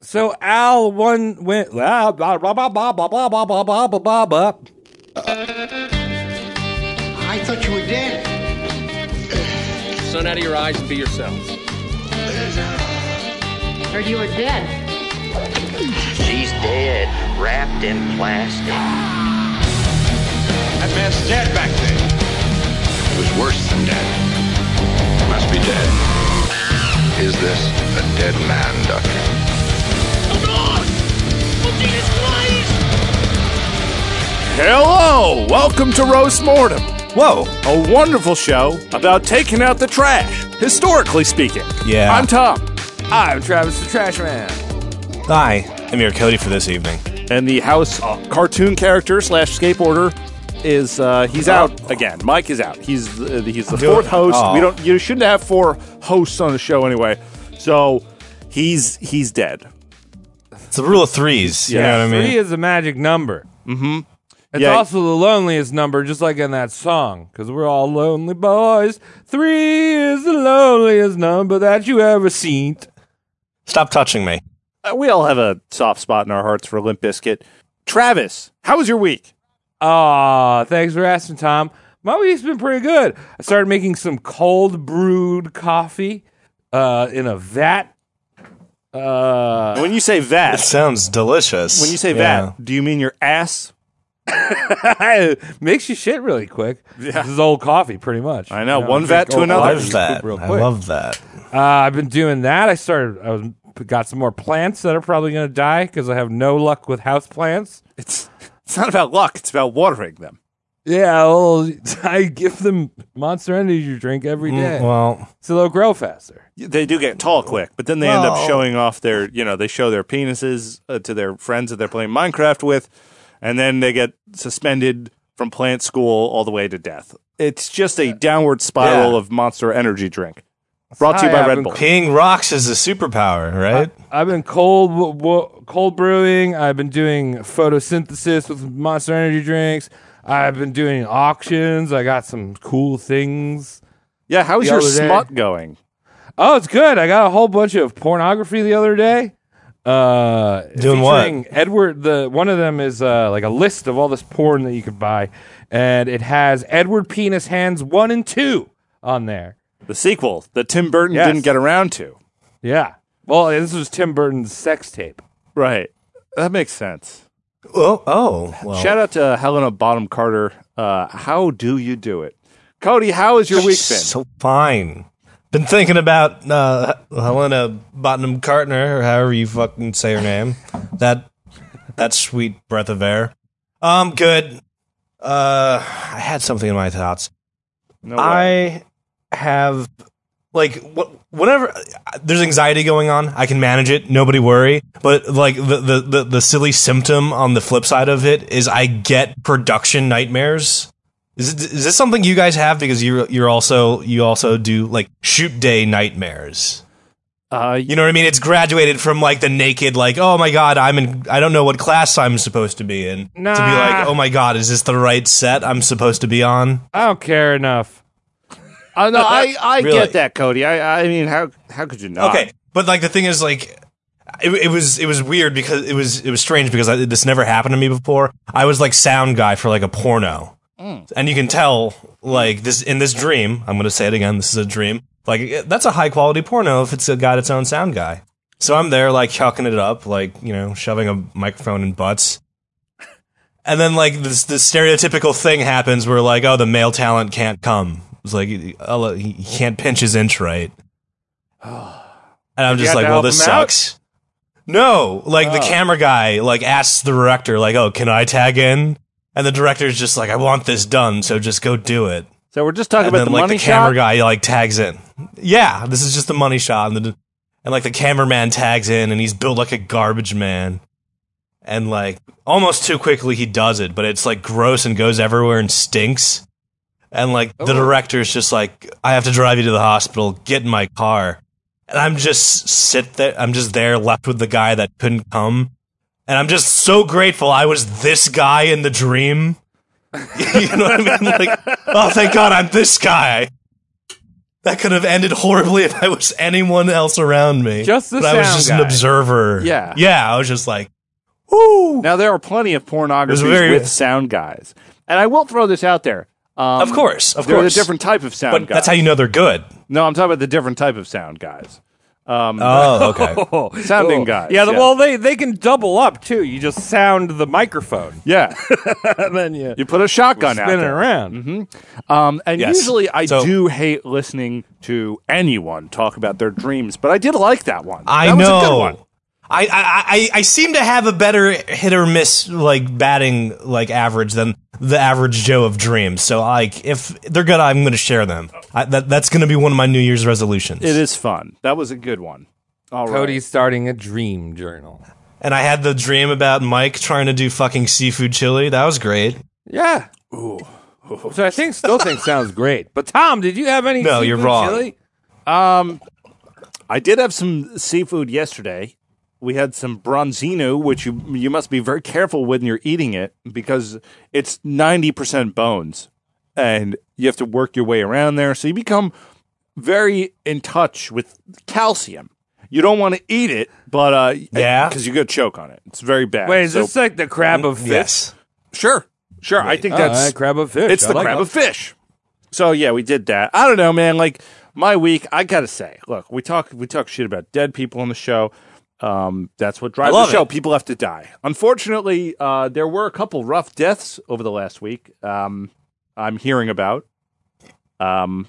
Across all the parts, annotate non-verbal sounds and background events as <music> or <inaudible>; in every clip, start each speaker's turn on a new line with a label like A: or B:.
A: So Al one went blah blah blah blah blah blah blah blah blah blah blah blah blah.
B: I thought you were dead.
C: Sun out of your eyes and be yourselves.
D: Or you were dead.
E: She's dead, wrapped in plastic.
F: That man's dead back there.
G: It was worse than dead. Must be dead. Is this a dead man, Doctor?
H: Hello! Welcome to Roast Mortem. Whoa, a wonderful show about taking out the trash, historically speaking.
I: Yeah.
H: I'm Tom. I'm Travis the Trash Man.
I: Hi, I'm your Cody for this evening.
H: And the house uh, cartoon character slash skateboarder is uh, he's out again. Mike is out. He's uh, the, he's the fourth host.
I: Oh.
H: We don't you shouldn't have four hosts on a show anyway. So he's he's dead.
I: It's the rule of threes. You
H: Yeah.
I: know what I mean?
A: Three is a magic number. Mm-hmm. It's
H: Yeah.
A: also the loneliest number, just like in that song, because we're all lonely boys. Three is the loneliest number that you ever seen.
I: Stop touching me.
H: Uh, we all have a soft spot in our hearts for Limp Biscuit. Travis, how was your week?
A: Ah, thanks for asking, Tom. My week's been pretty good. I started making some cold brewed coffee uh, in a vat. Uh,
H: When you say
I: It
H: that,
I: sounds delicious.
H: when you say
I: Yeah.
H: that, do you mean your ass?
A: <laughs> makes you shit really quick. This is old coffee, pretty much.
H: I know,
A: You
H: one
A: drink
H: vat to
A: old
H: another.
A: coffee,
I: I love
A: you
I: that.
A: poop real
I: I
A: quick.
I: love that.
A: Uh, I've been doing that. I started. I was got some more plants that are probably going to die because I have no luck with house plants.
H: It's it's not about luck. It's about watering them.
A: Yeah, well, <laughs> I give them Monster Energy drink every day,
I: Mm, Well,
A: so they'll grow faster.
H: They do get tall quick, but then they end up
I: Well-
H: showing off their you know they show their penises uh, to their friends that they're playing Minecraft with, and then they get suspended from plant school all the way to death. It's just a downward spiral
I: Yeah.
H: of Monster Energy drink. Brought to you
A: Hi,
H: by
A: I've
H: Red
A: been
H: Bull.
I: peeing rocks is a superpower, right?
A: I've been cold w- w- cold brewing. I've been doing photosynthesis with Monster Energy drinks. I've been doing auctions. I got some cool things.
H: Yeah, how's
A: The
H: your
A: other day-
H: smut going?
A: Oh, it's good. I got a whole bunch of pornography the other day. Uh,
I: Doing what?
A: featuring Edward. The one of them is uh, like a list of all this porn that you could buy, and it has Edward Penis Hands one and two on there.
H: The sequel that Tim Burton
A: Yes.
H: didn't get around to.
A: Yeah. Well, this was Tim Burton's sex tape.
H: Right. That makes sense.
I: Oh, oh. Well,
H: Shout out to Helena Bottom Carter. Uh, how do you do it? Cody, how has your week been?
I: so fine. Been thinking about uh, Helena Bottom Cartner, or however you fucking say her name. That that sweet breath of air. Um, good. Uh, I had something in my thoughts.
H: No way.
I: I have like wh- whenever there's anxiety going on, I can manage it. Nobody worry. But like the, the the the silly symptom on the flip side of it is I get production nightmares. Is it, is this something you guys have because you you're also you also do like shoot day nightmares?
H: Uh,
I: You know what I mean? It's graduated from like the naked like oh my god I'm in I don't know what class I'm supposed to be in to be like
A: Nah.
I: oh my god is this the right set I'm supposed to be on?
A: I don't care enough.
H: uh, no, I, I
I: Really?
H: get that, Cody. I, I mean, how how could you not?
I: Okay, but like the thing is, like it, it was it was weird because it was it was strange because I, this never happened to me before. I was like sound guy for like a porno, and you can tell like this in this dream. I'm gonna say it again. This is a dream. Like eh, that's a high quality porno if it's got its own sound guy. So I'm there like chucking it up, like you know, shoving a microphone in butts. And then like this, this stereotypical thing happens where like, oh, the male talent can't come. It's like oh, he he can't pinch his inch right.
A: <sighs>
I: And I'm
A: You
I: just
A: had
I: like,
A: to
I: well,
A: help
I: this
A: him out? Oh.
I: sucks. No, like the camera guy like asks the director like, oh, can I tag in? And the director's just like, I want this done, so just go do it.
H: So we're just talking
I: And
H: about the
I: then like
H: money
I: the camera
H: shot.
I: guy like tags in. Yeah, this is just the money shot, and the and like the cameraman tags in, and he's built like a garbage man, and like almost too quickly he does it, but it's like gross and goes everywhere and stinks, and like
H: Oh.
I: the director's just like, I have to drive you to the hospital. Get in my car, and I'm just sit there. I'm just there left with the guy that couldn't come. And I'm just so grateful I was this guy in the <laughs> dream. you know what I mean? Like, oh, thank God I'm this guy. That could have ended horribly if I was anyone else around me.
A: Just the
I: but I was
A: sound
I: just
A: guy.
I: an observer.
H: Yeah.
I: yeah. I was just like, "Woo!"
H: Now there are plenty of pornographies
I: There's very-
H: with sound guys, and I will throw this out there. Um,
I: Of course, of
H: there
I: course.
H: are a different type of sound
I: but
H: guys.
I: that's how you know they're
H: <laughs>
I: good.
H: no, I'm talking about the different type of sound guys.
I: Oh, okay.
H: Sounding
I: Oh.
H: guys.
A: Yeah, the- well, they they can double up too. You just sound the microphone,
H: yeah.
A: <laughs> and then you
H: You put a
I: <laughs>
H: shotgun out
A: spin it
H: there.
A: around.
H: Um, and
I: Yes.
H: usually I
I: So-
H: do hate listening to anyone talk about their dreams, but I did like that one.
I: I
H: That was a
I: know.
H: good one.
I: I, I I I seem to have a better hit or miss like batting like average than the average Joe of dreams. So like if they're good, I'm going to share them. I, that that's going to be one of my New Year's resolutions.
H: It is fun. That was a good one. All right.
A: Cody's starting a dream journal.
I: And I had the dream about Mike trying to do fucking seafood chili. That was great.
A: Yeah. Ooh. So I think still think sounds great. But Tom, did you have any?
I: No, you're
A: seafood
I: wrong.
A: chili?
H: I did have some seafood yesterday. We had some bronzino, which you you must be very careful when you're eating it because it's ninety percent bones, and you have to work your way around there. So you become very in touch with calcium. You don't want to eat it, but uh,
I: Yeah.
H: because you could choke on it. It's very bad.
A: Wait, is
H: So-
A: this like the crab of fish?
I: Yes.
H: sure, sure. I think
A: Oh,
H: that's
A: that crab of fish.
H: it's
A: I
H: the
A: like
H: crab
A: that.
H: of fish. So yeah, we did that. I don't know, man. Like my week, I gotta say, look, we talk we talk shit about dead people on the show. Um, that's what drives
I: I love
H: the show.
I: it.
H: People have to die. Unfortunately, uh, there were a couple rough deaths over the last week. Um, I'm hearing about. Um,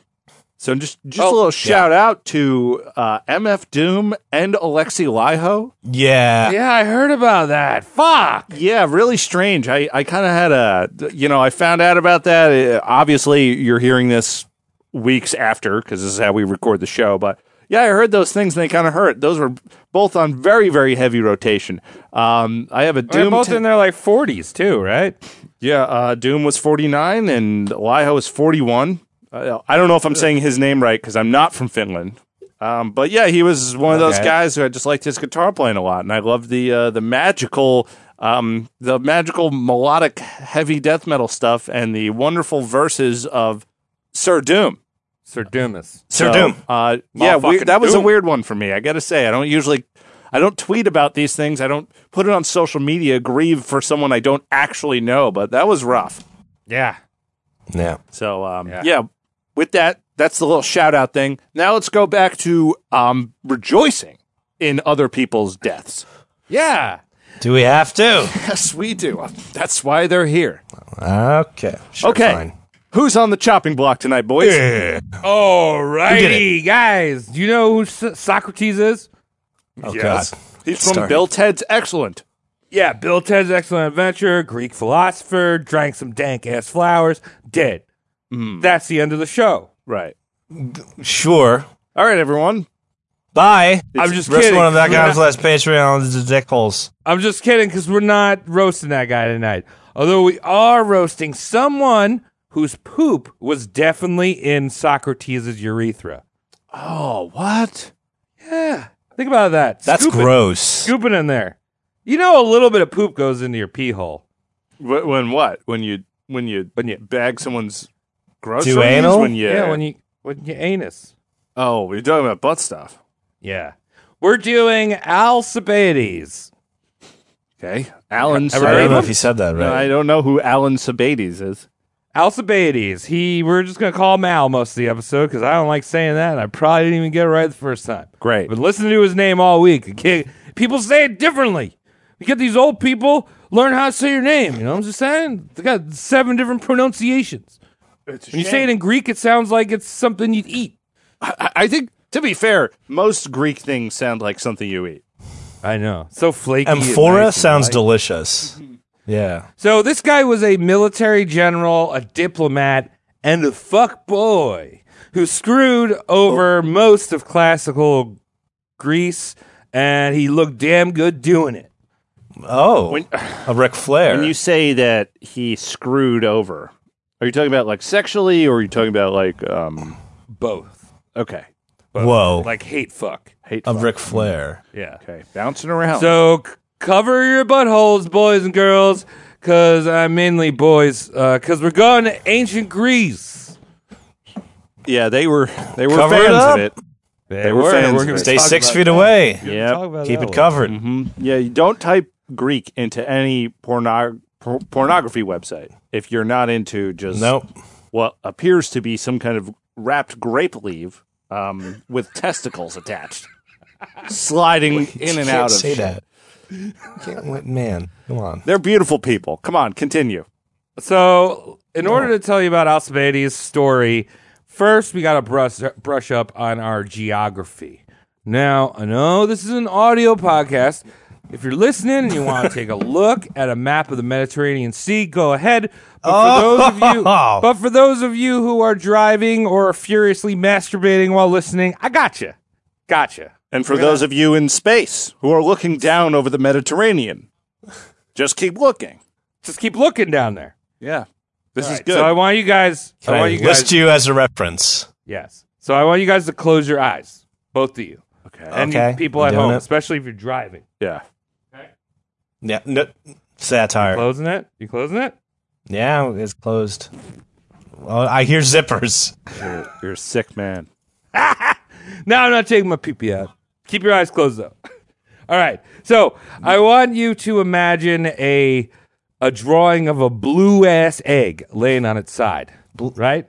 H: so just
A: Oh,
H: just a little shout out to uh, MF Doom and Alexi Liho.
I: Yeah.
A: Yeah, I heard about that. Fuck.
H: Yeah, really strange. I, I kind of had a, you know, I found out about that. Uh, obviously, you're hearing this weeks after because this is how we record the show. But yeah, I heard those things and they kind of hurt. Those were both on very, very heavy rotation. Um, I have a
A: They're
H: Doom.
A: both
H: ta-
A: in their like 40s too, right?
H: yeah, uh, Doom was 49 and Liho is 41. Uh, I don't know if I'm saying his name right because I'm not from Finland. Um, but yeah, he was one of those
A: Okay.
H: guys who I just liked his guitar playing a lot, and I loved the uh, the magical, um, the magical melodic heavy death metal stuff, and the wonderful verses of Sir Doom.
A: Sir Dumas.
I: Sir
H: So,
I: Doom.
H: Uh, yeah, we,
A: Motherfucking
H: that was a
A: Doom.
H: weird one for me. I got to say, I don't usually, I don't tweet about these things. I don't put it on social media. Grieve for someone I don't actually know, but that was rough.
A: Yeah.
I: Yeah.
H: So um,
A: Yeah.
H: yeah. with that, that's the little shout out thing. Now let's go back to um, rejoicing in other people's deaths.
A: Yeah.
I: Do we have to?
H: <laughs> Yes, we do. That's why they're here.
I: Okay. Sure,
H: okay,
I: fine.
H: who's on the chopping block tonight, boys?
I: Yeah.
A: All
I: did
A: righty, guys. Do you know who S- Socrates is?
I: Oh God.
H: He's from
I: Start.
H: Bill Ted's Excellent.
A: Yeah, Bill Ted's Excellent Adventure, Greek philosopher, drank some dank ass flowers, dead. That's the end of the show.
H: Right.
I: Sure.
H: All right, everyone.
I: Bye.
A: I'm just
I: Rest
A: kidding.
I: one of that
A: We're <laughs>
I: guy's
A: not-
I: last Patreon is the dickholes.
A: I'm just kidding because we're not roasting that guy tonight. Although we are roasting someone whose poop was definitely in Socrates' urethra.
H: Oh, what?
A: Yeah, think about that.
I: That's
A: Scoop it.
I: gross.
A: Scoop it in there. You know, a little bit of poop goes into your pee hole.
H: Wh- When what? When you when you
A: When you-
H: bag someone's groceries?
I: anal?
H: When you,
A: Yeah, when you when your anus.
H: oh, you're talking about butt stuff.
A: Yeah, we're doing Alcibiades.
H: Okay, Alan.
A: I don't know if
I: he said that
H: I don't know who Alan Sabates is.
A: Alcibiades. He. We're just gonna call him Al most of the episode because I don't like saying that. and I probably didn't even get it right the first time.
H: Great.
A: But listen to his name all week. You can't- People say it differently. You get these old people learn how to say your name. You know what I'm just saying? They got seven different pronunciations. When you say it in Greek, it sounds like it's something you'd eat.
H: I, I think, to be fair, most Greek things sound like something you eat.
A: I know. So flaky. and
I: Amphora
A: nice and
I: sounds
A: light. Mm-hmm.
I: delicious. Yeah.
A: So this guy was a military general, a diplomat, and a fuck boy who screwed over most of classical Greece, and he looked damn good doing it.
I: Oh, a Ric Flair.
H: When you say that he screwed over, are you talking about like sexually or are you talking about like, um,
A: Both.
H: okay,
I: Whoa,
A: Like hate fuck.
H: hate?
I: a
H: fuck.
I: Ric Flair.
A: Yeah.
H: okay, bouncing around.
A: So c- cover your buttholes, boys and girls, uh, because I'm mainly boys, because we're going to ancient Greece.
H: yeah, they were they were
I: Cover it
H: fans
I: up.
H: of it.
A: They,
H: were fans of
A: gonna
H: it.
I: Stay
A: talk
I: six
A: about
I: feet
A: that.
I: away.
A: We're gonna
H: Yep.
A: talk about
I: Keep
A: that
I: it
A: one.
I: covered.
H: Mm-hmm. Yeah, you don't type Greek into any porno- por- pornography website if you're not into just
I: Nope.
H: what appears to be some kind of wrapped grape leaf um, with testicles attached, sliding in and out of.
I: Say
H: shit.
I: that. Can't wait, man. Come on.
H: They're beautiful people. Come on, continue.
A: So, in order to tell you about Alcibiades' story, first we got to brush, brush up on our geography. Now, I know this is an audio podcast. If you're listening and you want to take a look at a map of the Mediterranean Sea, go ahead. But for those of you,
I: Oh.
A: but for those of you who are driving or are furiously masturbating while listening, I gotcha, gotcha.
H: And for those of you in space who are looking down over the Mediterranean, just keep looking.
A: Just keep looking down there.
H: Yeah, this is good.
A: So I want you guys.
I: Can
A: I
I: I
A: want you guys.
I: list you as a reference.
A: Yes. So I want you guys to close your eyes, both of you,
H: okay.
A: and
I: Okay.
A: you people
I: I'm
A: at
I: doing
A: home,
I: it.
A: especially if you're driving.
H: yeah.
I: Yeah. No, satire.
A: Closing it? You closing it?
I: Yeah, it's closed. Oh, I hear zippers.
H: You're, you're a sick man.
A: No, I'm not taking my pee pee out. Keep your eyes closed though. <laughs> All right. So I want you to imagine a a drawing of a blue ass egg laying on its side. Right?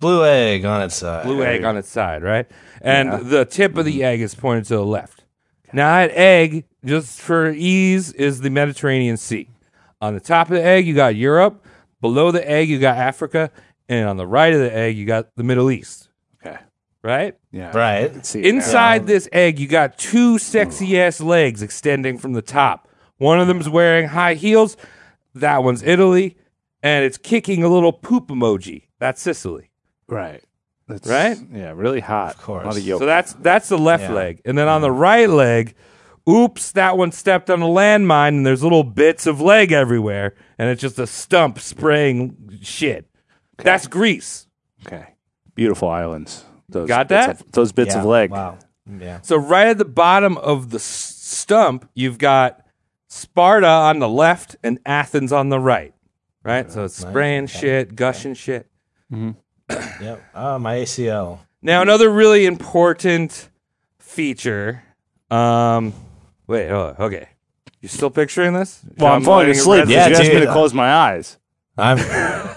I: Blue egg on its side.
A: Blue egg on its side, right? And the tip of
H: Mm-hmm.
A: the egg is pointed to the left. Now that egg, just for ease, is the Mediterranean Sea. On the top of the egg, you got Europe. Below the egg, you got Africa, and on the right of the egg, you got the Middle East.
H: Okay.
A: Right?
H: Yeah. Um,
I: Right.
H: See, now-
A: Inside this egg, you got two sexy ass legs extending from the top. One of them's wearing high heels. That one's Italy, and it's kicking a little poop emoji. That's Sicily.
H: Right. That's,
A: Right?
H: Yeah, really hot. Of
I: course.
H: A lot of yolk.
A: So that's that's the left
I: Yeah.
A: leg, and then on
H: Mm-hmm.
A: the right leg, oops, that one stepped on a landmine, and there's little bits of leg everywhere, and it's just a stump spraying shit. That's Greece.
H: okay. Beautiful islands. Those
A: Got
H: bits
A: that?
H: Of, those bits
I: Yeah.
H: of leg.
I: Wow. Yeah.
A: So right at the bottom of the s- stump, you've got Sparta on the left and Athens on the right. Right? So it's spraying shit, gushing shit.
I: Yep. Oh, my ACL.
A: Now another really important feature. Um wait, oh, okay. You still picturing this?
H: Well, I'm, falling
A: lighting it
H: asleep.
A: red.
H: because
I: Yeah,
H: you asked me
I: dude.
H: to close my eyes.
I: I'm,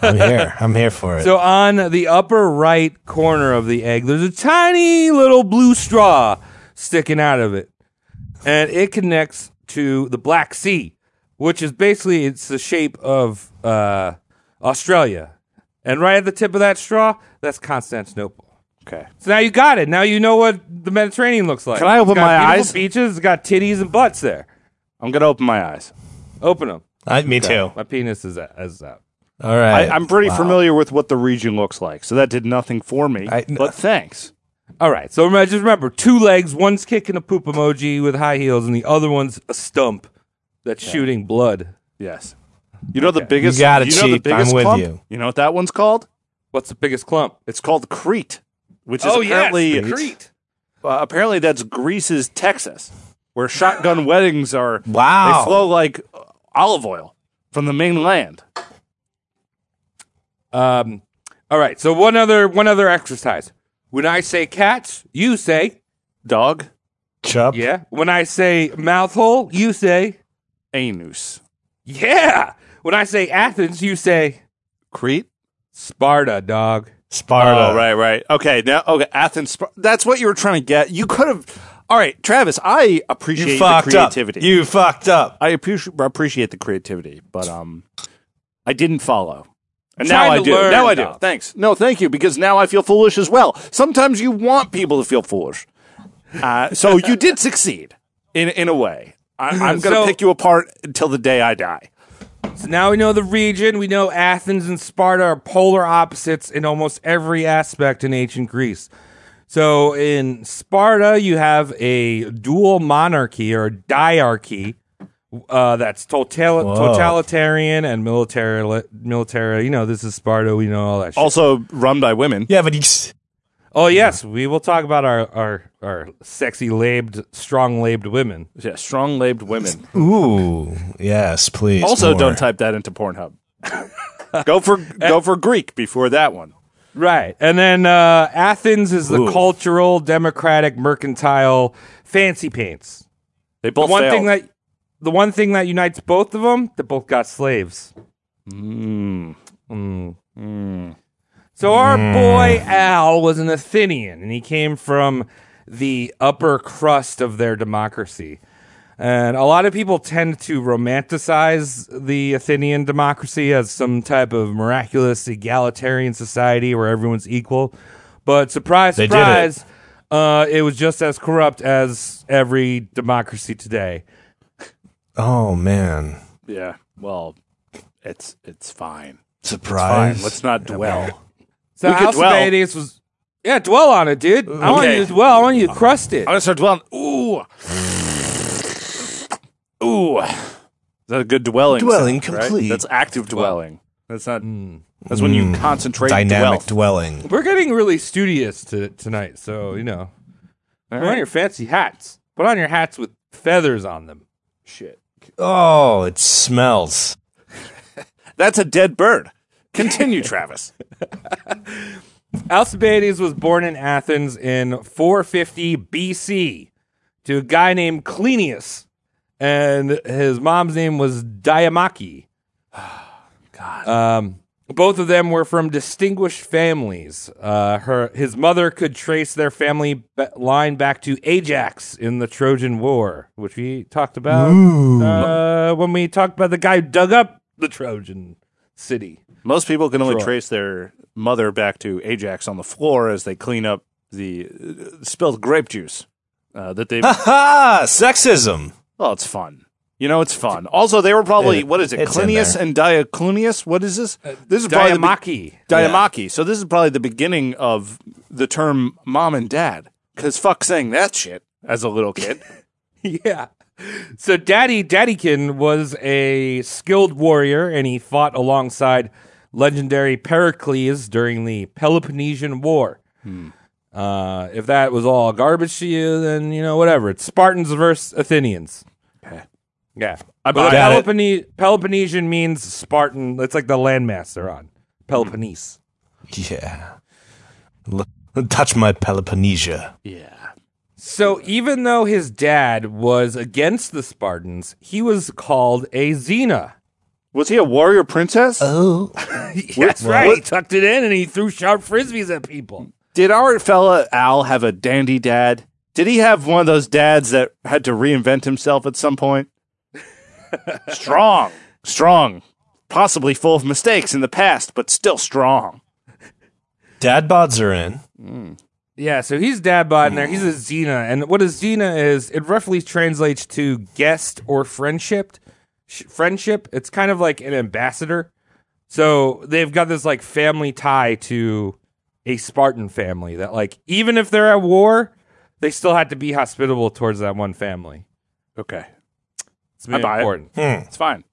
I: I'm here. I'm here for it.
A: So on the upper right corner of the egg, there's a tiny little blue straw sticking out of it, and it connects to the Black Sea, which is basically it's the shape of uh, Australia. And right at the tip of that straw, that's Constantinople.
H: Okay.
A: So now you got it. Now you know what the Mediterranean looks like.
H: Can I
A: It's
H: open
A: got
H: my
A: beautiful
H: eyes?
A: Beaches. It's got titties and butts there.
H: I'm going to open my eyes.
A: Open them.
I: I, me too.
A: My penis is out. Is out.
I: All right.
H: I, I'm pretty
I: Wow.
H: familiar with what the region looks like, so that did nothing for me.
I: I-
H: but thanks.
A: All right. So remember, just remember two legs, one's kicking a poop emoji with high heels, and the other one's a stump that's shooting blood.
H: Yes. You know the biggest.
I: You got it,
H: know the
I: Chief. I'm
H: biggest
I: with
H: clump?
I: you.
H: You know what that one's called?
A: What's the biggest clump?
H: It's called Crete, which
A: Oh,
H: is apparently Uh, apparently, that's Greece's Texas, where shotgun weddings are.
I: Wow.
H: They flow like uh, olive oil from the mainland.
A: Um, all right. So one other one other exercise. When I say cats, you say
H: Dog
I: Chup.
A: yeah. When I say mouth hole, you say
H: anus.
A: yeah. When I say Athens, you say
H: Crete.
A: Sparta, dog.
I: Sparta.
H: Oh, right, right. Okay, now, okay, Athens. Spar- That's what you were trying to get. You could have. All right, Travis. I appreciate
I: You
H: the
I: fucked up.
H: creativity.
I: You fucked up.
H: I appre- appreciate the creativity, but um, I didn't follow. And
A: Trying
H: now I
A: to
H: do.
A: learn,
H: now I do.
A: Doc.
H: Thanks. No, thank you, because now I feel foolish as well. Sometimes you want people to feel foolish. Uh, so you did succeed in in a way. I, I'm going to
A: So-
H: pick you apart until the day I die.
A: So now we know the region. We know Athens and Sparta are polar opposites in almost every aspect in ancient Greece. So in Sparta, you have a dual monarchy or diarchy uh, that's totali-
I: Whoa.
A: totalitarian and military. Military, you know, this is Sparta. We know all that. Shit.
H: Also run by women.
I: Yeah, but he's.
A: Oh yes, we will talk about our our, our sexy labed, strong labed women.
H: Yeah, strong labed women.
I: Ooh. Yes, please.
H: also, <laughs>
I: more.
H: don't type that into Pornhub. go for go for Greek before that one.
A: Right. And then uh, Athens is the cultural, democratic, mercantile fancy pants.
H: They both
A: one
H: failed.
A: thing that the one thing that unites both of them, they both got slaves. Mm. Mm. So our
I: Hmm.
A: boy Al was an Athenian, and he came from the upper crust of their democracy. And a lot of people tend to romanticize the Athenian democracy as some type of miraculous egalitarian society where everyone's equal. But surprise,
I: They did it.
A: surprise, uh, it was just as corrupt as every democracy today.
I: Oh man,
H: Yeah. Well, it's it's fine.
I: surprise!
H: Fine. Let's not dwell.
A: So
H: We could dwell.
A: Alcibiades was, yeah, dwell on it, dude. I want
H: Okay. Uh-huh.
A: you to dwell. I want you to crust it.
H: I'm gonna start dwelling. Ooh. Ooh. Is that a good dwelling?
I: Dwelling
H: sound, right?
I: complete. Hmm.
H: That's active dwelling. That's not. That's when you concentrate.
I: Dynamic
H: dwell.
I: dwelling.
A: We're getting really studious to, tonight, so you know, put on your fancy hats. Put on your hats with feathers on them.
H: Shit.
I: Oh, it smells.
H: That's a dead bird. Continue, <laughs> Travis.
A: Alcibiades was born in Athens in 450 BC to a guy named Cleinias, and his mom's name was Diamache. God. Um, both of them were from distinguished families. Uh, her, his mother could trace their family ba- line back to Ajax in the Trojan War, which we talked about uh, when we talked about the guy who dug up the Trojan city.
H: Most people can only
A: Sure.
H: trace their mother back to Ajax on the floor as they clean up the uh, spilled grape juice uh, that they.
I: Ha! Sexism.
H: well, it's fun. You know, it's fun. Also, they were probably
I: It-
H: what is it?
I: it's in
H: Clinius
I: there.
H: and Dioclenius. What is this? this is probably the be-
A: Diamache.
H: Diamaki. So this is probably the beginning of the term mom and dad. Cause fuck saying that shit as a little
I: <laughs>
H: kid.
A: Yeah. So Daddy Daddykin was a skilled warrior and he fought alongside legendary Pericles during the Peloponnesian War. Uh, if that was all garbage to you, then you know whatever. It's Spartans versus Athenians. Yeah. But
I: buy it.
A: Peloponnese- Peloponnesian means Spartan. It's like the landmass they're on. Peloponnese.
I: Yeah. L- touch my Peloponnesia.
A: So even though his dad was against the Spartans, he was called a Xena.
H: Was he a warrior princess?
I: Oh.
A: <laughs> That's
I: What?
A: right.
I: What?
A: He tucked it in and he threw sharp frisbees at people.
H: Did our fella Al have a dandy dad? Did he have one of those dads that had to reinvent himself at some <laughs> point? strong, strong, possibly full of mistakes in the past, but still strong.
I: Dad bods are in.
A: Yeah, so he's dad bod in there. He's a Xena. And what a Xena is, it roughly translates to guest or friendship. Sh- friendship. It's kind of like an ambassador. So they've got this like family tie to a Spartan family that like even if they're at war, they still had to be hospitable towards that one family.
H: Okay,
A: It's really
H: buy it.
A: important.
H: it's fine.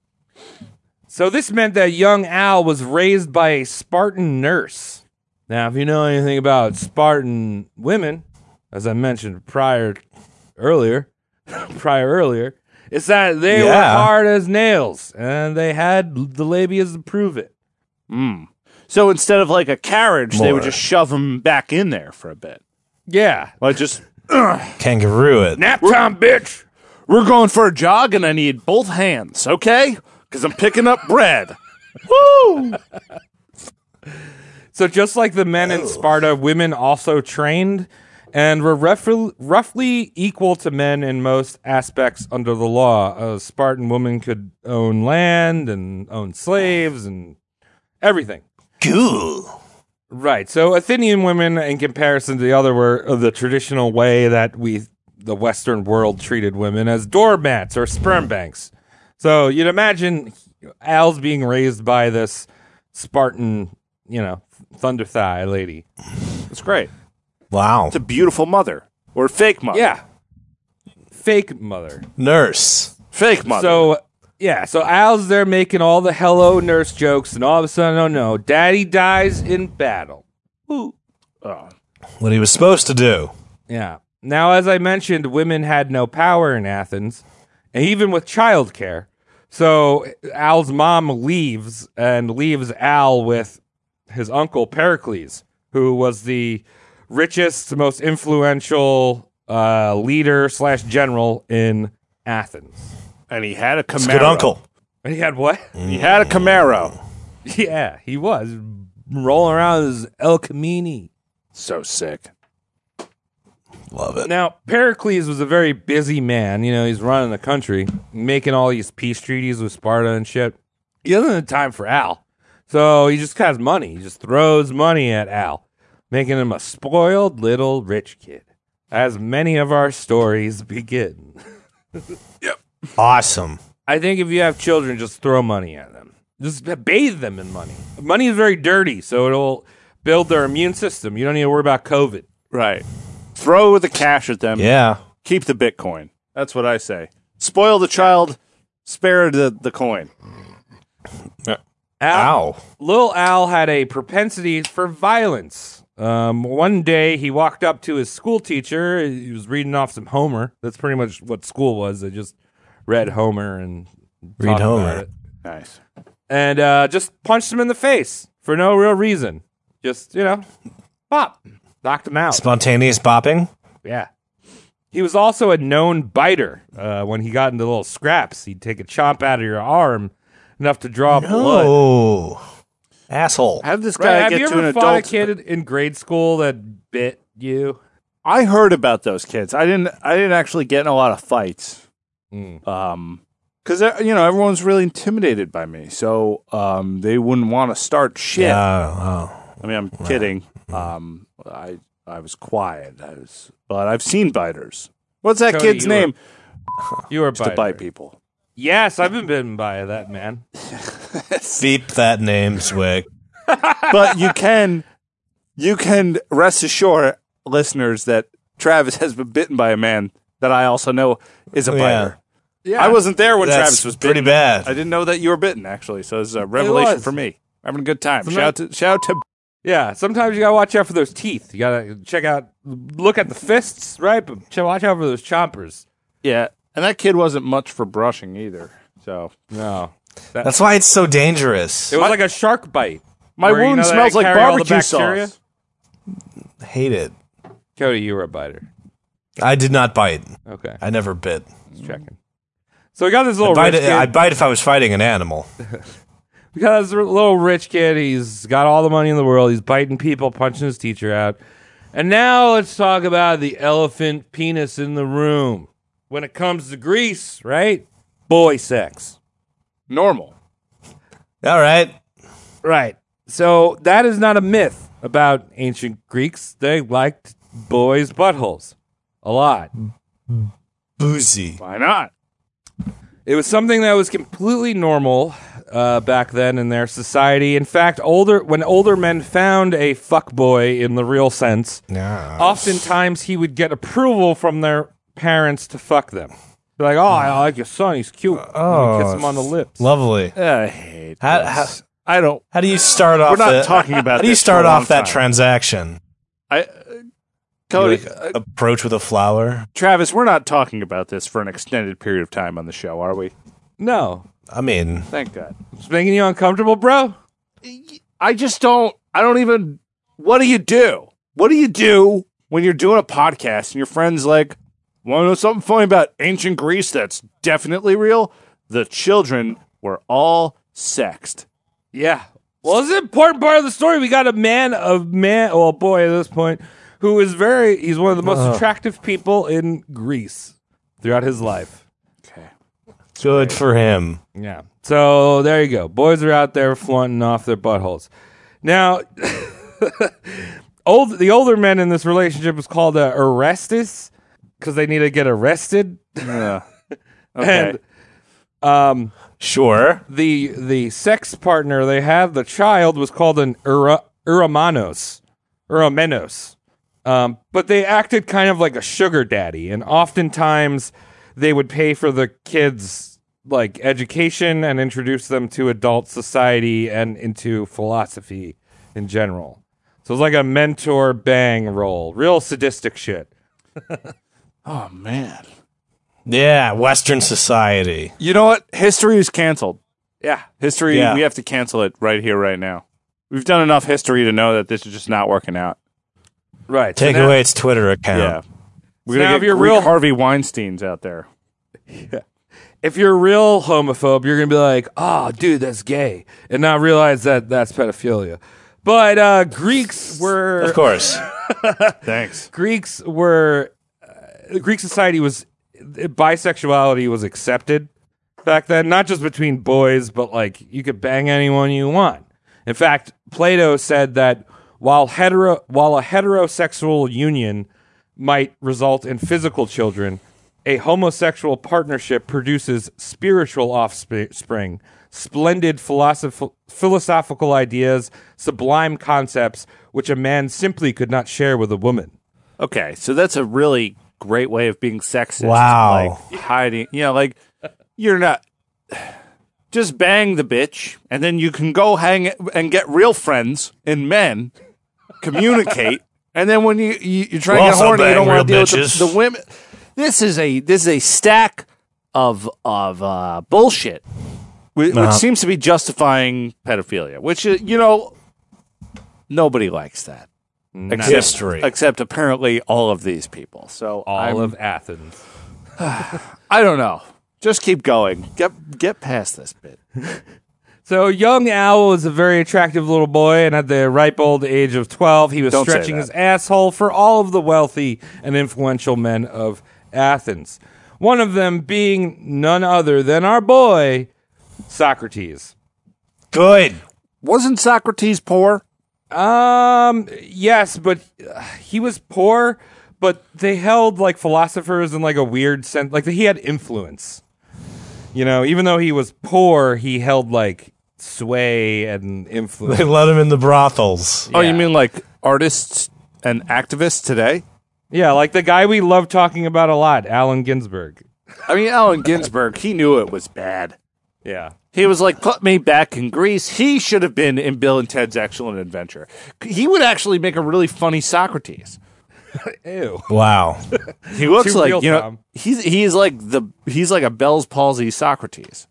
A: So this meant that young Al was raised by a Spartan nurse. Now, if you know anything about Spartan women, as I mentioned prior earlier, <laughs> prior earlier, it's that they
I: Yeah.
A: were hard as nails and they had the labias to prove it.
H: So instead of like a carriage, they would
I: More.
H: just shove him back in there for a bit.
A: Yeah.
H: Like just
I: Kangaroo it.
A: Nap time, bitch.
H: We're going for a jog, and I need both hands, okay? Because I'm picking up bread. Woo!
A: So just like the men in Sparta, women also trained and were roughly, roughly equal to men in most aspects under the law. A Spartan woman could own land and own slaves and everything.
I: Cool.
A: Right. So Athenian women, in comparison to the other, were uh, the traditional way that we, the Western world, treated women as doormats or sperm banks. So you'd imagine Al's being raised by this Spartan, you know, thunder thigh lady.
H: It's great.
I: Wow.
H: It's a beautiful mother or fake mother.
A: Yeah. Fake mother.
I: Nurse.
H: fake mother.
A: So yeah, so Al's there making all the hello nurse jokes, and all of a sudden, oh no, Daddy dies in battle.
I: What he was supposed to do.
A: Yeah. Now, as I mentioned, women had no power in Athens, and even with childcare. So Al's mom leaves and leaves Al with his uncle Pericles, who was the richest, most influential uh, leader slash general in Athens.
H: and he had a Camaro.
I: Good uncle.
A: And he had what?
H: He had a Camaro.
A: <laughs> yeah, he was rolling around as El Camini.
H: So sick.
I: Love it.
A: Now, Pericles was a very busy man. You know, he's running the country, making all these peace treaties with Sparta and shit. He doesn't have time for Al. So he just has money. He just throws money at Al, making him a spoiled little rich kid, as many of our stories begin.
I: Awesome.
A: I think if you have children, just throw money at them. Just bathe them in money. Money is very dirty, so it'll build their immune system. You don't need to worry about COVID.
H: Right. Throw the cash at them.
I: Yeah.
H: Keep the Bitcoin. That's what I say. Spoil the child, spare the, the coin.
I: Ow.
A: Lil Al had a propensity for violence. Um, one day he walked up to his school teacher. He was reading off some Homer. That's pretty much what school was. They just read Homer and
I: Read
A: talked about
I: Homer.
A: it.
H: Nice.
A: and uh, just punched him in the face for no real reason. Just you know, pop, knocked him out.
I: Spontaneous bopping.
A: Yeah. He was also a known biter. Uh, when he got into little scraps, he'd take a chomp out of your arm enough to draw blood.
I: Oh. Asshole.
H: How did this
A: Right,
H: guy
A: have
H: get
A: you
H: to an
A: ever fought
H: adult?
A: a kid in- in grade school that bit you?
H: I heard about those kids. I didn't. I didn't actually get in a lot of fights,
A: Mm.
H: Um 'cause because you know everyone's really intimidated by me, so um, they wouldn't want to start shit.
I: Oh, oh.
H: I mean, I'm kidding. Um, I I was quiet. I was, but I've seen biters. What's that
A: Tony,
H: kid's
A: you were
H: name?
A: You were a
H: Used
A: biter.
H: to bite people.
A: Yes, I've been bitten by that man.
I: Beep that name, Zwick.
H: but you can, you can rest assured, listeners, that Travis has been bitten by a man that I also know is a
I: Oh, Yeah.
H: biter. I wasn't there when
I: That's
H: Travis was bitten.
I: pretty bad.
H: I didn't know that you were bitten actually, so it's a revelation
A: was.
H: for me. Having a good time.
A: It's a
H: Shout to shout to
A: Yeah, sometimes you gotta watch out for those teeth. You gotta check out, look at the fists, right? But ch- watch out for those chompers.
H: yeah. And that kid wasn't much for brushing either. So
A: No,
I: That's why it's so dangerous.
A: it was like a shark bite.
H: my
A: Where, you
H: wound
A: know, they
H: smells like
A: carry all the
H: barbecue
A: bacteria?
H: sauce.
I: Hate it.
A: Cody, you were a biter.
I: I did not bite.
A: Okay,
I: I never bit.
A: just checking. So we got this
H: Oh,
A: little
I: Bite,
A: rich kid.
I: i bite if I was fighting an animal.
A: we got this r- little rich kid. He's got all the money in the world. He's biting people, punching his teacher out. And now let's talk about the elephant penis in the room. When it comes to Greece, right? Boy sex.
H: Normal.
I: All right.
A: Right. So that is not a myth about ancient Greeks. They liked boys' buttholes a lot.
I: Boozy.
H: Why not?
A: It was something that was completely normal uh, back then in their society. In fact, older when older men found a fuckboy in the real sense,
I: Yeah.
A: oftentimes he would get approval from their parents to fuck them. They're like, "Oh, I like your son. He's cute." Oh, kiss him on the lips.
I: Lovely.
H: I hate
I: How-
H: this. I don't
I: How do you start off?
H: We're not
I: the-
H: talking about
I: <laughs> How do you
H: this
I: start
H: for a
I: off
H: long
I: that
H: time.
I: transaction?
H: I uh,
I: You,
H: Cody
I: like,
H: uh,
I: approach with a flower.
H: Travis, we're not talking about this for an extended period of time on the show, are we?
A: no,
I: I mean,
H: Thank God.
A: it's making you uncomfortable, bro.
H: I just don't. I don't even. What do you do? What do you do when you're doing a podcast and your friends like, want to know something funny about ancient Greece that's definitely real? The children were all sexed.
A: Yeah. Well, it's an important part of the story. We got a man of man, well, boy, at this point, who is very, he's one of the most attractive people in Greece throughout his life.
I: good for him.
A: Yeah. So there you go. Boys are out there flaunting off their buttholes. Now, <laughs> old the older men in this relationship is called a arrestus because they need to get arrested. <laughs>
H: Okay.
A: And um,
I: Sure.
A: the the sex partner they have, the child, was called an ura, uramanos, uramenos. Um, but they acted kind of like a sugar daddy, and oftentimes they would pay for the kids like education and introduce them to adult society and into philosophy in general. So it's like a mentor bang role, real sadistic shit.
H: oh man.
I: Yeah, Western society.
H: You know what? History is canceled.
A: Yeah,
H: History.
I: Yeah.
H: We have to cancel it right here, right now. We've done enough history to know that this is just not working out.
A: Right. so
I: Take
A: now-
I: away its Twitter account.
H: Yeah. We're
A: now
H: gonna
A: if
H: get
A: you're
H: Greek
A: real-
H: Harvey Weinstein's out there.
A: If you're a real homophobe, you're going to be like, oh, dude, that's gay. And not realize that that's pedophilia. But uh, Greeks were.
I: Of course.
H: Thanks.
A: Greeks were uh, Greek society was bisexuality was accepted back then, not just between boys, but like you could bang anyone you want. In fact, Plato said that while hetero while a heterosexual union might result in physical children, a homosexual partnership produces spiritual offspring, splendid philosoph- philosophical ideas, sublime concepts which a man simply could not share with a woman.
H: Okay, so that's a really great way of being sexist.
I: Wow.
H: Like hiding, you know, like you're not just bang the bitch and then you can go hang and get real friends and men communicate <laughs> and then when you, you you're trying
I: We'll
H: to get
I: also
H: horny you
I: bang
H: don't want
I: real
H: to deal with
I: bitches.
H: the, the women. This is a this is a stack of of uh, bullshit which,
I: Uh-huh.
H: which seems to be justifying pedophilia, which uh, you know nobody likes that. Except,
I: History.
H: except apparently all of these people. So
A: all
H: I'm-
A: of Athens.
H: I don't know. Just keep going. Get get past this bit.
A: So young Owl was a very attractive little boy, and at the ripe old age of twelve, he was
H: Don't say
A: stretching
H: that.
A: his asshole for all of the wealthy and influential men of Athens. One of them being none other than our boy Socrates.
I: Good.
H: Wasn't Socrates poor?
A: Um, yes, but uh, he was poor, but they held like philosophers in like a weird sense. Like he had influence. You know, even though he was poor, he held like sway and influence.
H: <laughs>
I: They let him in the brothels.
H: Oh,
A: Yeah.
H: you mean like artists and activists today?
A: Yeah, like the guy we love talking about a lot, Allen Ginsberg.
H: I mean, Allen Ginsberg. He knew it was bad.
A: Yeah.
H: He was like, "Put me back in Greece." He should have been in Bill and Ted's Excellent Adventure. He would actually make a really funny Socrates.
A: Ew.
I: Wow. <laughs>
H: He looks
A: Too
H: like
A: real,
H: you know.
A: Tom.
H: He's he's like the he's like a Bell's palsy Socrates.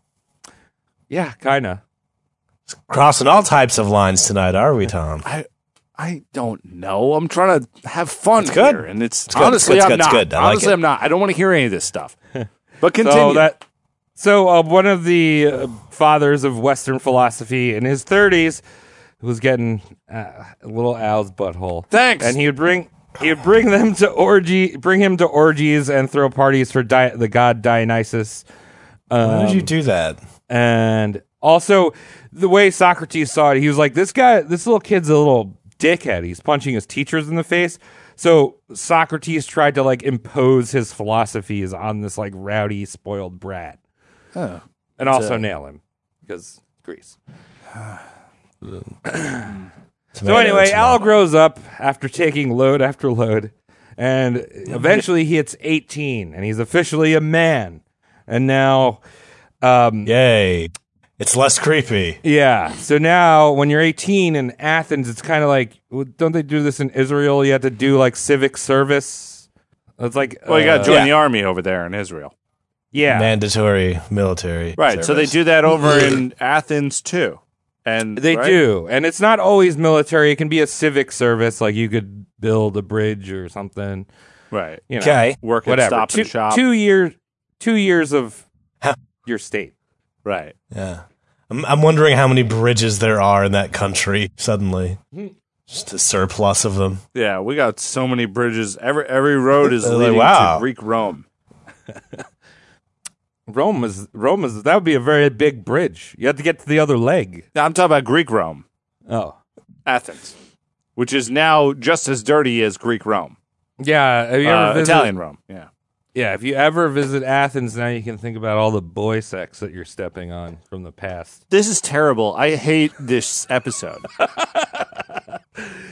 A: Yeah, kinda.
I: Crossing all types of lines tonight, are we, Tom?
H: I I don't know. I'm trying to have fun
I: good.
H: here, and it's,
I: good.
H: honestly
I: It's
H: I'm
I: good. It's
H: not.
I: good. I like
H: honestly,
I: it.
H: I'm not. I don't want to hear any of this stuff. <laughs> But continue.
A: So that so uh, one of the uh, fathers of Western philosophy in his 30s was getting uh, a little Al's butthole.
H: Thanks.
A: And he would bring he would bring them to orgy, bring him to orgies and throw parties for Di- the god Dionysus.
I: Why did you do that?
A: And also, the way Socrates saw it, he was like, "This guy, this little kid's a little dickhead. He's punching his teachers in the face." So Socrates tried to like impose his philosophies on this like rowdy, spoiled brat, and also nail him because Greece. So anyway, Al grows up after taking load after load, and eventually he hits 18, and he's officially a man. And now, um,
I: Yay. It's less creepy.
A: yeah. So now, when you're 18 in Athens, it's kind of like, well, don't they do this in Israel? You have to do like civic service. It's like,
H: well, you got to
A: uh,
H: join
I: yeah.
H: the army over there in Israel,
A: yeah,
I: Mandatory military.
H: right? So they
I: service.
H: do that over in Athens too, and
A: <laughs> they
H: right?
A: do, and it's not always military. It can be a civic service, like you could build a bridge or something.
H: right.
A: You know,
I: Okay.
H: Work at
A: whatever.
H: Stop
A: two,
H: and Shop,
A: two years, two years of
I: Huh.
A: your state.
H: right?
I: Yeah. I'm, I'm wondering how many bridges there are in that country suddenly.
H: Mm-hmm.
I: Just a surplus of them.
H: Yeah, we got so many bridges. Every every road is
I: Like,
H: leading
I: wow.
H: to Greek Rome.
A: Rome is Rome is that would be a very big bridge. You have to get to the other leg.
H: Now, I'm talking about Greek Rome,
A: Oh,
H: Athens, which is now just as dirty as Greek Rome,
A: yeah. Have you
H: uh,
A: ever visited-
H: Italian Rome. Yeah.
A: Yeah, if you ever visit Athens, now you can think about all the boy sex that you're stepping on from the past.
H: This is terrible. I hate this episode.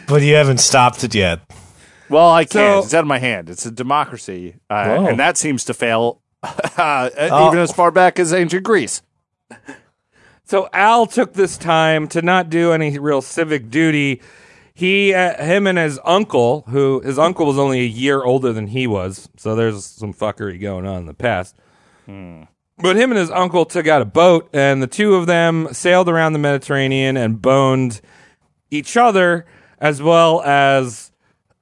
I: But you haven't stopped it yet.
H: Well, I can't.
A: So-
H: it's out of my hand. It's a democracy, uh,
I: Whoa.
H: and that seems to fail <laughs> uh, even
I: Oh.
H: as far back as ancient Greece.
A: So Al took this time to not do any real civic duty. He, uh, him, and his uncle, who his uncle was only a year older than he was, so there's some fuckery going on in the past. But him and his uncle took out a boat, and the two of them sailed around the Mediterranean and boned each other as well as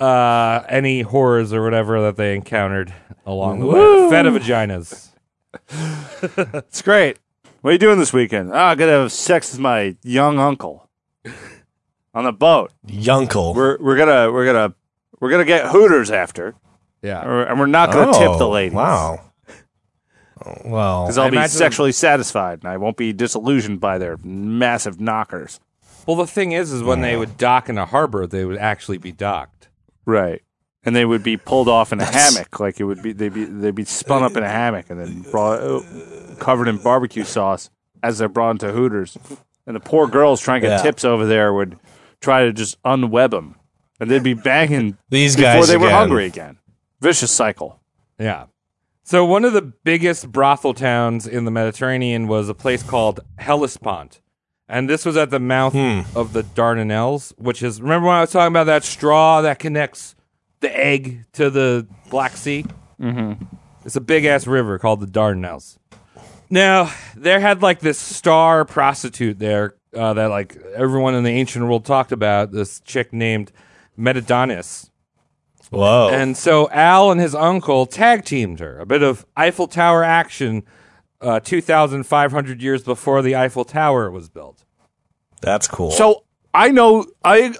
A: uh, any horrors or whatever that they encountered along the way. Feta vaginas.
H: It's great. What are you doing this weekend? Ah, I'm gonna have sex with my young uncle <laughs> on the boat.
I: Yunkle.
H: We're we're gonna we're gonna we're gonna get Hooters after,
A: Yeah.
H: or- and we're not gonna tip the ladies.
I: Oh, Wow. Oh, Well,
H: Because I'll
A: I
H: be
A: imagine-
H: sexually satisfied and I won't be disillusioned by their massive knockers.
A: Well, the thing is, is when they would dock in a harbor, they would actually be docked.
H: Right. And they would be pulled off in a hammock, like it would be they'd be they'd be spun up in a hammock and then brought uh, covered in barbecue sauce as they're brought into Hooters. And the poor girls trying to get
I: Yeah.
H: tips over there would try to just unweb them, and they'd
A: <laughs>
H: be banging
I: These
H: before
I: guys
H: they were
I: again.
H: hungry again. Vicious cycle.
A: Yeah. So one of the biggest brothel towns in the Mediterranean was a place called Hellespont. And this was at the mouth of the Dardanelles, which is remember when I was talking about that straw that connects the egg to the Black Sea? Mm-hmm. It's a big ass river called the Dardanelles. Now, there had like this star prostitute there uh, that like everyone in the ancient world talked about, this chick named Metadonis.
H: Oh.
I: whoa.
A: And so Al and his uncle tag teamed her. A bit of Eiffel Tower action uh, 2,500 years before the Eiffel Tower was built.
I: That's cool.
H: So I know I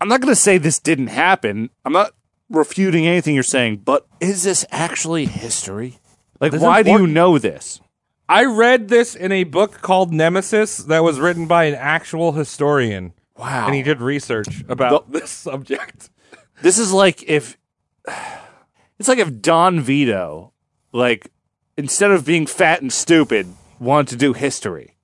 H: I'm not gonna say this didn't happen. I'm not refuting anything you're saying, but is this actually history? Like
A: This is
H: why do you
A: important.
H: know this?
A: I read this in a book called Nemesis that was written by an actual historian.
H: Wow.
A: And he did research about
H: The-
A: this subject.
H: This is like if it's like if Don Vito, like instead of being fat and stupid, wanted to do history.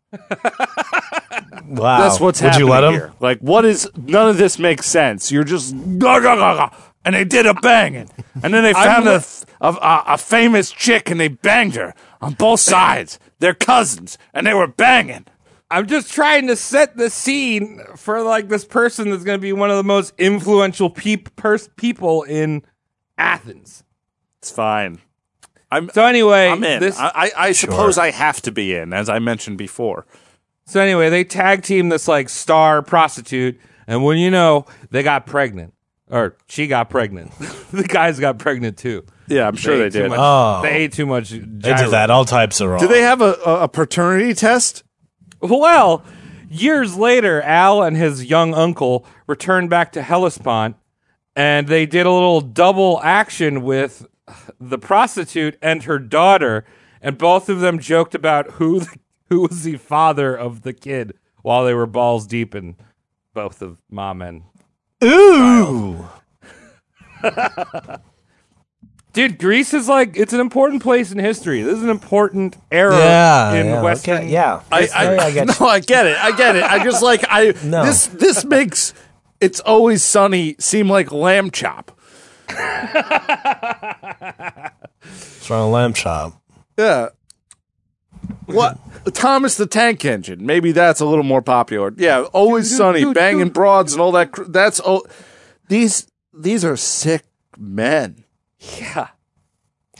I: wow.
H: That's what's
I: Would
H: happening
I: you let 'em?
H: here. Like, what is none of this makes sense? You're just "Gah, gah, gah, gah," and they did a banging, and then they found a, a a a famous chick and they banged her on both sides. They're cousins, and they were banging.
A: I'm just trying to set the scene for like this person that's going to be one of the most influential peop- pers- people in Athens.
H: It's fine. I'm
A: So anyway,
H: I'm in.
A: this
H: I I, I suppose I have to be in, as I mentioned before.
A: So anyway, they tag team this like star prostitute, and when you know, they got pregnant, or she got pregnant. <laughs> the guys got pregnant too.
H: Yeah, I'm sure they,
A: ate too
H: did.
A: much-
I: Oh.
A: They ate too much.
I: They did that. All types are wrong.
H: Do they have a, a, a paternity test?
A: Well, years later, Al and his young uncle returned back to Hellespont, and they did a little double action with the prostitute and her daughter, and both of them joked about who the, who was the father of the kid while they were balls deep in both of mom and
I: Ooh.
A: <laughs> Dude, Greece is like it's an important place in history. This is an important era
I: Yeah.
A: in
I: yeah,
A: Western.
I: okay, yeah.
H: I, I, <laughs>
I: I <laughs> get
H: no, I get it. I get it. I just like I
I: <laughs> No.
H: this this makes it's always sunny seem like lamb chop.
I: It's wrong lamb chop.
H: Yeah. What Thomas the Tank Engine? Maybe that's a little more popular. Yeah, always sunny, banging broads and all that. cr- That's all. These these are sick men.
I: A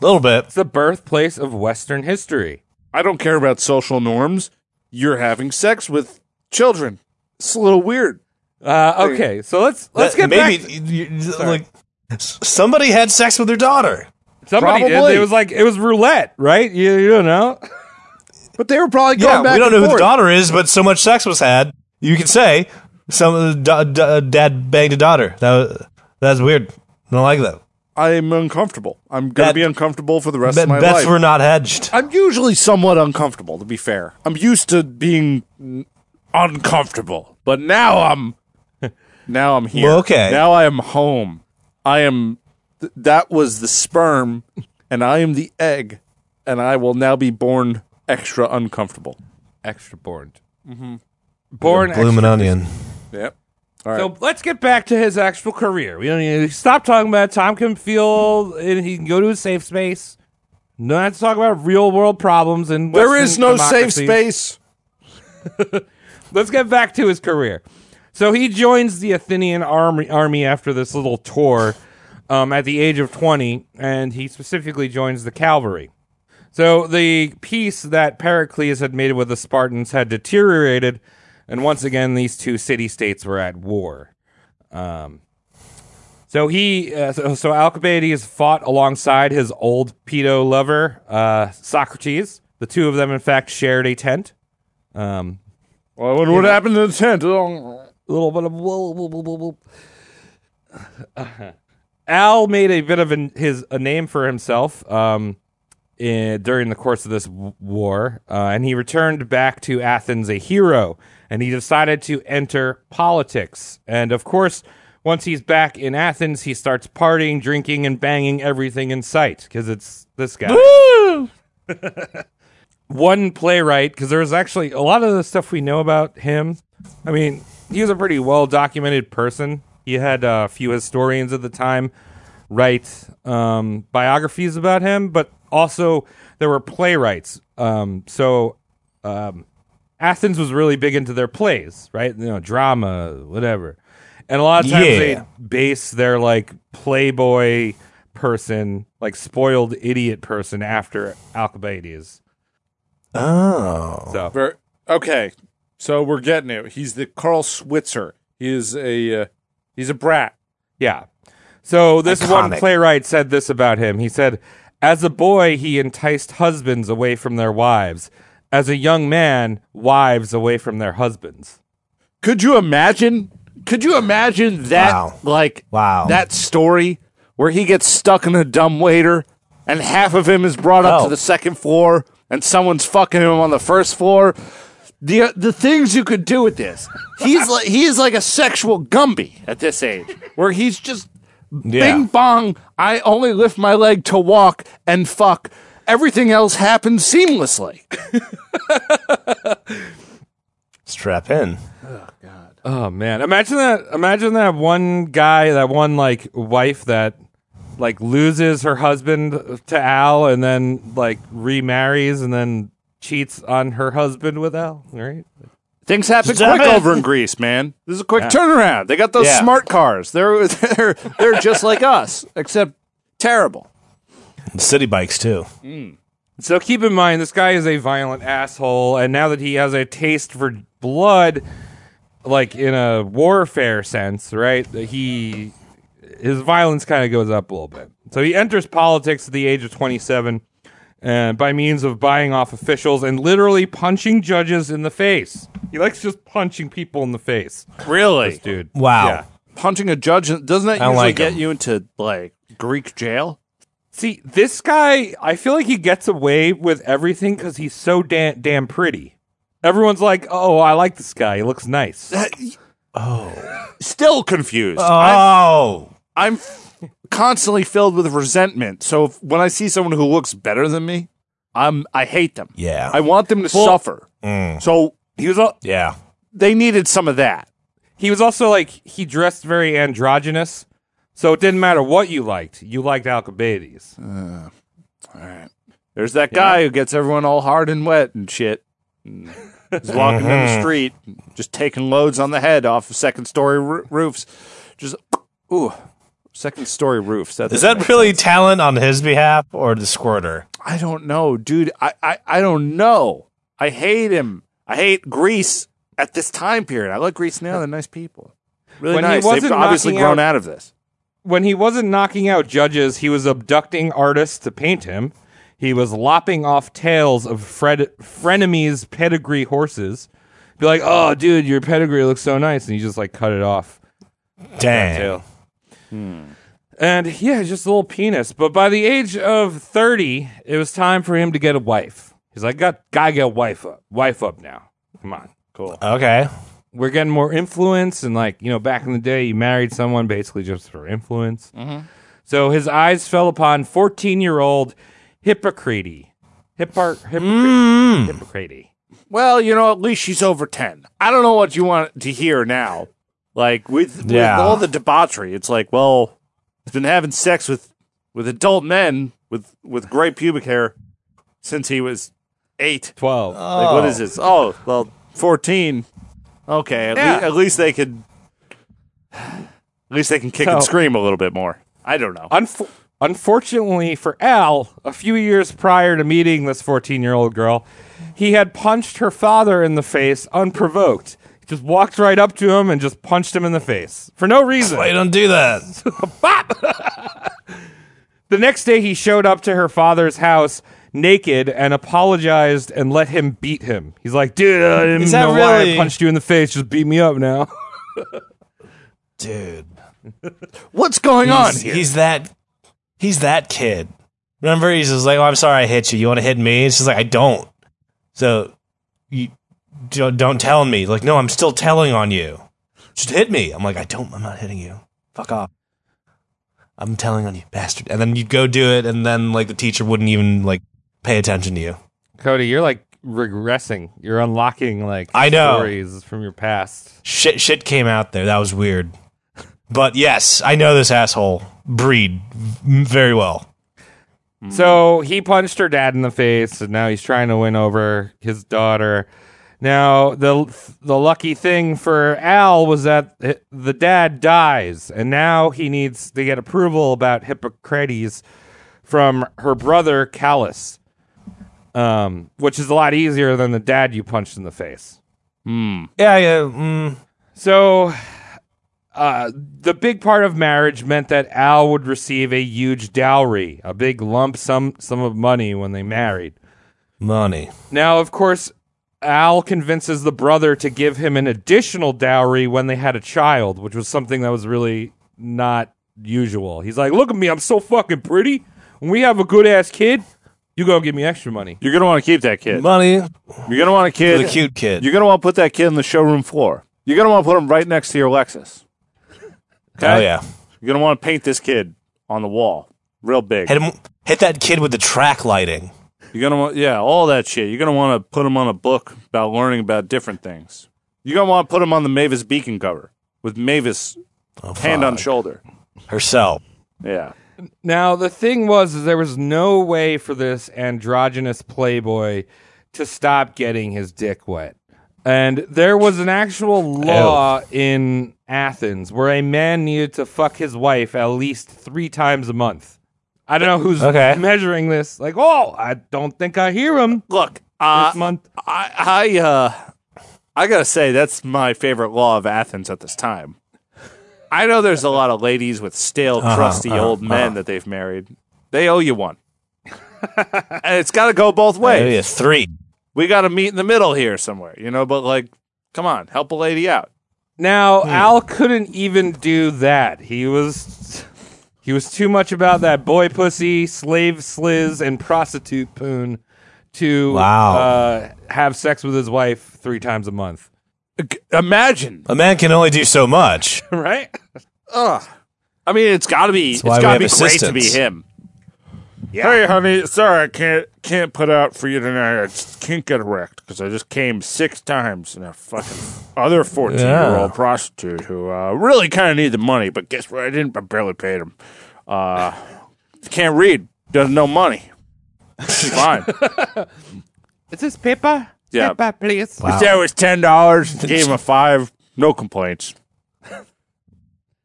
I: little bit.
A: It's the birthplace of Western history.
H: I don't care about social norms. You're having sex with children. It's a little weird.
A: Uh, okay, so let's let's
I: That-
A: get
I: maybe
A: back.
I: you- you- like s- somebody had sex with their daughter.
A: Somebody
H: Probably.
A: did. It was like it was roulette, right? You, you don't know.
H: But they were probably going
I: Yeah,
H: back
I: we don't
H: and
I: know who the
H: forth.
I: daughter is, but so much sex was had. You could say some uh, da, da, dad banged a daughter. That was, that's weird. I don't like that.
H: I'm uncomfortable. I'm gonna
I: That-
H: be uncomfortable for the rest
I: Bet,
H: of my
I: bets
H: life.
I: were not hedged.
H: I'm usually somewhat uncomfortable, to be fair. I'm used to being n- uncomfortable, but now <laughs> I'm now I'm here.
I: Well, okay.
H: Now I am home. I am. Th- that was the sperm, <laughs> and I am the egg, and I will now be born extra uncomfortable.
A: Extra born. Mm-hmm. Born. Extra.
I: Bloomin' onion.
H: Yep.
A: So let's get back to his actual career. We don't need to stop talking about Tom can feel and he can go to a safe space. No, let's talk about real world problems and
H: There is no safe space.
A: let's get back to his career. So he joins the Athenian army, army after this little tour um, at the age of 20, and he specifically joins the cavalry. So the peace that Pericles had made with the Spartans had deteriorated, And once again, these two city states were at war. Um, so he, uh, so, so Alcibiades fought alongside his old pedo lover, uh, Socrates. The two of them, in fact, shared a tent. Um,
H: Well, what, what happened to the tent? Oh,
A: a little bit of whoa, whoa, whoa, whoa, whoa. Al made a bit of an, his a name for himself um, in, during the course of this w- war, uh, and he returned back to Athens a hero, and he decided to enter politics. And of course, once he's back in Athens, he starts partying, drinking, and banging everything in sight because it's this guy one playwright because there was actually a lot of the stuff we know about him. I mean, he was a pretty well documented person. He had uh, a few historians at the time write um, biographies about him, but also there were playwrights. Um, so um, Athens was really big into their plays, right? You know, drama, whatever. And a lot of times
I: Yeah.
A: they base their like playboy person, like spoiled idiot person after Alcibiades.
I: Oh.
A: So
H: Ver- okay, so we're getting it. He's the Carl Switzer. He is a uh, he's a brat.
A: Yeah. So this one
I: Iconic.
A: playwright said this about him. He said, "As a boy, he enticed husbands away from their wives. As a young man, wives away from their husbands."
H: Could you imagine? Could you imagine that?
I: Wow.
H: Like
I: Wow.
H: that story where he gets stuck in a dumbwaiter, and half of him is brought up
I: Oh.
H: to the second floor, and someone's fucking him on the first floor. The uh, the things you could do with this. He's like he is like a sexual Gumby at this age, where he's just
I: Yeah.
H: bing bong. I only lift my leg to walk and fuck. Everything else happens seamlessly.
I: Strap in.
A: Oh man, imagine that! Imagine that one guy, that one like wife that like loses her husband to Al, and then like remarries, and then cheats on her husband with Al. Right?
H: Things happen
I: Stop
H: quick
I: it.
H: over in Greece, man. This is a quick turnaround. They got those
I: Yeah.
H: smart cars. They're <laughs> they're they're just like us, except terrible.
I: City bikes too.
A: So keep in mind, this guy is a violent asshole, and now that he has a taste for blood, like in a warfare sense, right? that He his violence kind of goes up a little bit. So he enters politics at the age of 27 uh, by means of buying off officials and literally punching judges in the face. He likes just punching people in the face,
H: Really,
A: dude.
I: Wow.
A: Yeah.
H: punching a judge doesn't that
I: I
H: usually
I: like
H: get
I: 'em.
H: you into like Greek jail?
A: See, this guy, I feel like he gets away with everything because he's so damn damn pretty. Everyone's like, "Oh, I like this guy. He looks nice."
H: Oh. Still confused.
I: Uh, Oh.
H: I'm constantly filled with resentment. So if, when I see someone who looks better than me, I'm I hate them.
I: Yeah. mm.
H: I want them to suffer. So
A: He was al-
I: yeah.
H: they needed some of that.
A: he was also like he dressed very androgynous, so it didn't matter what you liked. You liked Alcibiades.
H: There's that guy who gets everyone all hard and wet and shit. And He's walking down
A: Mm-hmm.
H: the street, just taking loads on the head off of second story r- roofs. Just ooh, second story roofs. That
I: Is
H: doesn't
I: that
H: make
I: really
H: sense.
I: talent on his behalf or the squirter?
H: I don't know, dude. I, I I don't know. I hate him. I hate Greece at this time period. I like Greece now. They're nice people. Really
A: When he
H: nice. They've
A: wasn't
H: obviously
A: knocking
H: grown
A: out-
H: out of this.
A: When he wasn't knocking out judges, he was abducting artists to paint him. He was lopping off tails of Fred frenemies pedigree horses. Be like, "Oh, dude, your pedigree looks so nice," and you just like cut it off.
I: Dang.
A: tail. Hmm. And yeah, just a little penis. But by the age of thirty, it was time for him to get a wife. He's like, got gotta get a wife up, wife up now. Come on, cool.
I: Okay.
A: We're getting more influence, and like you know, back in the day, you married someone basically just for influence. So his eyes fell upon fourteen-year-old Hippocrates. Hippar- Hippocrates. Hippocrates.
H: Well, you know, at least she's over 10. I don't know what you want to hear now. Like, with,
I: Yeah.
H: with all the debauchery, it's like, well, he's been having sex with, with adult men with, with gray pubic hair since he was eight.
A: Twelve.
H: Like, what is this? Oh, well, 14. Okay, at,
A: Yeah.
H: lea- at least they could, at least they can kick and
A: So-
H: scream a little bit more. I don't know.
A: Unf- unfortunately for Al, a few years prior to meeting this 14 year old girl, he had punched her father in the face unprovoked. just walked right up to him and just punched him in the face for no reason.
I: Why you don't do that?
A: The next day, he showed up to her father's house naked and apologized and let him beat him. He's like, dude, I didn't
I: Is that
A: know why I
I: really-
A: punched you in the face. Just beat me up now.
I: Dude.
H: <laughs> What's going on
I: He's,
H: here?
I: he's that he's that kid. Remember, he's just like, "Oh, I'm sorry, I hit you. You want to hit me?" And she's like, "I don't." So you don't, don't tell me. Like, no, I'm still telling on you. Just hit me. I'm like, I don't. I'm not hitting you. Fuck off. I'm telling on you, bastard. And then you'd go do it, and then like the teacher wouldn't even like pay attention to you.
A: Cody, you're like regressing. You're unlocking like
I: I know.
A: stories from your past.
I: Shit, shit came out there. That was weird. But yes, I know this asshole breed v- very well.
A: So he punched her dad in the face, and now he's trying to win over his daughter. Now the the lucky thing for Al was that hi- the dad dies, and now he needs to get approval about Hippocrates from her brother Callus, um, which is a lot easier than the dad you punched in the face.
I: Yeah, yeah. Mm,
A: So, uh, the big part of marriage meant that Al would receive a huge dowry, a big lump sum sum of money when they married.
I: money.
A: Now, of course, Al convinces the brother to give him an additional dowry when they had a child, which was something that was really not usual. He's like, "Look at me, I'm so fucking pretty. When we have a good ass kid, you gonna give me extra money."
H: You're gonna want to keep that kid.
I: Money
H: You're gonna want a
I: for
H: kid.
I: the cute kid.
H: You're gonna want to put that kid on the showroom floor. You're gonna want to put him right next to your Lexus.
I: Oh yeah.
H: You're gonna want to paint this kid on the wall, real big.
I: Hit him hit that kid with the track lighting.
H: You're gonna want, yeah, all that shit. You're gonna want to put him on a book about learning about different things. You're gonna want to put him on the Mavis Beacon cover with Mavis
I: Oh,
H: hand on
I: fuck.
H: shoulder.
I: herself.
H: Yeah,
A: Now the thing was is there was no way for this androgynous playboy to stop getting his dick wet. And there was an actual law in Athens where a man needed to fuck his wife at least 3 times a month. I don't know who's
I: Okay.
A: measuring this. Like, "Oh, I don't think I hear him
H: look,
A: this
H: uh,
A: month."
H: I, I, uh, I gotta say that's my favorite law of Athens at this time. I know there's a lot of ladies with stale, crusty
I: uh-huh,
H: old men that they've married. They owe you one, <laughs> and it's got to go both ways.
I: Maybe a three.
H: We got to meet in the middle here somewhere, you know. But like, come on, help a lady out.
A: Now, Al couldn't even do that. He was he was too much about that boy pussy, slave sliz, and prostitute poon to
I: Wow.
A: uh, have sex with his wife three times a month.
H: Imagine.
I: A man can only do so <laughs> much.
H: <laughs>
A: right?
H: I mean, it's got to be. It's
I: why we
H: got to
I: have
H: be great to be
I: assistants.
H: him. Hey, honey. Sorry, I can't can't put out for you tonight. I just can't get erect because I just came six times and a fucking other fourteen year old prostitute who uh, really kind of needed the money, but guess what? I didn't. I barely paid him. Uh, can't read. Doesn't know money.
I: <laughs>
H: Fine.
A: Is this paper?
H: Yeah.
A: Paper, please.
H: He said it was ten dollars. Gave him a five. No complaints.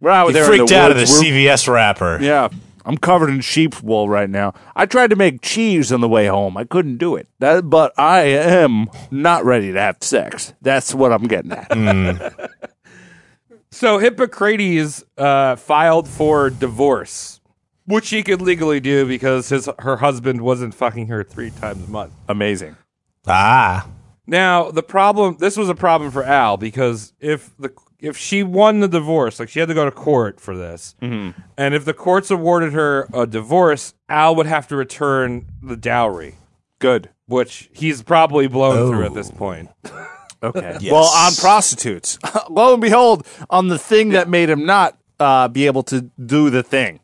H: We're out
I: He
H: there in
I: freaked
H: the
I: out of the
H: woods. We're-
I: CVS wrapper.
H: Yeah. I'm covered in sheep's wool right now. I tried to make cheese on the way home. I couldn't do it. That, but I am not ready to have sex. That's what I'm getting at.
A: So Hippocrates uh, filed for divorce, which he could legally do because his her husband wasn't fucking her three times a month.
H: <laughs> Amazing.
I: Ah.
A: Now the problem. This was a problem for Al because if the if she won the divorce, like she had to go to court for this, and if the courts awarded her a divorce, Al would have to return the dowry,
H: Good.
A: which he's probably blown through at this point.
H: Okay. <laughs>
I: Yes.
H: Well, on prostitutes. <laughs> Lo and behold, on the thing that made him not uh, be able to do the thing.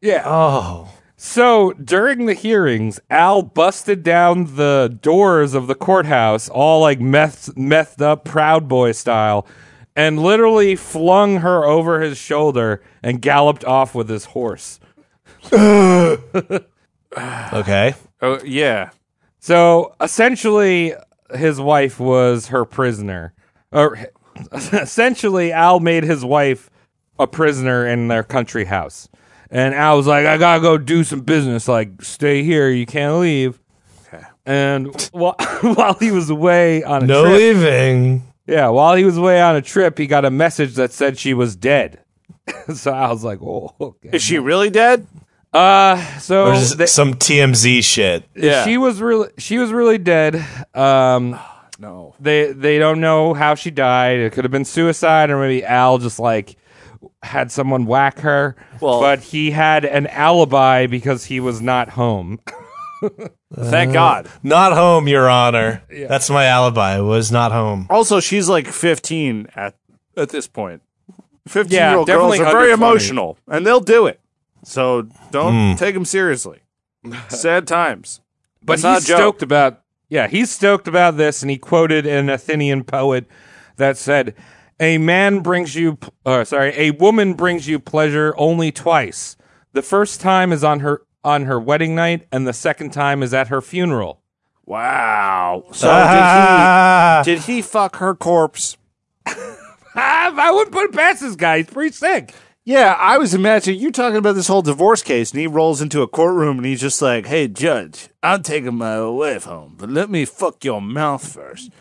A: Yeah.
I: Oh.
A: So during the hearings, Al busted down the doors of the courthouse, all like meth, methed up Proud Boy style, and literally flung her over his shoulder and galloped off with his horse.
I: Okay.
H: Oh, yeah.
A: So essentially, his wife was her prisoner. Or <laughs> essentially, Al made his wife a prisoner in their country house. And Al was like, I gotta go do some business. Like, stay here. You can't <laughs> leave. And while, while he was away on a
I: No
A: trip,
I: leaving.
A: Yeah, while he was away on a trip, he got a message that said she was dead. <laughs> so I was like, "Oh, okay."
H: Is she really dead?
A: Uh, so
I: Or just
A: they-
I: some TMZ shit.
H: Yeah.
A: she was really she was really dead. Um,
H: <sighs> no.
A: they they don't know how she died. It could have been suicide, or maybe Al just like had someone whack her.
H: Well-
A: but he had an alibi because he was not home.
H: Thank God.
I: Not home, Your Honor. That's my alibi. I was not home.
H: Also, she's like 15 at at this point. 15
A: Yeah,
H: year old
A: definitely
H: girls are very
A: under 20.
H: emotional, and they'll do it. So don't take
A: <laughs>
H: them seriously. Sad times.
A: But
H: That's
A: he's
H: not a joke.
A: stoked about yeah, he's stoked about this, and he quoted an Athenian poet that said, "A man brings you, p- uh, sorry, a woman brings you pleasure only twice. The first time is on her on her wedding night, and the second time is at her funeral."
H: Wow. So
I: Ah.
H: did he did he fuck her corpse?
A: I, I wouldn't put it past this guy. He's pretty sick.
H: Yeah, I was imagining you talking about this whole divorce case, and he rolls into a courtroom and he's just like, "Hey, judge, I'm taking my wife home, but let me fuck your mouth first,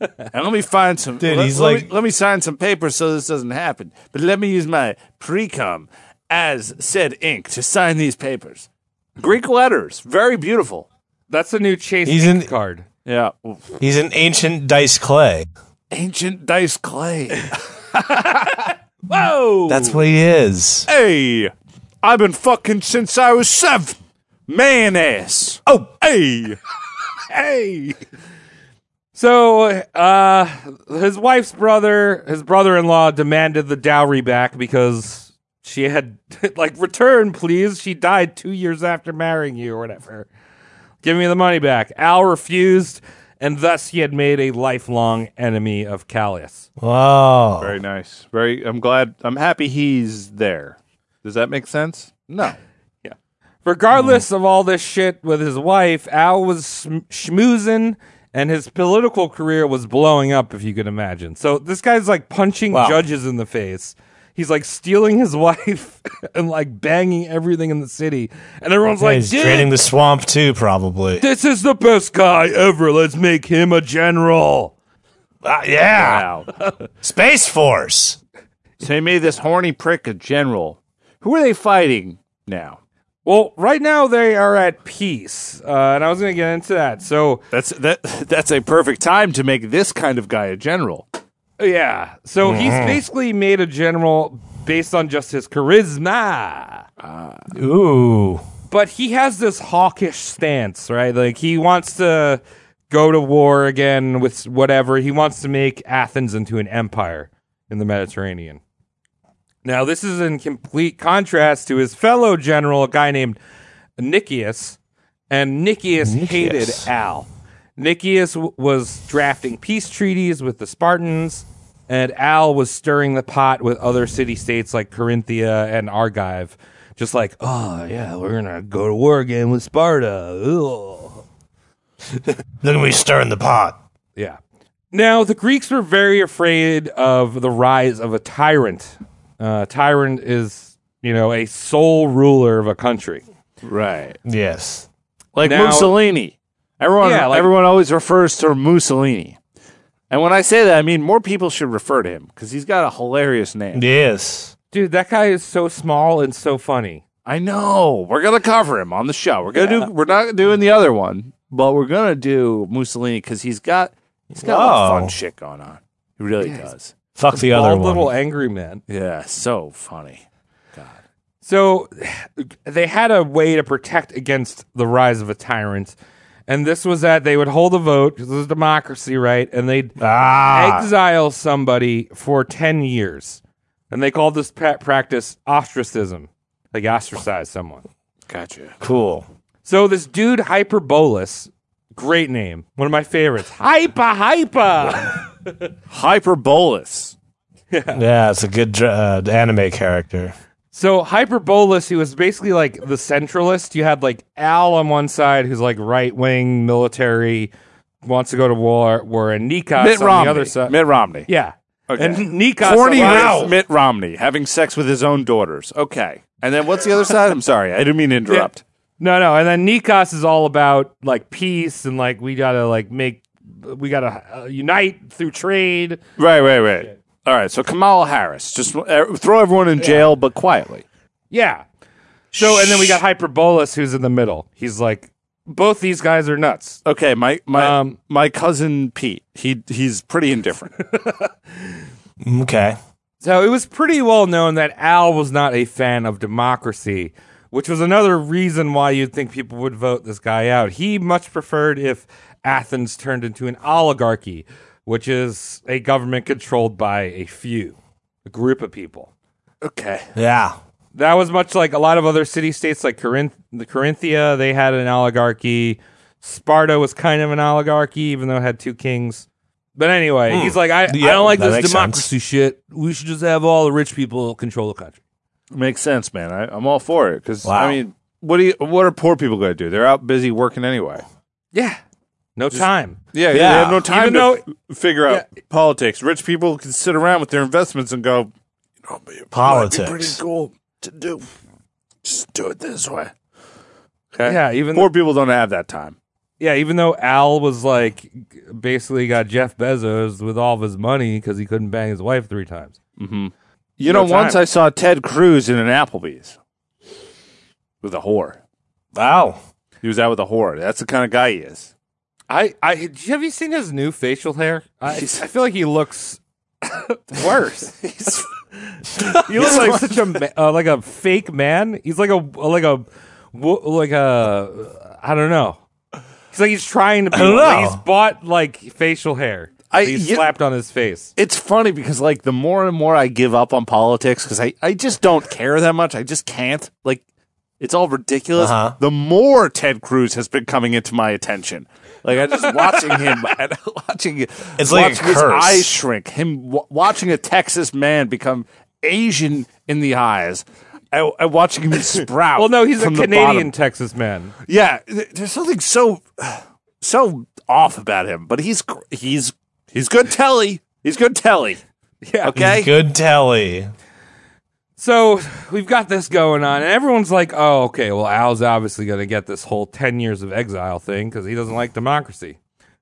H: and let me find some.
I: Dude,
H: let,
I: he's
H: let
I: like-
H: me, let me sign some papers so this doesn't happen, but let me use my precum as said ink to sign these papers. Greek letters, very beautiful.
A: That's a new Chase
I: He's
A: Ink
I: in-
A: card.
H: Yeah,
I: He's an ancient dice clay.
H: ancient dice clay. <laughs>
A: Whoa!
I: That's what he is.
H: hey, I've been fucking since I was seven. Man ass.
I: Oh,
H: Hey. hey.
A: So, uh, his wife's brother, his brother-in-law, demanded the dowry back because she had <laughs> like return, please. She died two years after marrying you, or whatever. Give me the money back. Al refused, and thus he had made a lifelong enemy of Callias.
I: wow.
A: Oh.
H: Very nice. Very I'm glad I'm happy he's there. Does that make sense? No.
A: Regardless of all this shit with his wife, Al was sm- schmoozing and his political career was blowing up, if you can imagine. So this guy's like punching
I: Wow.
A: judges in the face. He's like stealing his <laughs> wife and like banging everything in the city. And everyone's
I: Yeah,
A: like,
I: he's draining
A: Dude,
I: the swamp too, probably.
A: this is the best guy ever. Let's make him a general.
I: Ah, yeah.
H: Wow.
I: Space Force.
H: so he made this horny prick a general. Who are they fighting now?
A: Well, right now they are at peace. Uh, and I was going to get into that. So
H: That's that <laughs> that's a perfect time to make this kind of guy a general.
A: Yeah. So he's
I: Mm-hmm.
A: basically made a general based on just his charisma.
I: Ooh.
A: But he has this hawkish stance, right? Like he wants to go to war again with whatever. He wants to make Athens into an empire in the Mediterranean. Now, this is in complete contrast to his fellow general, a guy named Nicias, and Nicias, hated
I: Nicias.
A: Al. Nicias w- was drafting peace treaties with the Spartans, and Al was stirring the pot with other city states like Corinthia and Argive. Just like, oh, yeah, we're going to go to war again with Sparta. Ugh.
I: Look at me stirring the pot.
A: Yeah. Now, the Greeks were very afraid of the rise of a tyrant. Uh, tyrant is, you know, a sole ruler of a country.
H: Right.
I: Yes.
H: Like
A: Now-
H: Mussolini. Everyone
A: Yeah, like-
H: everyone always refers to Mussolini. And when I say that, I mean more people should refer to him because he's got a hilarious name.
I: Yes.
A: Dude, that guy is so small and so funny.
H: I know. We're gonna cover him on the show. We're gonna do. We're not doing the other one, but we're gonna do Mussolini because he's got he's got a lot
I: Wow.
A: Oh.
H: of fun shit going on. He really does.
I: Fuck the other
A: Bald
I: one.
A: little angry man.
H: Yeah, so funny.
A: So <sighs> they had a way to protect against the rise of a tyrant. And this was that they would hold a vote, 'cause this is democracy, right? And they'd
I: ah.
A: exile somebody for 10 years. And they called this pa- practice ostracism. Like ostracize someone.
H: Gotcha.
I: Cool.
A: So this dude, Hyperbolus, great name, one of my favorites. Hyper, hyper. <laughs>
H: Hyperbolus.
I: Yeah, it's a good dr- uh, anime character.
A: so Hyperbolus, he was basically like the centralist. You had like Al on one side, who's like right wing military, wants to go to war, war and Nikos
H: Mitt
A: on
H: Romney.
A: the other side.
H: Mitt Romney.
A: yeah.
H: Okay.
A: And Nikos.
H: Corny
A: on the-
H: Mitt- Mitt Romney having sex with his own daughters. Okay. And then what's the other side? I'm sorry, I didn't mean to interrupt.
A: No, no, and then Nikos is all about like peace and like we gotta like make we got to uh, unite through trade.
H: Right, right, right. All right, so Kamala Harris, just uh, throw everyone in jail, but quietly.
A: Yeah. So and then we got Hyperbolus, who's in the middle. He's like, both these guys are nuts.
H: Okay, my my
A: Um,
H: my cousin Pete, he he's pretty indifferent.
I: Mm, Okay.
A: So it was pretty well known that Al was not a fan of democracy, which was another reason why you'd think people would vote this guy out. He much preferred if Athens turned into an oligarchy, which is a government controlled by a few, a group of people.
H: okay,
I: Yeah.
A: That was much like a lot of other city states, like Corinth, the Corinthia. They had an oligarchy. Sparta was kind of an oligarchy, even though it had two kings. But anyway, he's like, I, I
I: Yeah,
A: don't like
I: that
A: this
I: makes
A: democracy shit. We should just have all the rich people control the country.
H: makes sense, man. I, I'm all for it because
I: Wow.
H: I mean, what do you, what are poor people going to do? They're out busy working anyway.
A: Yeah, no time.
H: Yeah, they
I: Yeah.
H: have no time
A: Even
H: to
A: though-
H: f- figure out politics. Rich people can sit around with their investments and go,
I: Politics.
H: pretty cool to do. Just do it this way.
A: Yeah, even
H: Poor people don't have that time.
A: yeah, even though Al was like g- basically got Jeff Bezos with all of his money because he couldn't bang his wife three times.
H: You
A: No
H: know, once
A: time.
H: I saw Ted Cruz in an Applebee's with a whore.
I: Wow.
H: He was out with a whore. That's the kind of guy he is.
A: I, I have you seen his new facial hair? I, I feel like he looks
H: <laughs>
A: worse. he looks like such a ma- uh, like a fake man. He's like a like a wo- like a I don't know. He's like he's trying to. Be,
I: don't
A: like,
I: know.
A: He's bought like facial hair.
H: I-
A: that he
H: you-
A: slapped on his face.
H: It's funny because like the more and more I give up on politics because I, I just don't care that much. I just can't. Like it's all ridiculous.
I: Uh-huh.
H: The more Ted Cruz has been coming into my attention. Like I just watching him <laughs> and watching
I: It's like a
H: watching his
I: curse.
H: eyes shrink. Him w- watching a Texas man become Asian in the eyes. And, and watching him sprout.
A: Well, no, he's a
H: from the
A: Canadian
H: bottom.
A: Texas man.
H: Yeah, th- there's something so so off about him, but he's gr- he's he's good telly. He's good telly.
A: Yeah.
H: Okay.
I: Good telly.
A: So we've got this going on, and everyone's like, "Oh, okay. Well, Al's obviously going to get this whole ten years of exile thing because he doesn't like democracy."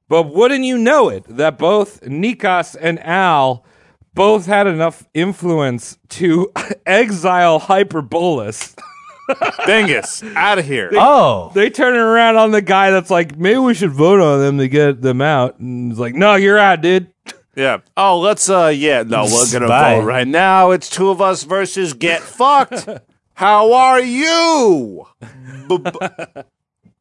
A: But wouldn't you know it that both Nikos and Al both had enough influence to <laughs> exile Hyperbolus.
H: Dingus, out of here.
I: Oh.
A: They turn around on the guy that's like, "Maybe we should vote on them to get them out," and he's like, "No, you're out, dude."
H: Yeah. Oh, let's uh yeah, no, we're gonna
I: Bye.
H: vote right now. It's two of us versus get fucked. How are you? B- b-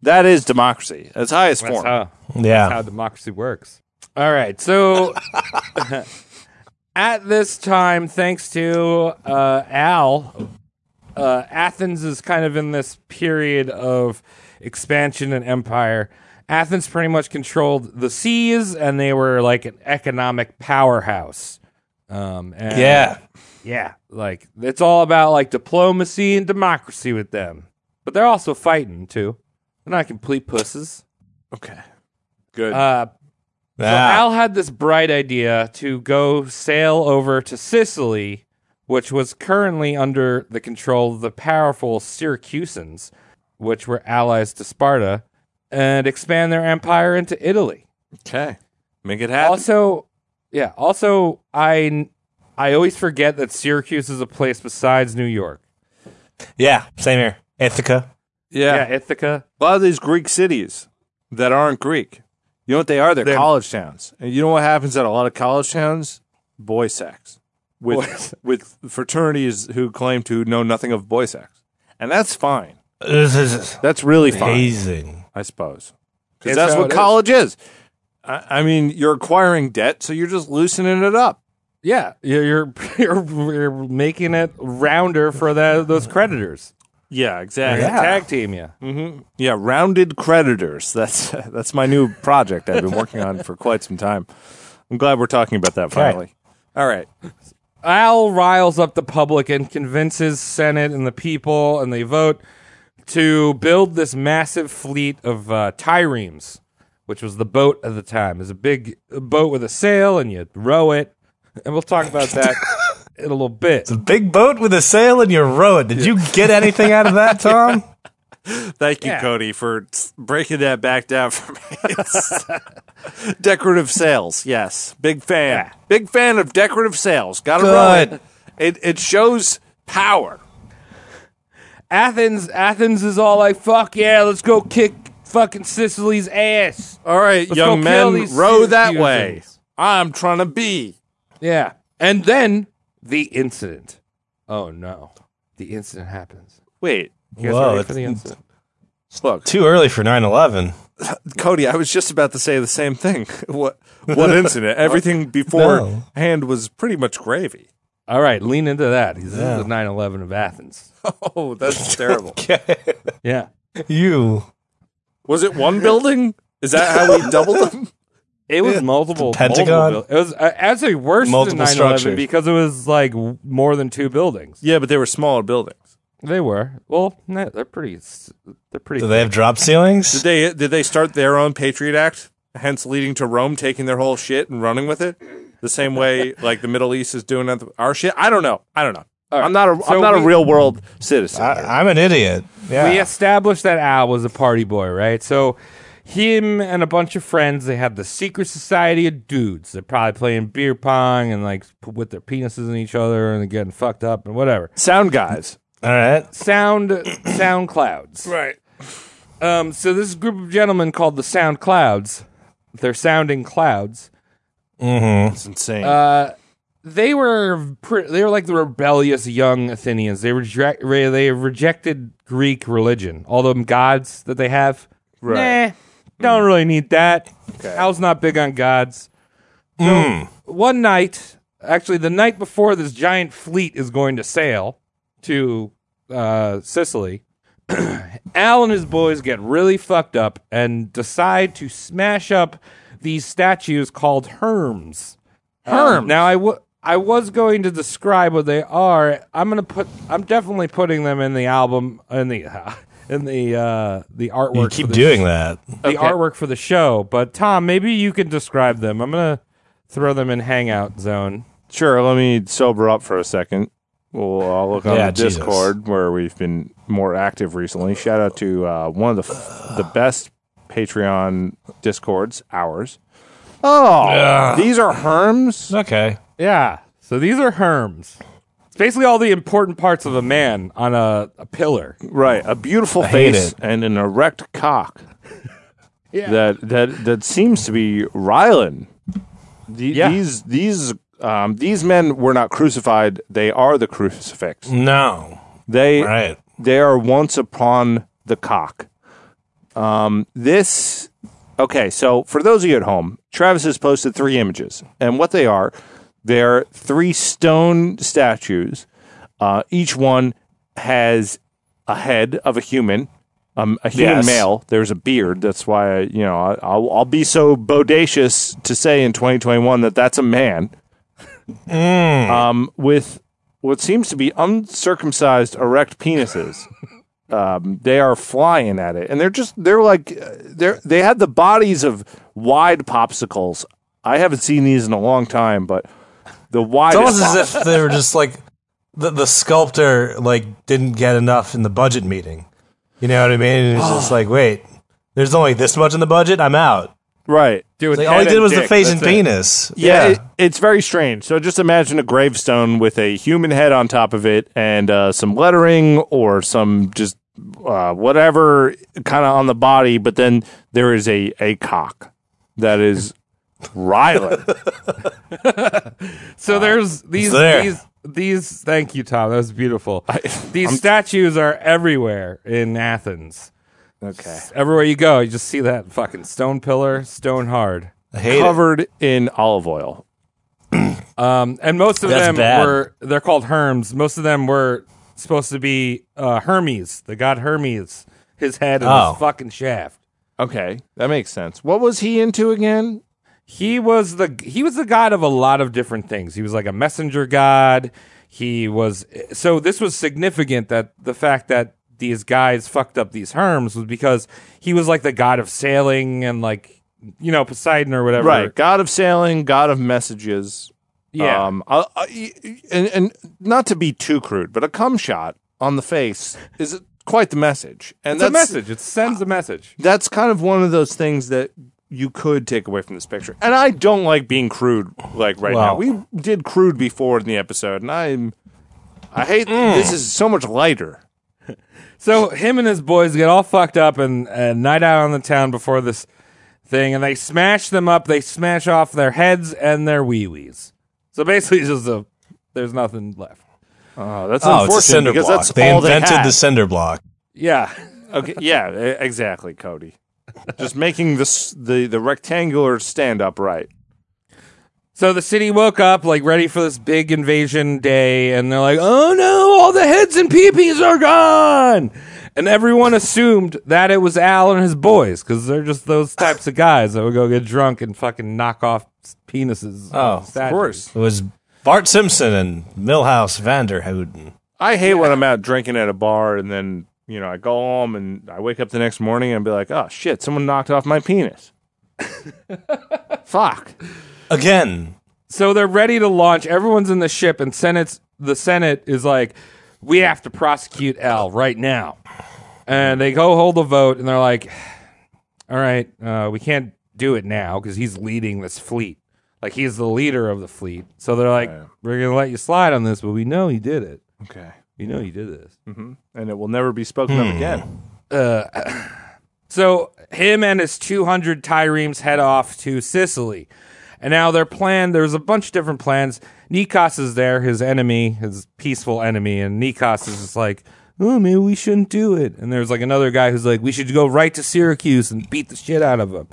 H: that is democracy. That's highest form.
A: Huh. how
I: Yeah.
A: democracy works. All right, so at this time, thanks to uh, Al, uh, Athens is kind of in this period of expansion and empire. Athens pretty much controlled the seas, and they were like an economic powerhouse. Um, and
I: Yeah.
A: yeah, like it's all about like diplomacy and democracy with them, but they're also fighting too. They're not complete pusses.
H: Okay. Good.
A: Uh, so
I: Ah.
A: Al had this bright idea to go sail over to Sicily, which was currently under the control of the powerful Syracusans, which were allies to Sparta, and expand their empire into Italy.
H: okay. Make it happen.
A: Also, yeah, also I I always forget that Syracuse is a place besides New York.
I: Yeah. Same here. Ithaca.
A: Yeah, Ithaca.
H: a lot of these Greek cities that aren't Greek. You know what they are? They're, college towns. And you know what happens at a lot of college towns? Boy sex. With with fraternities who claim to know nothing of boy sex. And that's fine.
I: This is
H: That's really fine,
I: amazing.
H: I suppose.
A: It's
H: Because that's
A: how
H: what
A: it is.
H: college is. I, I mean, you're acquiring debt, so you're just loosening it up.
A: Yeah, you're you're, <laughs> you're, you're making it rounder for the, those creditors.
H: Yeah, exactly.
I: Yeah.
A: Tag team, yeah.
H: Yeah, rounded creditors. That's <laughs> that's my new project I've been working on for quite some time. I'm glad we're talking about that finally. All right.
A: Al riles up the public and convinces Senate and the people, and they vote to build this massive fleet of uh, triremes, which was the boat at the time. It's a big boat with a sail, and you row it. And we'll talk about
H: <laughs>
A: that in a little bit.
I: Big boat with a sail and you row it. Did you get anything out of that, Tom?
H: Thank you,
A: Yeah.
H: Cody, for s- breaking that back down for me. It's- <laughs> decorative sales, yes, big fan,
A: Yeah.
H: big fan of decorative sales. Got to
I: Good.
H: run it. It shows power.
A: Athens, Athens is all like, fuck yeah, let's go kick fucking Sicily's ass.
H: All right,
A: Let's
H: young
A: go kill
H: men,
A: these
H: row that way.
A: Syracusans.
H: I'm trying to be.
A: Yeah. And then the incident. Oh no. The incident happens.
H: Wait,
A: You guys
I: Whoa,
A: ready for the
I: it's-
A: incident?
H: look,
I: <laughs> Too early for 9 11.
H: Cody. I was just about to say the same thing. <laughs> what? <laughs> What incident? Everything beforehand was pretty much gravy.
A: All right, lean into that. 'cause This is the 9 11 of Athens.
H: <laughs> Oh, <laughs> that's terrible.
A: Yeah.
I: You.
H: Was it one building? Is that how <laughs> we doubled them?
A: It was multiple.
I: Pentagon?
A: multiple buil- it was uh, actually worse
I: Multiple
A: than 9 11
I: structures.
A: because it was like w- more than two buildings.
H: Yeah, but they were smaller buildings.
A: They were. Well, no, they're pretty. s- They're pretty.
I: Do they have drop ceilings?
H: Did they did they start their own Patriot Act, hence leading to Rome taking their whole shit and running with it, the same <laughs> way like the Middle East is doing with our shit? I don't know. I don't know. I'm not a
A: So
H: am not
A: we-
H: a real world citizen.
I: I, I'm an idiot. Yeah.
A: we established that Al was a party boy, right? So him and a bunch of friends, they have the secret society of dudes. They're probably playing beer pong and like p- with their penises in each other and getting fucked up and whatever.
H: Sound guys.
I: All right.
A: Sound sound clouds.
H: Right.
A: Um, so this group of gentlemen called the Sound Clouds. They're sounding clouds.
H: It's insane.
I: Uh,
A: They were pre- they were like the rebellious young Athenians. They reject re- they rejected Greek religion. All them gods that they have.
H: Right. Mm.
A: Nah, don't really need that. Al's not big on gods. So
H: Mm.
A: one night, actually the night before this giant fleet is going to sail to uh, Sicily, <clears throat> Al and his boys get really fucked up and decide to smash up these statues called Herms. Herms. now I wa- I was going to describe what they are. I'm gonna put. I'm definitely putting them in the album in the <laughs> in the uh, the artwork.
I: You keep
A: for the
I: doing that.
A: the artwork for the show. But Tom, maybe you can describe them. I'm gonna throw them in Hangout Zone.
H: Sure, let me sober up for a second. We'll uh, look on
I: Yeah,
H: the
I: Jesus.
H: Discord where we've been more active recently. Shout out to uh, one of the f- the best Patreon discords, ours. Oh, these are Herms.
I: Okay.
A: Yeah. So these are Herms. It's basically all the important parts of a man on a, a pillar.
H: Right, a beautiful
I: hate
H: face
I: it.
H: and an erect
I: <laughs>
H: cock. That that that seems to be Rylan. The,
A: Yeah.
H: These these um, these men were not crucified. They are the crucifix.
I: No.
H: They
I: Right.
H: they are once upon the cock. Um, this okay. So for those of you at home, Travis has posted three images, and what they are, they're three stone statues. Uh, each one has a head of a human, um, a human
I: Yes.
H: male. There's a beard. That's why I, you know I, I'll, I'll be so bodacious to say in 2021 that that's a man. Um, with what seems to be uncircumcised erect <laughs> penises. Um, they are flying at it, and they're just—they're like uh, they're they have the bodies of wide popsicles. I haven't seen these in a long time, but the
I: It's
H: widest.
I: almost as if they were just like the, the sculptor like didn't get enough in the budget meeting. You know what I mean? And it's
H: Ah.
I: just like, wait, there's only this much in the budget. I'm out.
H: right?
A: Dude,
I: Like, all he
H: Head
I: did
H: and
I: was the
H: dick,
I: face and
H: that's it.
I: penis.
H: Yeah, it- it's very strange. So just imagine a gravestone with a human head on top of it and uh, some lettering or some just uh, whatever kind of on the body, but then there is a, a cock that is Rylan.
A: so there's these
I: there.
A: these these. Thank you, Tom. That was beautiful. these statues are everywhere in Athens.
H: <laughs> okay.
A: Everywhere you go, you just see that fucking stone pillar, stone hard.
I: I hate it.
H: Covered in olive oil.
A: Um, and most of
I: That's
A: them
I: bad.
A: were they're called Herms. Most of them were supposed to be uh, Hermes, the god Hermes, his head and
I: Oh.
A: his fucking shaft.
H: Okay, that makes sense. What was he into again?
A: He was the he was the god of a lot of different things. He was like a messenger god. He was so this was significant that the fact that these guys fucked up these Herms was because he was like the god of sailing and like you know Poseidon or whatever.
H: Right, god of sailing, god of messages.
A: Yeah.
H: Um, I, I- and, and not to be too crude, but a cum shot on the face is quite the message. And
A: It's a message. It sends a message.
H: that's kind of one of those things that you could take away from this picture. And I don't like being crude like right now.
I: Well-
H: We did crude before in the episode, and I'm I hate this is so much lighter.
A: So him and his boys get all fucked up and a night out on the town before this thing, and they smash them up. They smash off their heads and their wee wees. So basically, it's just a there's nothing left.
H: Oh, that's
I: Oh, it's a
H: unfortunate
I: cinder
H: because
I: block.
H: that's
I: they
H: all
I: invented
H: had.
I: the cinder block.
A: Yeah,
H: Okay, yeah, e- exactly, Cody. Just making this the the rectangular stand up right.
A: So the city woke up, like ready for this big invasion day, and they're like, "Oh no, all the heads and peepees are gone!" And everyone assumed that it was Al and his boys because they're just those types of guys that would go get drunk and fucking knock off s- penises.
I: Oh, of
A: of
H: course.
I: It was Bart Simpson and Milhouse Vanderhouden.
H: I hate when I'm out drinking at a bar and then you know I go home and I wake up the next morning and be like, oh shit, someone knocked off my penis. Fuck.
I: Again,
A: So they're ready to launch. Everyone's in the ship, and Senate's the Senate is like, "We have to prosecute Al right now." And they go hold a vote, and they're like, "All right, uh, we can't do it now because he's leading this fleet. Like he's the leader of the fleet. So they're like, we're gonna let you slide on this, but we know you did it.
H: Okay. Hmm.
A: You know you did this."
H: And it will never be spoken of again.
A: So him and his 200 Tyremes head off to Sicily. And now their plan, there's a bunch of different plans. Nikos is there, his enemy, his peaceful enemy. And Nikos is just like, oh, maybe we shouldn't do it. And there's like another guy who's like, we should go right to Syracuse and beat the shit out of them.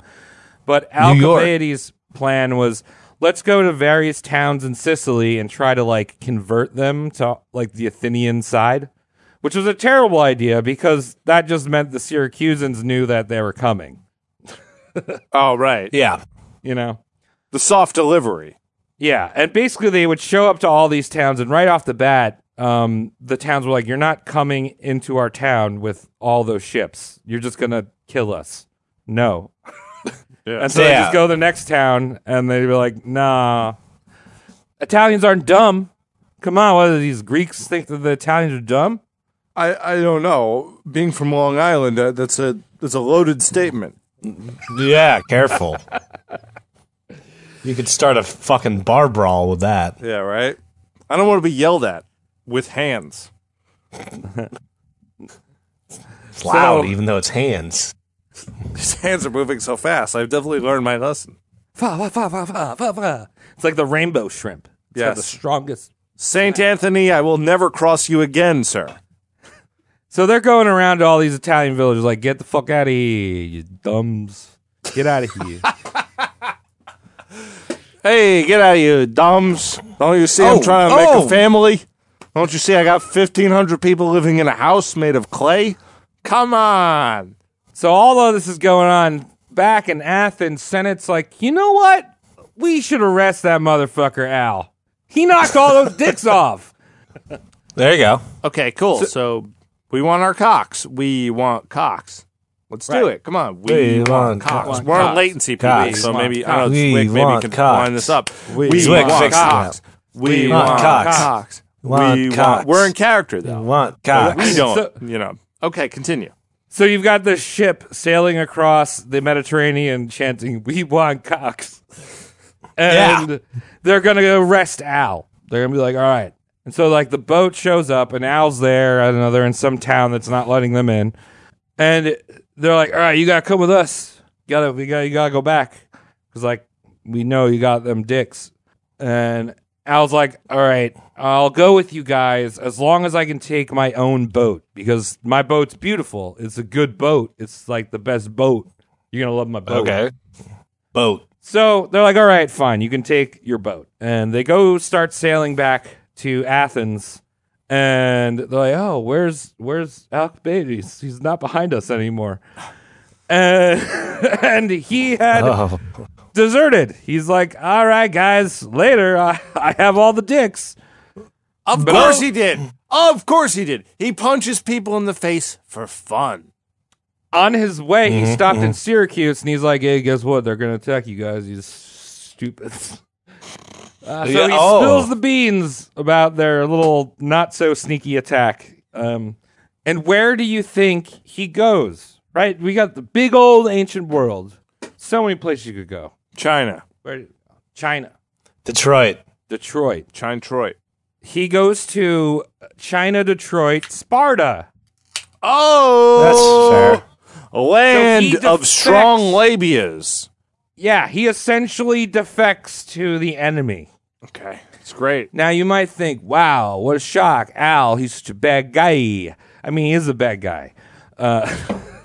A: But
I: New York.
A: Alcibiades' plan was, let's go to various towns in Sicily and try to like convert them to like the Athenian side which was a terrible idea because that just meant the Syracusans knew that they were coming,
H: Oh right.
I: yeah.
A: you know?
H: The soft delivery.
A: Yeah. And basically, they would show up to all these towns, and right off the bat, um, the towns were like, You're not coming into our town with all those ships. You're just going to kill us. No. And so they
I: Yeah.
A: just go to the next town, and they'd be like, Nah, Italians aren't dumb. Come on, what do these Greeks think that the Italians are dumb?
H: I, I don't know. Being from Long Island, uh, that's a that's a loaded statement.
I: Yeah, careful. you could start a fucking bar brawl with that.
H: Yeah, right. I don't want to be yelled at with hands.
I: It's loud, even though it's hands.
H: These hands are moving so fast. I've definitely learned my lesson.
A: Fa, fa, fa, fa, fa, fa, fa. It's like the rainbow shrimp. It's got
H: Yes.
A: the strongest.
H: Saint Anthony, I will never cross you again, sir.
A: So they're going around to all these Italian villages, like, get the fuck out of here, you dumbs. Get out of here.
H: Hey, get out of you, dumbs. Don't you see I'm
I: Oh,
H: trying to make
I: oh.
H: a family? Don't you see I got 1,500 people living in a house made of clay? Come on.
A: so, although this is going on back in Athens, Senate's like, you know what? We should arrest that motherfucker, Al. He knocked all those dicks <laughs> off.
I: There you go.
H: Okay, cool. So, we want our cocks. We want cocks. Let's do
A: Right.
H: it. Come on. We,
I: We
H: want,
I: want
H: cocks.
I: cocks.
H: We're on
A: Cocks.
H: latency,
I: Cocks.
H: PD, so
A: We
H: maybe,
A: want
H: I don't know,
I: cocks.
H: Zwick
I: We
H: maybe
I: want
H: can
I: cocks.
H: line this up. We,
I: Zwick
H: want
I: fixed it up.
H: cocks. We,
I: want
H: want
I: cocks.
H: cocks.
I: Want
H: we
I: cocks.
H: want. We're in character, though.
I: Want cock.
H: We don't,
A: So-
H: you know. Okay, continue.
A: So, you've got this ship sailing across the Mediterranean chanting, We want cocks. and they're gonna go arrest Al. They're gonna be like, all right. And so like the boat shows up and Al's there. I don't know. They're in some town that's not letting them in, and they're like, all right, you gotta come with us. You gotta we gotta you gotta go back because like we know you got them dicks. And Al's like, all right, I'll go with you guys as long as I can take my own boat because my boat's beautiful. It's a good boat. It's like the best boat. You're gonna love my boat.
I: Boat.
A: So they're like, all right, fine, you can take your boat. And they go start sailing back to Athens. And they're like, oh, where's where's Alcibiades? He's not behind us anymore. <laughs> And, <laughs> and he had
I: Oh.
A: deserted. He's like, all right, guys, later. I, I have all the dicks.
H: Of course he did. Of course he did. He punches people in the face for fun.
A: On his way, he
I: Mm-hmm,
A: stopped in Syracuse and he's like, hey, guess what? They're going to attack you guys. You <laughs> stupids. So
I: Yeah,
A: he
I: oh.
A: spills the beans about their little not so sneaky attack. Um, And where do you think he goes? Right? We got the big old ancient world. So many places you could go.
H: China,
A: Where China,
I: Detroit.
A: Detroit.
H: China, Troy.
A: He goes to China, Detroit, Sparta.
H: Oh,
I: fair.
H: Land
A: So he
H: of
A: defects.
H: strong labias.
A: Yeah, he essentially defects to the enemy.
H: Okay, it's great.
A: Now you might think, wow, what a shock. Al, he's such a bad guy. I mean, he is a bad guy. Uh,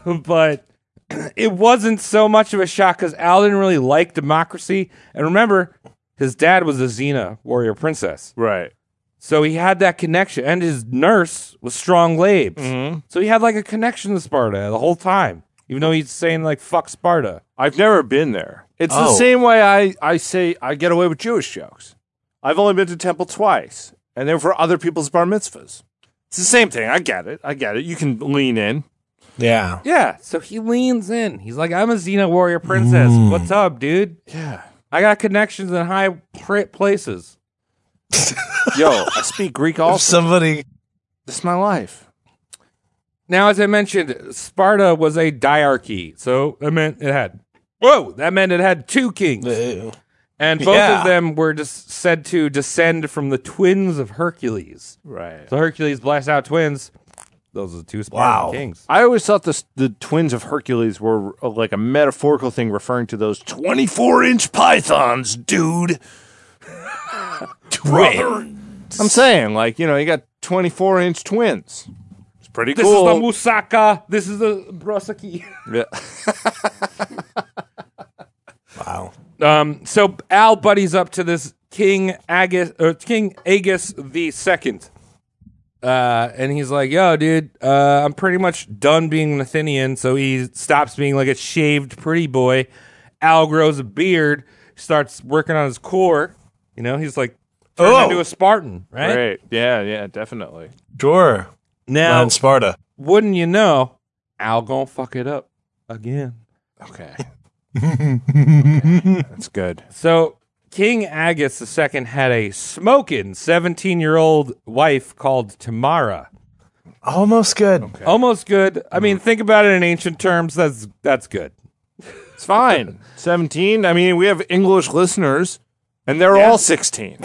A: <laughs> but <clears throat> it wasn't so much of a shock because Al didn't really like democracy. And remember, his dad was a Xena warrior princess.
H: Right.
A: So he had that connection. And his nurse was strong labes. So he had like a connection to Sparta the whole time, even though he's saying, like, fuck Sparta.
H: I've never been there. It's the
I: Oh.
H: same way I, I say I get away with Jewish jokes. I've only been to temple twice, and they were for other people's bar mitzvahs. It's the same thing. I get it. I get it. You can lean <laughs> in.
I: Yeah.
H: Yeah.
A: So he leans in. He's like, I'm a Xena warrior princess. What's up, dude?
H: Mm. Yeah.
A: I got connections in high pr- places.
H: Yo, I speak Greek
I: If
H: also.
I: somebody
H: This is my life.
A: Now, as I mentioned, Sparta was a diarchy, so it meant it had whoa. That meant it had two kings, and both
I: Yeah.
A: of them were just said to descend from the twins of Hercules.
H: Right.
A: So Hercules blast out twins. Those are the two Spartan
I: Wow.
A: kings.
H: I always thought this, the twins of Hercules were uh, like a metaphorical thing referring to those 24 inch pythons, dude. <laughs>
I: Right.
H: I'm saying, like, you know, you got 24 inch twins. It's pretty
A: This
H: cool.
A: is the Musaka. This is the <laughs> Brosaki.
H: <laughs> Yeah.
I: Wow.
A: Um, so Al buddies up to this King Agus or King Agus the Second, uh, and he's like, "Yo, dude, uh, I'm pretty much done being an Athenian." So he stops being like a shaved pretty boy. Al grows a beard, starts working on his core. You know, he's like turned
I: Oh.
A: into a Spartan, right?
H: Right. Yeah, yeah, definitely.
I: Sure.
A: Now,
I: Land Sparta.
A: wouldn't you know, Al gonna fuck it up again.
H: Okay. That's good.
A: So King Agus II had a smoking 17 year old wife called Tamara.
I: Almost good.
A: Almost good. I mean, think about it in ancient terms. That's that's good.
H: It's fine. 17. I mean, we have English listeners, and they're all 16.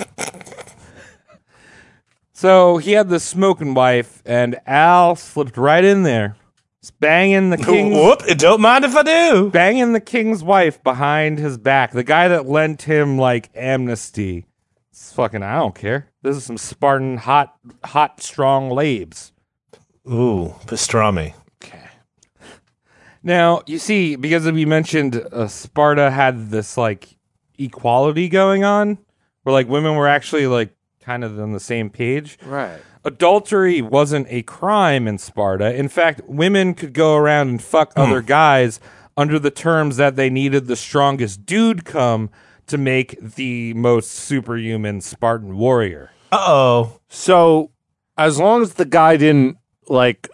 A: So he had this smoking wife, and Al slipped right in there, banging the king's
I: Whoop! Don't mind if I do.
A: banging the king's wife behind his back. The guy that lent him like amnesty. It's fucking. I don't care. This is some Spartan hot, hot, strong labes.
I: Ooh, pastrami.
A: Now you see, because we mentioned uh, Sparta had this like equality going on, where like women were actually like kind of on the same page.
H: Right.
A: Adultery wasn't a crime in Sparta. In fact, women could go around and fuck other guys under the terms that they needed the strongest dude come to make the most superhuman Spartan warrior.
I: Uh oh.
H: So, as long as the guy didn't, like,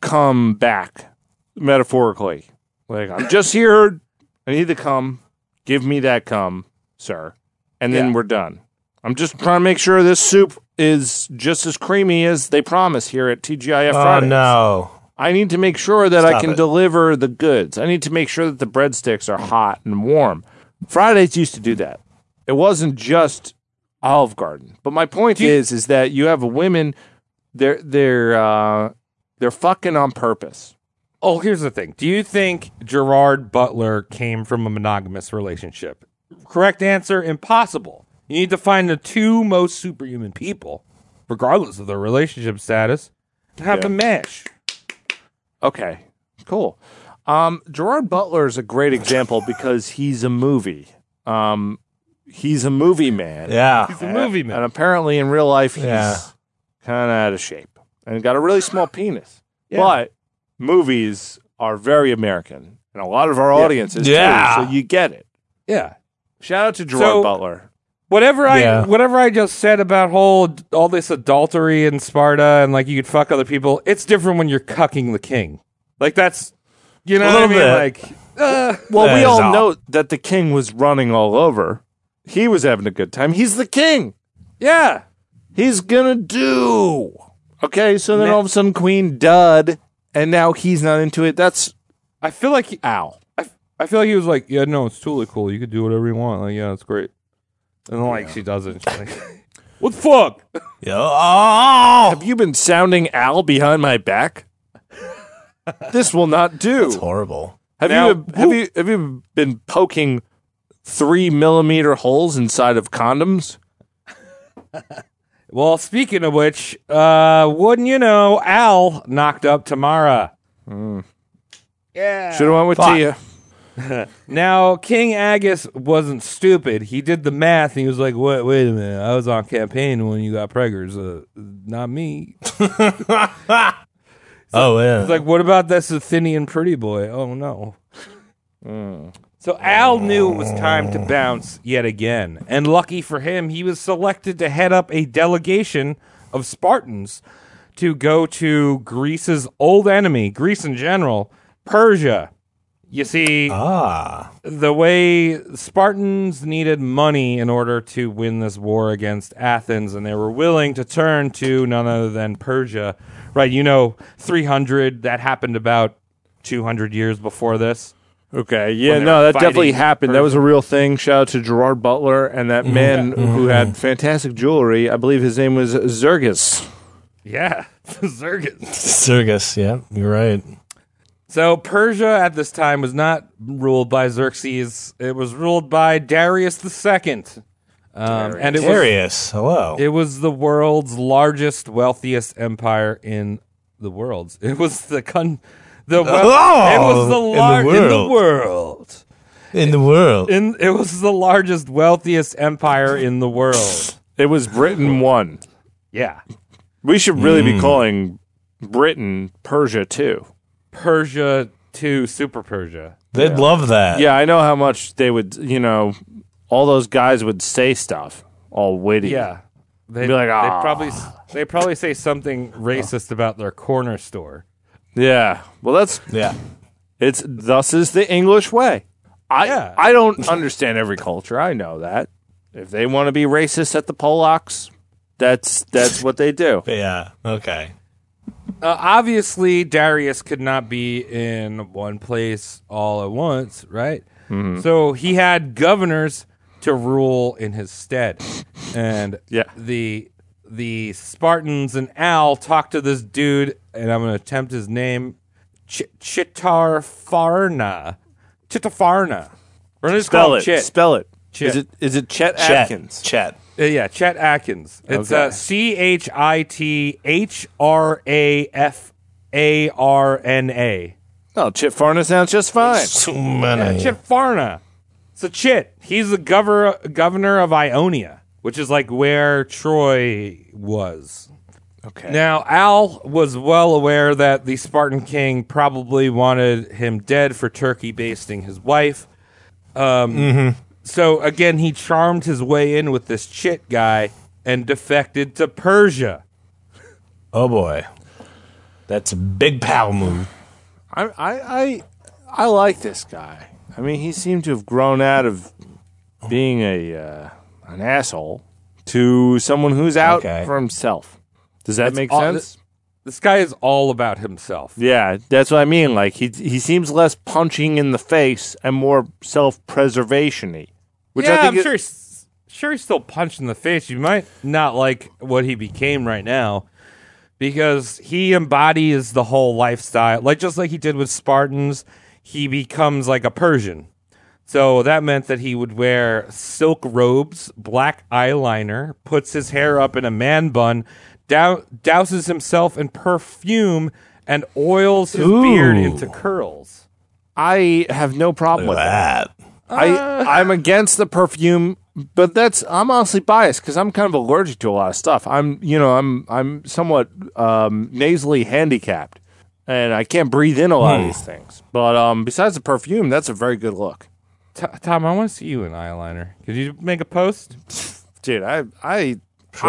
H: come back, metaphorically, like, I'm just here. I need to come. Give me that come, sir. And then
A: Yeah.
H: we're done. I'm just trying to make sure this soup is just as creamy as they promise here at TGIF
I: Oh
H: Fridays.
I: no.
H: I need to make sure that I
I: Stop
H: can
I: it.
H: deliver the goods. I need to make sure that the breadsticks are hot and warm. Fridays used to do that. It wasn't just Olive Garden. But my point is is that you have women they're they're uh, they're fucking on purpose.
A: Oh, here's the thing. Do you think Gerard Butler came from a monogamous relationship? Correct answer impossible. You need to find the two most superhuman people, regardless of their relationship status, and have them mesh.
H: Okay. Cool. Um, Gerard Butler is a great example because he's a movie. Um, he's a movie man.
I: Yeah.
A: It's a movie,
H: And
A: man.
H: apparently in real life, he's
I: Yeah.
H: kind of out of shape and got a really small penis. But movies are very American and a lot of our audiences,
I: Yeah.
H: too. So you get it.
A: Yeah.
H: Shout out to Gerard
A: So-
H: Butler.
A: Whatever I
I: Yeah.
A: whatever I just said about whole all this adultery in Sparta and like you could fuck other people, it's different when you're cucking the king. Like that's you know
I: A
A: what I mean?
I: little
A: Like uh,
H: Well,
I: That
H: we
I: is
H: all
I: all.
H: know that the king was running all over. He was having a good time. He's the king. Yeah. He's going to do. Okay, so then
A: Ma-
H: all of a sudden Queen dud, and now he's not into it. That's
A: I feel like he,
H: ow.
A: I, I feel like he was like, yeah, no, it's totally cool. You could do whatever you want. Like, yeah, it's great. And then like she doesn't. She's like, what the fuck?
I: Yeah. Oh,
H: Have you been sounding Al behind my back? this will not
I: it's
H: do.
I: horrible.
H: Have
A: Now-
H: you have you have you been poking three millimeter holes inside of condoms?
A: Well, speaking of which, uh, wouldn't you know, Al knocked up Tamara.
H: Should have went with
I: Fuck.
H: Tia.
A: Now, King Agus wasn't stupid. He did the math. And he was like, wait, wait a minute. I was on campaign when you got preggers. Uh, not me.
I: Oh yeah.
A: It's like, what about this Athenian pretty boy? Oh no. So Al knew it was time to bounce yet again, and lucky for him, he was selected to head up a delegation of Spartans to go to Greece's old enemy, Greece in general, Persia. You see,
I: ah.
A: the way Spartans needed money in order to win this war against Athens, and they were willing to turn to none other than Persia. Right, you know, 300, that happened about 200 years before this.
H: Okay, yeah,
A: When they
H: no,
A: were
H: that definitely
A: fighting Mm-hmm.
H: happened. That was a real thing. Shout out to Gerard Butler and that man who had fantastic jewelry. I believe his name was Zergis.
A: Yeah, Zergus.
I: Circus. Yeah, you're right.
A: So Persia at this time was not ruled by Xerxes, it was ruled by Darius II. Um, and it was
I: Darius. Hello.
A: It was the world's largest, wealthiest empire in the world. It was the con. The wealth-
I: Oh,
A: it was the
I: in the
A: lar- in the
I: world.
A: world.
I: in the world.
A: In it was the largest, wealthiest empire in the world.
H: It was Britain one.
A: Yeah, Mm.
H: We should really be calling Britain Persia too.
A: Persia to Super Persia.
I: They'd love that.
H: Yeah, I know how much they would. You know, all those guys would say stuff all witty.
A: Yeah, they
H: Be like, "Ah."
A: they probably s- they probably say something racist about their corner store.
H: yeah. Well, that's
I: Yeah.
H: it's thus is the English way. I
A: Yeah.
H: I don't understand every culture. I know that. If they want to be racist at the Polacks, that's that's what
A: <laughs>
H: they do.
I: Yeah. Okay.
A: Uh, obviously, Darius could not be in one place all at once, right?
H: Mm-hmm.
A: So he had governors to rule in his stead, and
H: <laughs> Yeah.
A: the the Spartans and Al talked to this dude, and I'm going to attempt his name, Ch- Chitarfarna, Chitafarna. We're gonna just
H: Spell
A: call him
H: it.
A: Chit.
H: Spell it. Is
A: Chet.
H: it is it Chet,
I: Chet.
H: Atkins?
I: Chet.
A: Uh, yeah, Chet Atkins. It's
H: Okay.
A: uh, C H I T H R A F A R N A.
H: No, Chit Farner sounds just fine.
I: Too many.
A: Chit Farna. It's a chit. He's the governor governor of Ionia, which is like where Troy was.
H: Okay.
A: Now Al was well aware that the Spartan king probably wanted him dead for turkey basting his wife. Um, So again, he charmed his way in with this chit guy and defected to Persia.
I: Oh boy. That's a big pal move.
H: I, I, I, I like this guy. I mean, he seemed to have grown out of being a uh, an asshole to someone who's out
I: Okay.
H: for himself. Does that make
A: all-
H: sense?
A: This guy is all about himself.
H: yeah, that's what I mean. Like he he seems less punching in the face and more self preservationy. Which
A: yeah,
H: I think
A: I'm
H: is-
A: sure. He's, sure, he's still punched in the face. You might not like what he became right now because he embodies the whole lifestyle, like just like he did with Spartans. He becomes like a Persian. So that meant that he would wear silk robes, black eyeliner, puts his hair up in a man bun, dou- douses himself in perfume, and oils his beard
I: Ooh.
A: into curls.
H: I have no problem with that.
I: That.
H: I I'm against the perfume, but that's I'm honestly biased because I'm kind of allergic to a lot of stuff. I'm you know I'm I'm somewhat um, nasally handicapped, and I can't breathe in a lot of these things. But um, besides the perfume, that's a very good look,
A: T- Tom, I want to see you in eyeliner. Could you make a post?
H: dude. I I I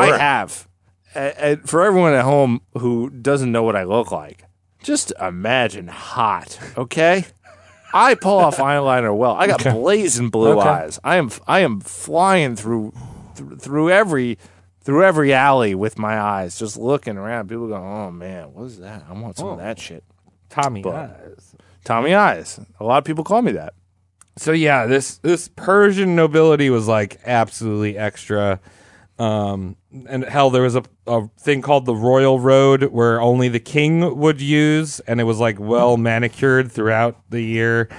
I: Sure.
H: have. A- and for everyone at home who doesn't know what I look like, just imagine hot, okay? I pull off <laughs> eyeliner well. I got blazing blue eyes. I am I am flying through th- through every through every alley with my eyes, just looking around. People go, "Oh man, what is that? I want some
I: Oh.
H: of that shit."
A: Tommy
H: But-
A: eyes.
H: Tommy Eyes. A lot of people call me that.
A: So yeah, this this Persian nobility was like absolutely extra. Um, and hell, there was a, a thing called the Royal Road where only the king would use, and it was like well manicured throughout the year.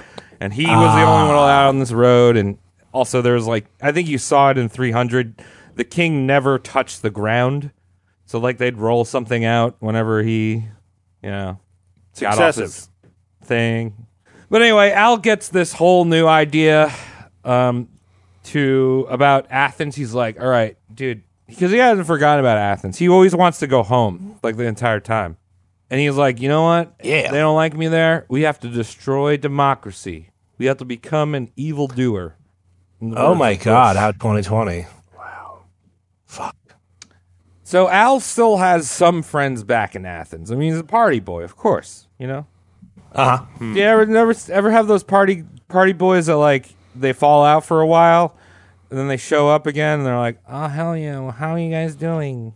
A: And he was the only one allowed on this road. And also, there was like I think you saw it in 300. The king never touched the ground, so like they'd roll something out whenever he, you know, got
H: excessive.
A: off his thing. But anyway, Al gets this whole new idea um, to about Athens. He's like, all right, dude, because he hasn't forgotten about Athens. He always wants to go home like the entire time. And he's like, you know what?
I: Yeah.
A: They don't like me there. We have to destroy democracy. We have to become an evildoer.
I: Oh my god, how 2020.
A: So Al still has some friends back in Athens. I mean, he's a party boy, of course. You know.
I: Uh huh.
A: Do you ever never ever have those party party boys that like they fall out for a while, and then they show up again and they're like, "Oh hell yeah, well, how are you guys doing?"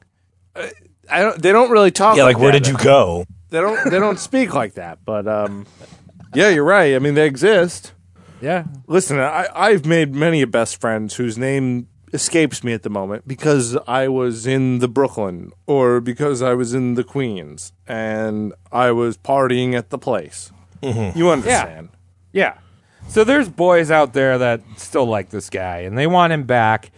H: I don't. They don't really talk.
I: Yeah, like where
H: that.
I: did you go?
H: They don't. <laughs> They don't speak like that. But um, yeah, you're right. I mean, they exist.
A: Yeah,
H: Listen, I, I've made many best friends whose name escapes me at the moment because I was in the Brooklyn or because I was in the Queens and I was partying at the place. You understand?
A: yeah. So there's boys out there that still like this guy and they want him back,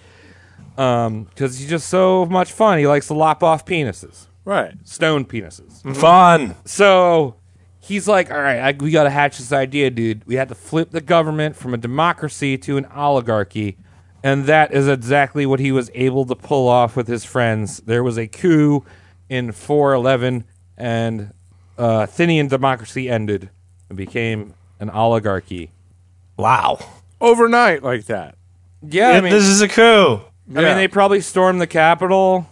A: um, because he's just so much fun. He likes to lop off penises,
H: Right.
A: stone penises.
I: Mm. Fun.
A: So he's like, all right, I, we got to hatch this idea, dude. We had to flip the government from a democracy to an oligarchy. And that is exactly what he was able to pull off with his friends. There was a coup in 411, and uh, Athenian democracy ended and became an oligarchy.
I: Wow.
H: Overnight like that.
A: Yeah, I mean,
I: this is a coup.
A: I mean, they probably stormed the Capitol.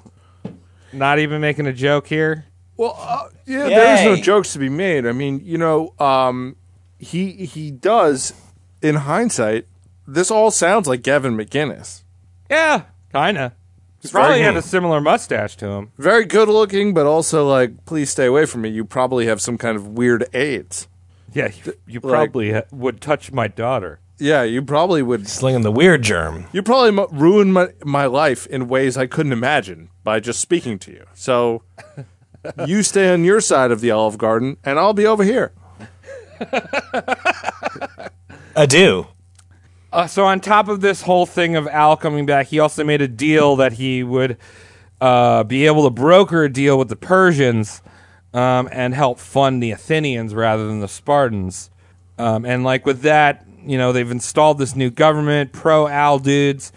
A: Not even making a joke here.
H: Well, uh, yeah, there's no
I: Yay.
H: jokes to be made. I mean, you know, um, he he does. In hindsight, this all sounds like Gavin McGinnis.
A: Yeah, kinda.
H: very-
A: Probably had a similar mustache to him.
H: Very good looking, but also like, please stay away from me. You probably have some kind of weird AIDS.
A: Yeah, you, you
H: like-
A: probably ha- would touch my daughter.
H: Yeah, you probably would.
I: Slinging the weird germ.
H: You probably mu ruined my my life in ways I couldn't imagine by just speaking to you. So, <laughs> you stay on your side of the Olive Garden, and I'll be over here.
I: Adieu.
A: Uh, so on top of this whole thing of Al coming back, he also made a deal that he would uh, be able to broker a deal with the Persians um, and help fund the Athenians rather than the Spartans. Um, and like with that, you know, they've installed this new government, pro Al dudes,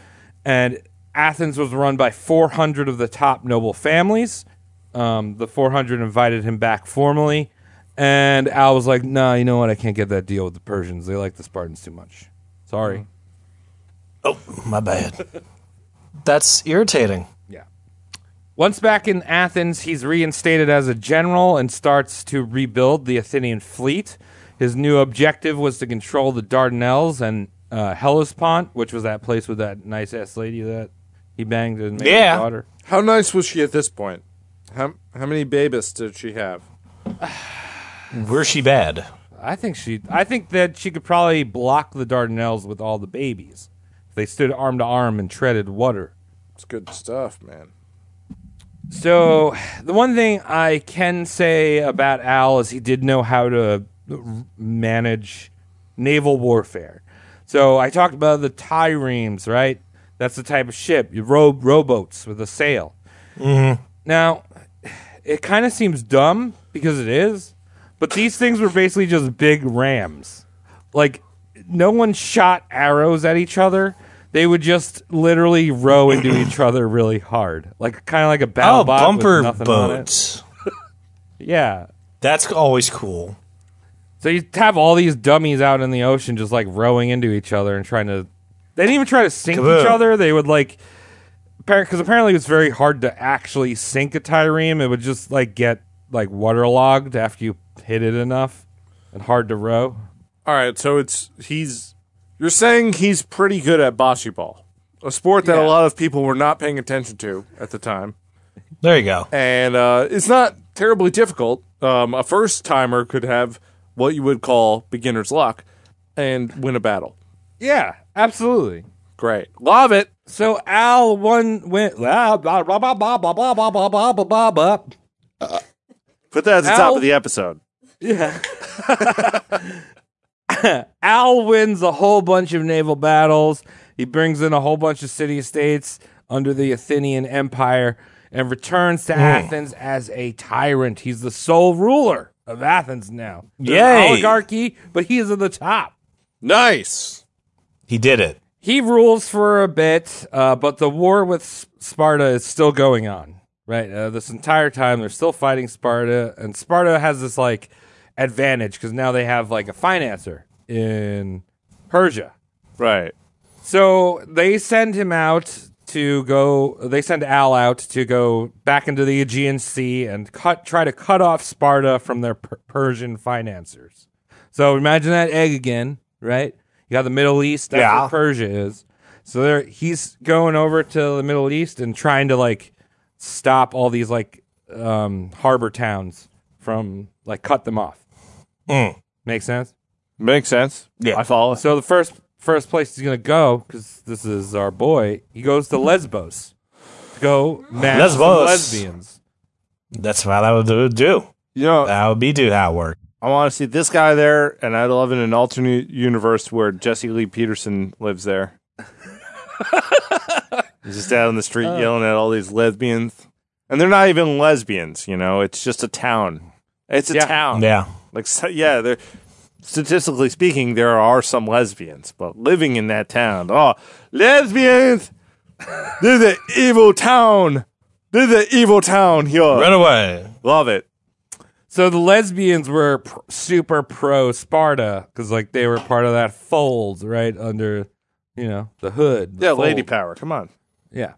A: and Athens was run by 400 of the top noble families. Um, the 400 invited him back formally, and Al was like, "Nah, you know what? I can't get that deal with the Persians. They like the Spartans too much. Sorry."
I: Oh,
A: <laughs>
I: my bad. That's irritating.
A: Yeah. Once back in Athens, he's reinstated as a general and starts to rebuild the Athenian fleet. His new objective was to control the Dardanelles and uh, Hellespont, which was that place with that nice ass lady that he banged and made
I: Yeah.
A: his daughter.
H: How nice was she at this point? How how many babies did she have?
I: Were she bad?
A: I think she. I think that she could probably block the Dardanelles with all the babies. If they stood arm to arm and treaded water.
H: It's good stuff, man.
A: So, the one thing I can say about Al is he did know how to r- manage naval warfare. So, I talked about the triremes, right? That's the type of ship, you row rowboats with a sail. Now, it kind of seems dumb because it is, but these things were basically just big rams. Like, no one shot arrows at each other. They would just literally row into each other really hard, like kind of like a battle
I: Oh,
A: bot with
I: bumper
A: nothing on it.
I: boats.
A: Yeah.
I: That's always cool.
A: So you have all these dummies out in the ocean just like rowing into each other and trying to. They didn't even try to sink
I: Kaboom.
A: each other. They would like. Because apparently it's very hard to actually sink a trireme. It would just like get like waterlogged after you hit it enough and hard to row.
H: All right, so it's he's. You're saying he's pretty good at bocce ball. a sport that a lot of people were not paying attention to at the time.
I: There you go.
H: and uh, it's not terribly difficult. Um, a first timer could have what you would call beginner's luck and win a battle.
A: Yeah, absolutely.
H: Great, love it.
A: So Al one went blah blah blah blah blah blah blah blah blah blah blah blah.
H: Uh, Put that at the
A: Al-
H: top of the episode.
A: Yeah. <laughs> Al wins a whole bunch of naval battles. He brings in a whole bunch of city states under the Athenian Empire and returns
H: Hmm.
A: to Athens as a tyrant. He's the sole ruler of Athens now. There's an
I: Yay.
A: oligarchy, but he is at the top.
H: Nice.
I: He did it.
A: He rules for a bit, uh, but the war with S- Sparta is still going on, right? Uh, this entire time, they're still fighting Sparta, and Sparta has this like advantage because now they have like a financer in Persia.
H: Right.
A: So they send him out to go. They send Al out to go back into the Aegean Sea and cut, try to cut off Sparta from their per- Persian financiers. So imagine that egg again, right? You got the Middle East. That's
I: Yeah.
A: where Persia is. So there, he's going over to the Middle East and trying to like stop all these like um, harbor towns from like cut them off.
I: Mm.
A: Make sense?
H: Makes sense.
I: Yeah.
H: I follow.
A: So the first first place he's gonna go because this is our boy. He goes to Lesbos to go match some
I: Lesbos.
A: lesbians.
I: That's how that would do.
H: You know,
I: That would be do how it worked.
H: I want to see this guy there, and I'd love in an alternate universe where Jesse Lee Peterson lives <laughs> there. He's just out on the street yelling at all these lesbians, and they're not even lesbians. You know, it's just a town. It's a
A: Yeah.
H: town.
I: Yeah.
H: Like, so, yeah, there. Statistically speaking, there are some lesbians, but living in that town, oh, lesbians! They're the evil town. They're the evil town here.
I: Run away.
H: Love it.
A: So the lesbians were pr- super pro Sparta because like they were part of that fold right under you know the hood. the
H: Yeah, lady
A: fold.
H: power. Come on.
A: Yeah.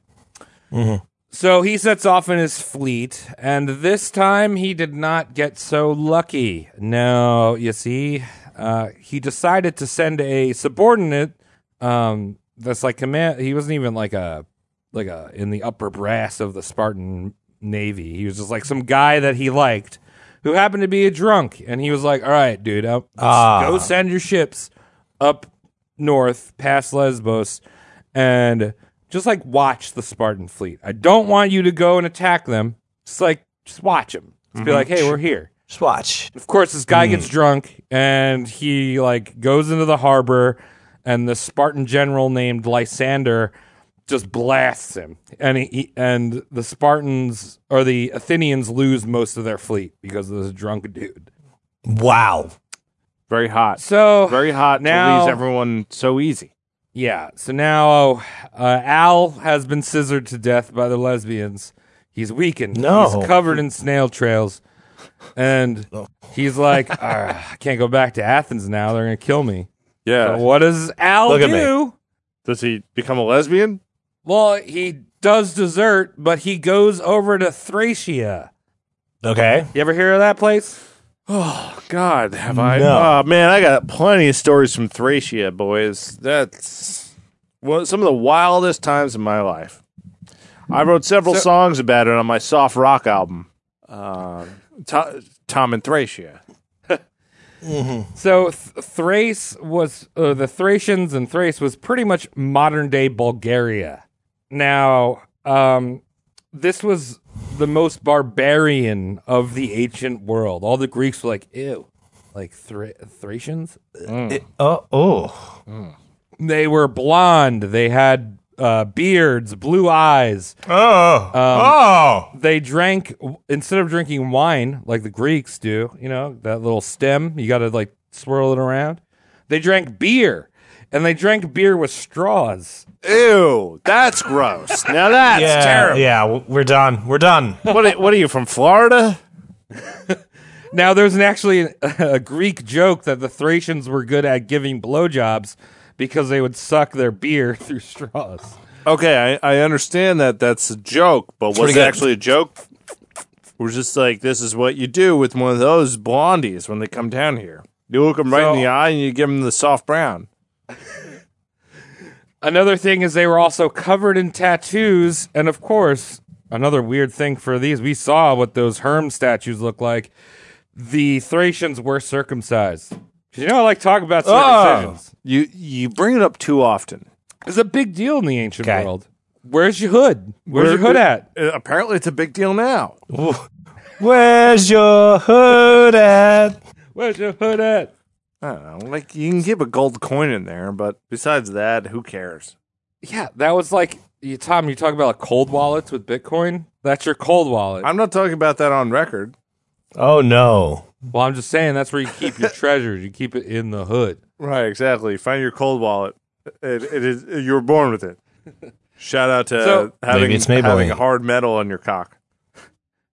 A: So he sets off in his fleet, and this time he did not get so lucky. No, you see, uh, he decided to send a subordinate. Um, that's like command. He wasn't even like a like a in the upper brass of the Spartan navy. He was just like some guy that he liked, who happened to be a drunk, and he was like, "All right, dude, up,
I: Ah.
A: go send your ships up north past Lesbos and just like watch the Spartan fleet. I don't want you to go and attack them. Just like just watch them. Just be like, hey, we're here.
I: Just watch.
A: Of course, this guy gets drunk and he like goes into the harbor, and the Spartan general named Lysander just blasts him, and he, he and the Spartans or the Athenians lose most of their fleet because of this drunk dude.
I: Wow.
H: Very hot.
A: So
H: very hot
A: now.
H: now, to leaves everyone so easy.
A: Yeah. So now uh, Al has been scissored to death by the lesbians. He's weakened.
I: No.
A: He's covered in snail trails. And he's like, "Ah, I can't go back to Athens now. They're going to kill me.
H: Yeah.
A: But what does Al
I: Look at me.
A: do?
H: Does he become a lesbian?
A: Well, he does desert, but he goes over to Thracia.
I: Okay.
A: You ever hear of that place?
H: God, have I?
I: No.
H: Oh man, I got plenty of stories from Thracia, boys. That's one, some of the wildest times in my life. I wrote several songs about it on my soft rock album, uh, To- Tom and Thracia.
A: So Th- Thrace was uh, the Thracians and Thrace was pretty much modern day Bulgaria. Now, um, this was the most barbarian of the ancient world. All the Greeks were like, "Ew, like Thra- Thracians."
I: Oh, oh.
A: They were blonde. They had uh, beards, blue eyes. Um,
I: Oh. oh.
A: They drank instead of drinking wine like the Greeks do. You know that little stem. You got to like swirl it around. They drank beer, and they drank beer with straws.
H: Ew, that's gross. now that's
I: <laughs> yeah.
H: terrible.
I: Yeah. w- We're done. We're done. <laughs>
H: What, are, what are you from Florida?
A: Now, there's an actually a Greek joke that the Thracians were good at giving blowjobs because they would suck their beer <laughs> through straws.
H: Okay, I, I understand that that's a joke, but was
I: pretty
H: it
I: good.
H: actually a joke? We're just like, this is what you do with one of those blondies when they come down here. You look them right in
A: So-
H: the eye and you give them the soft brown.
A: Another thing is they were also covered in tattoos, and of course, another weird thing for these, we saw what those Herm statues look like. The Thracians were circumcised. 'Cause You know, I like talk about circumcisions.
H: You you bring it up too often.
A: It's a big deal in the ancient
I: Okay.
A: world. Where's your hood? Where's your hood at?
H: Uh, apparently, it's a big deal now.
I: Where's your hood at?
A: Where's your hood at?
H: I don't know. Like you can keep a gold coin in there, but besides that, who cares?
A: Yeah, that was like you, Tom. You talk about like cold wallets with Bitcoin. That's your cold wallet.
H: I'm not talking about that on record.
I: Oh no.
A: well, I'm just saying that's where you keep <laughs> your treasures. You keep it in the hood.
H: Right, exactly. Find your cold wallet. It, it is you were born with it. Shout out to
A: So-
H: having,
I: Maybe it's Maybelline.
H: having hard metal on your cock.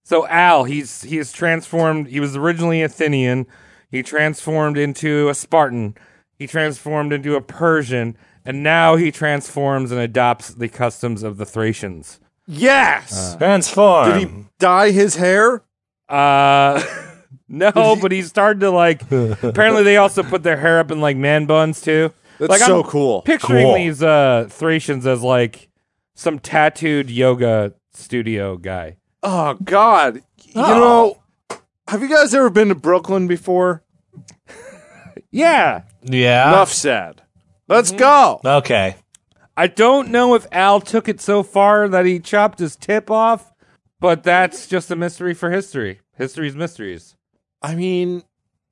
A: So Al, he's he is transformed. He was originally Athenian. He transformed into a Spartan. He transformed into a Persian, and now he transforms and adopts the customs of the Thracians.
H: Yes.
I: Transform.
H: Did he dye his hair?
A: Uh, <laughs> no, but he started to like. apparently, they also put their hair up in like man buns too.
H: That's
A: like,
H: so
A: I'm
H: cool.
A: Picturing
I: Cool.
A: these uh, Thracians as like some tattooed yoga studio guy.
H: Oh God! You know, have you guys ever been to Brooklyn before?
A: Yeah,
I: yeah.
H: Enough said. Let's go.
I: Okay.
A: I don't know if Al took it so far that he chopped his tip off, but that's just a mystery for history. History's mysteries.
H: I mean,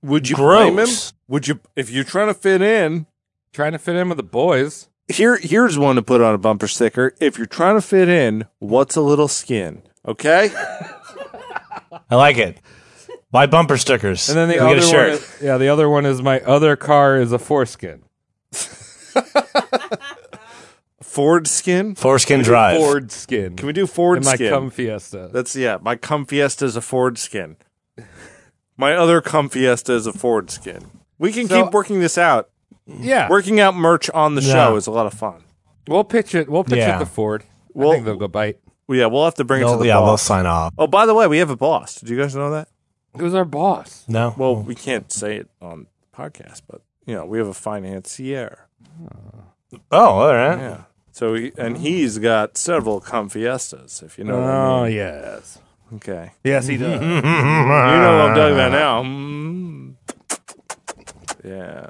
H: would you
I: Gross.
H: blame him? Would you if you're trying to fit in?
A: Trying to fit in with the boys.
H: Here, here's one to put on a bumper sticker. If you're trying to fit in, what's a little skin? Okay.
I: I like it. Buy bumper stickers.
A: And then the
I: we
A: other
I: get a shirt.
A: one, is, yeah, the other one is my other car is a foreskin.
H: Ford skin.
I: Foreskin Drive.
A: Ford skin.
H: Can we do Ford
A: in my
H: skin?
A: cum fiesta.
H: That's yeah. My cum fiesta is a Ford skin. My other cum fiesta is a Ford skin. We can
A: So-
H: keep working this out.
A: yeah,
H: Working out merch on the
I: Yeah.
H: show is a lot of fun.
A: we'll pitch it. We'll pitch
I: Yeah.
A: it to Ford.
H: Well-
A: I think they'll go bite.
H: Well, yeah, we'll have to bring it to
I: They'll-
H: the
I: yeah, they'll
H: boss.
I: sign off.
H: Oh, by the way, we have a boss. Did you guys know that?
A: It was our boss.
I: No.
H: Well,
A: Mm.
H: we can't say it on the podcast, but you know, we have a financier.
I: oh, all right.
A: Mm-hmm.
H: Yeah. So he, and he's got several cum fiestas, if you know what I
A: Oh
H: mean.
A: yes, Mm-hmm.
H: Okay.
A: yes he does.
H: You know what I'm talking about now. Mm. Yeah.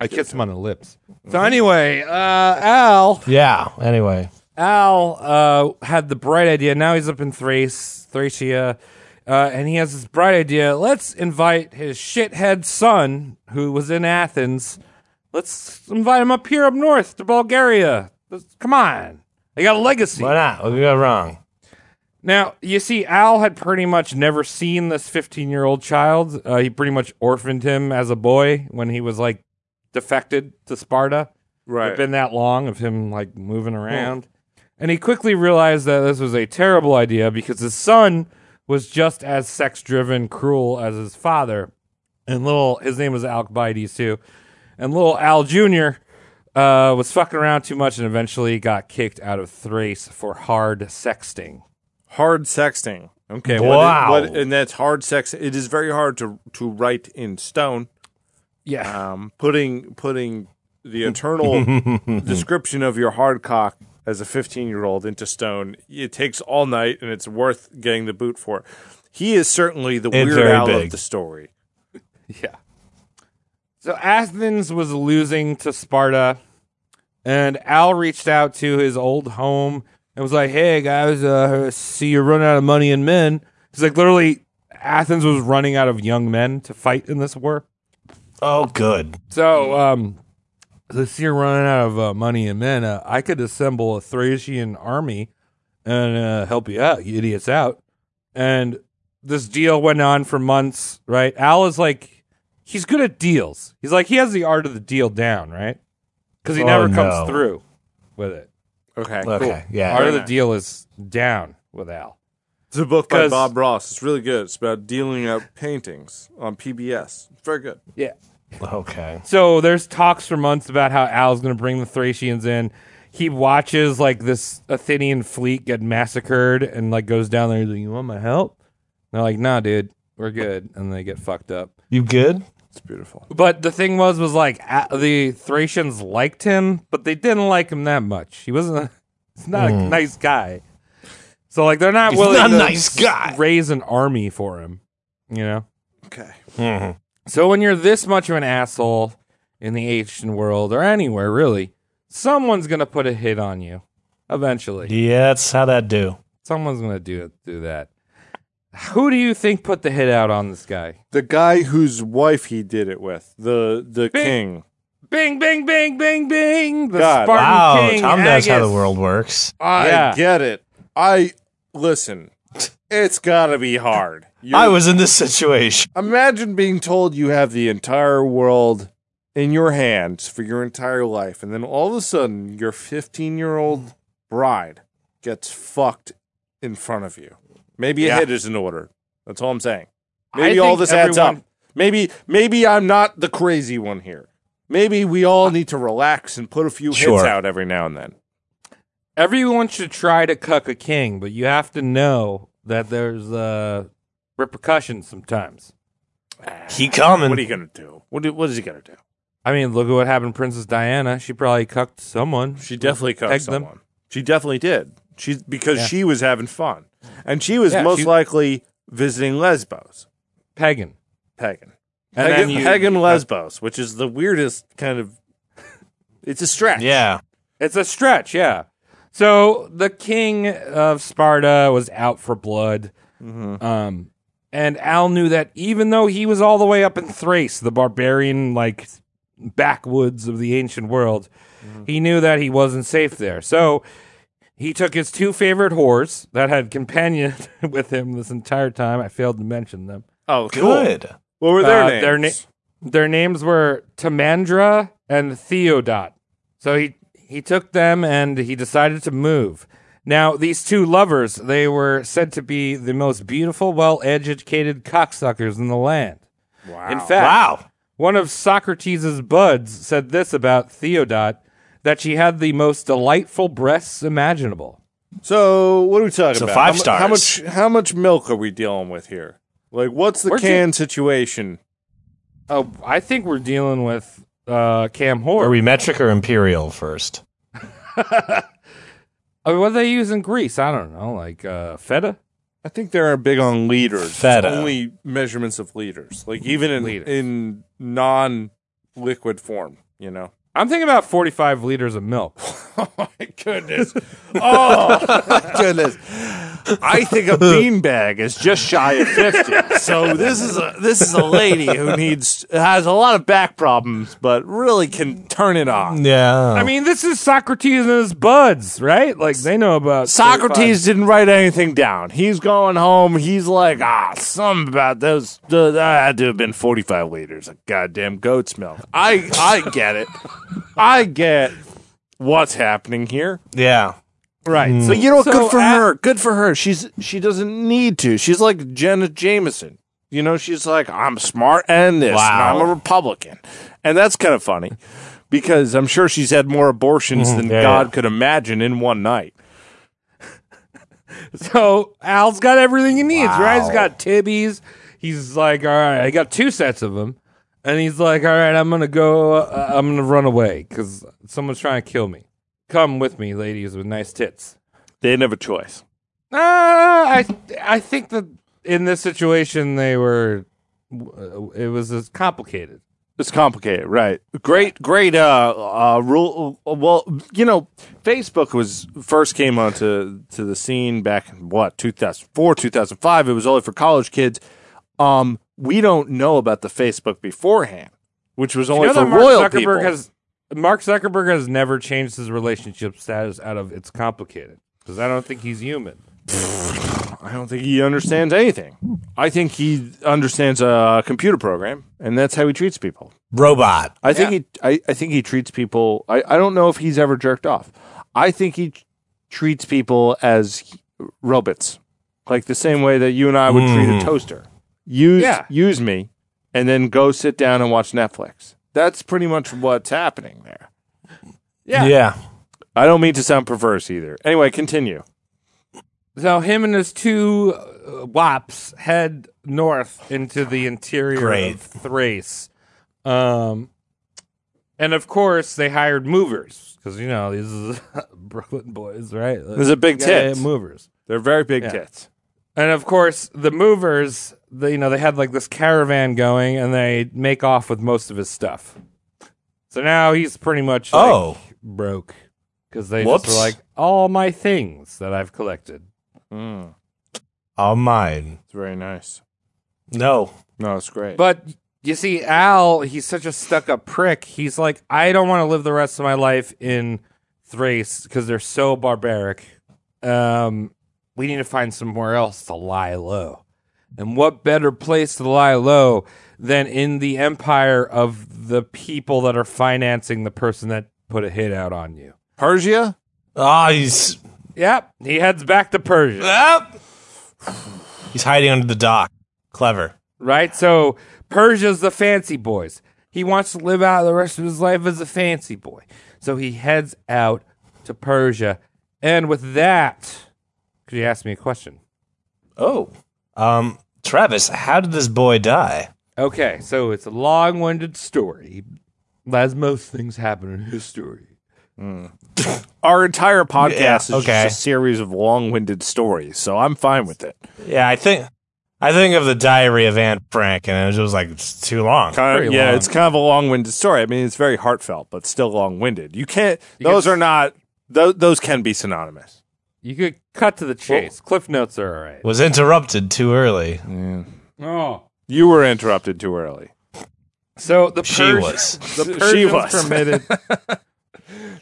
A: I kissed him on the lips. So anyway, uh, Al,
I: Yeah. Anyway.
A: Al uh, had the bright idea. Now he's up in Thrace, Thracia, uh, and he has this bright idea. Let's invite his shithead son, who was in Athens. Let's invite him up here, up north to Bulgaria. Let's- come on, they got a legacy.
I: Why not? What did we go wrong?
A: Now, you see, Al had pretty much never seen this 15 year old child. Uh, he pretty much orphaned him as a boy when he was like defected to Sparta.
H: Right.
A: It's been that long of him like moving around. And he quickly realized that this was a terrible idea because his son was just as sex driven, cruel as his father. And little, his name was Alcibiades too. And little Al Jr. Uh, was fucking around too much and eventually got kicked out of Thrace for hard sexting.
H: hard sexting. Okay. what-
I: Wow.
H: What, and that's hard sex. It is very hard to to write in stone.
A: Yeah.
H: Um, putting putting the
I: <laughs>
H: eternal description of your hard cock as a 15 year old into stone. It takes all night, and it's worth getting the boot for. He is certainly the
I: It's
H: weird
I: very
H: owl
I: big.
H: of the story.
A: <laughs> Yeah. So Athens was losing to Sparta, and Al reached out to his old home and was like, "Hey guys, uh, see you're running out of money and men." It's like literally Athens was running out of young men to fight in this war.
I: Oh, good.
A: So, um, this year running out of uh, money and men, uh, I could assemble a Thracian army and uh, help you out, you idiots out. And this deal went on for months, right? Al is like, he's good at deals. He's like, he has the art of the deal down, right? Because he
I: Oh,
A: never
I: no.
A: comes through with it.
H: Okay.
I: Okay. Yeah.
A: Art of the deal is down with Al.
H: It's a book by
A: 'Cause-
H: Bob Ross. It's really good. It's about dealing out paintings on PBS. It's very good.
A: Yeah.
I: Okay.
A: So there's talks for months about how Al's going to bring the Thracians in. He watches like this Athenian fleet get massacred and like goes down there. He's like, "You want my help?" And they're like, "Nah, dude, we're good." And they get fucked up.
I: You good?
H: It's beautiful.
A: But the thing was, was like a the Thracians liked him, but they didn't like him that much. He wasn't. A, he's not a nice guy. So like they're not
I: Mm. He's
A: willing
I: not a
A: to
I: nice guy.
A: raise an army for him. You know.
H: Okay.
I: Mm-hmm.
A: So when you're this much of an asshole in the Asian world or anywhere really, someone's gonna put a hit on you eventually.
I: Yeah, that's how that do.
A: Someone's gonna do it. Do that. Who do you think put the hit out on this guy?
H: The guy whose wife he did it with, the the
A: Bing.
H: king.
A: Bing, bing, bing, bing, bing. The
H: God.
A: Spartan
I: Wow,
A: king.
I: Tom knows how
A: Agis.
I: the world works.
H: I
A: Yeah.
H: get it. I listen. It's gotta be hard. You're-
I: I was in this situation.
H: imagine being told you have the entire world in your hands for your entire life, and then all of a sudden your 15 year old bride gets fucked in front of you. Maybe a hit is in order. That's all I'm saying. Maybe
A: I
H: all
A: think
H: this adds up.
A: everyone-
H: Maybe maybe I'm not the crazy one here. Maybe we all need to relax and put a few hits
I: Sure.
H: out every now and then.
A: Everyone should try to cuck a king, but you have to know that there's uh, repercussions sometimes.
I: He coming.
H: What are you gonna do? What, do, what is he gonna do?
A: I mean, look at what happened to Princess Diana. She probably cucked someone.
H: She definitely cuffed
A: Pegged
H: someone.
A: them.
H: She definitely did. She's because she was having fun, and she was
A: Yeah,
H: most
A: she-
H: likely visiting Lesbos,
A: Pegging.
H: pagan,
A: And
H: pagan,
A: then you-
H: pagan Lesbos, which is the weirdest kind of. It's a stretch.
I: yeah.
A: It's a stretch, yeah. So the king of Sparta was out for blood. Um, and Al knew that even though he was all the way up in Thrace, the barbarian, like, backwoods of the ancient world, he knew that he wasn't safe there. So he took his two favorite whores that had companion <laughs> with him this entire time. I failed to mention them.
H: Oh, cool.
I: Good.
H: What were their
A: Uh,
H: names?
A: Their, na- their names were Tamandra and Theodot. So he he took them and he decided to move. Now these two lovers, they were said to be the most beautiful, well-educated cocksuckers in the land. Wow. In fact,
I: Wow.
A: one of Socrates' buds said this about Theodot that she had the most delightful breasts imaginable.
H: so what are we talking
I: So
H: about?
I: five
H: how, mu- How much?
I: stars.
H: How much milk are we dealing with here? Like, what's the
A: Where'd you-
H: can situation?
A: Oh, I think we're dealing with uh, Cam Hor.
I: Are we metric or imperial first?
A: I mean, Oh, what do they use in Greece? I don't know, like uh, feta.
H: I think they're big on leaders. It's
I: Feta.
H: Only measurements of leaders, like even in
A: Liters.
H: in non-liquid form. You know.
A: I'm thinking about 45 liters of milk.
H: <laughs> Oh my goodness. Oh <laughs> my goodness. I think a beanbag is just shy of 50. So this is a this is a lady who needs has a lot of back problems but really can turn it on.
A: <laughs>
I: Yeah.
A: I mean, this is Socrates and his buds, right? Like they know about
H: Socrates didn't write anything down. He's going home. He's like, ah, something about those. th- That had to have been 45 liters of goddamn goat's milk. I, I get it. I get what's happening here.
I: yeah.
H: Right.
I: Mm.
H: So you know,
A: So
H: good for
A: at-
H: her. Good for her. She's she doesn't need to. She's like Janet Jameson. You know, she's like, I'm smart and this. and
I: Wow.
H: I'm a Republican. And that's kind of funny because I'm sure she's had more abortions than
I: Mm-hmm. yeah,
H: God
I: yeah.
H: could imagine in one night.
A: <laughs> So Al's got everything he needs, right? He's got tibbies. He's like, all right, I got two sets of them, and he's like, all right, I'm gonna go. Uh, I'm gonna run away because someone's trying to kill me. Come with me, ladies with nice tits.
H: They didn't have a choice.
A: Uh, I I think that in this situation they were. w- It was uh, complicated.
H: It's complicated, right? Great, great. Uh, uh, rule. uh, Well, you know, Facebook was first came onto to the scene back in what 2004, 2005. It was only for college kids. Um, we don't know about the Facebook beforehand, which was only
A: You know
H: for
A: that Mark
H: royal
A: Zuckerberg
H: people.
A: has Mark Zuckerberg has never changed his relationship status out of it's complicated because I don't think he's human.
H: I don't think he understands anything. I think he understands a computer program, and that's how he treats people.
I: Robot.
H: I think he I, I think he treats people I, I don't know if he's ever jerked off. I think he t- treats people as he- robots. Like the same way that you and I would treat a toaster. Use
A: Yeah.
H: use me and then go sit down and watch Netflix. That's pretty much what's happening there.
A: Yeah.
I: yeah.
H: I don't mean to sound perverse either. Anyway, continue.
A: So him and his two uh, wops head north into the interior
I: Great.
A: of Thrace Um, and of course, they hired movers because you know these <laughs> is Brooklyn boys, right?
H: Those are big
A: Yeah,
H: tits.
A: movers.
H: They're very big
A: Yeah.
H: tits.
A: And of course, the movers, they, you know, they had like this caravan going, and they make off with most of his stuff. So now he's pretty much like,
I: Oh.
A: broke because they
I: Whoops.
A: just were like all my things that I've collected.
I: Oh, mine.
H: It's very nice.
I: No.
H: No, it's great.
A: But you see, Al, he's such a stuck up prick. He's like, I don't want to live the rest of my life in Thrace because they're so barbaric. Um, we need to find somewhere else to lie low. And what better place to lie low than in the empire of the people that are financing the person that put a hit out on you?
H: Persia?
I: Ah, he's
A: Yep, he heads back to Persia.
I: ah! he's hiding under the dock. Clever.
A: right? So Persia's the fancy boys. He wants to live out the rest of his life as a fancy boy. So he heads out to Persia. And with that, could you ask me a question?
I: Oh. Um, Travis, how did this boy die?
A: Okay, so it's a long winded story, as most things happen in history.
H: Our entire podcast
I: Yeah,
H: is
I: okay.
H: just a series of long winded stories, so I'm fine with it.
I: Yeah, I think I think of the diary of Aunt Frank, and it was just like it's too long.
H: Kind of,
A: Pretty
H: yeah,
A: long.
H: it's kind of a long-winded story. I mean, it's very heartfelt, but still long-winded. You can't;
A: can
H: those
A: s-
H: are not; those, those can be synonymous.
A: You could cut to the chase. Cliff notes are all right.
I: Was interrupted too early.
A: Oh.
H: You were interrupted too early.
A: So the
I: She
A: Pers-
I: was.
A: the Persians
H: was.
I: <laughs>
A: permitted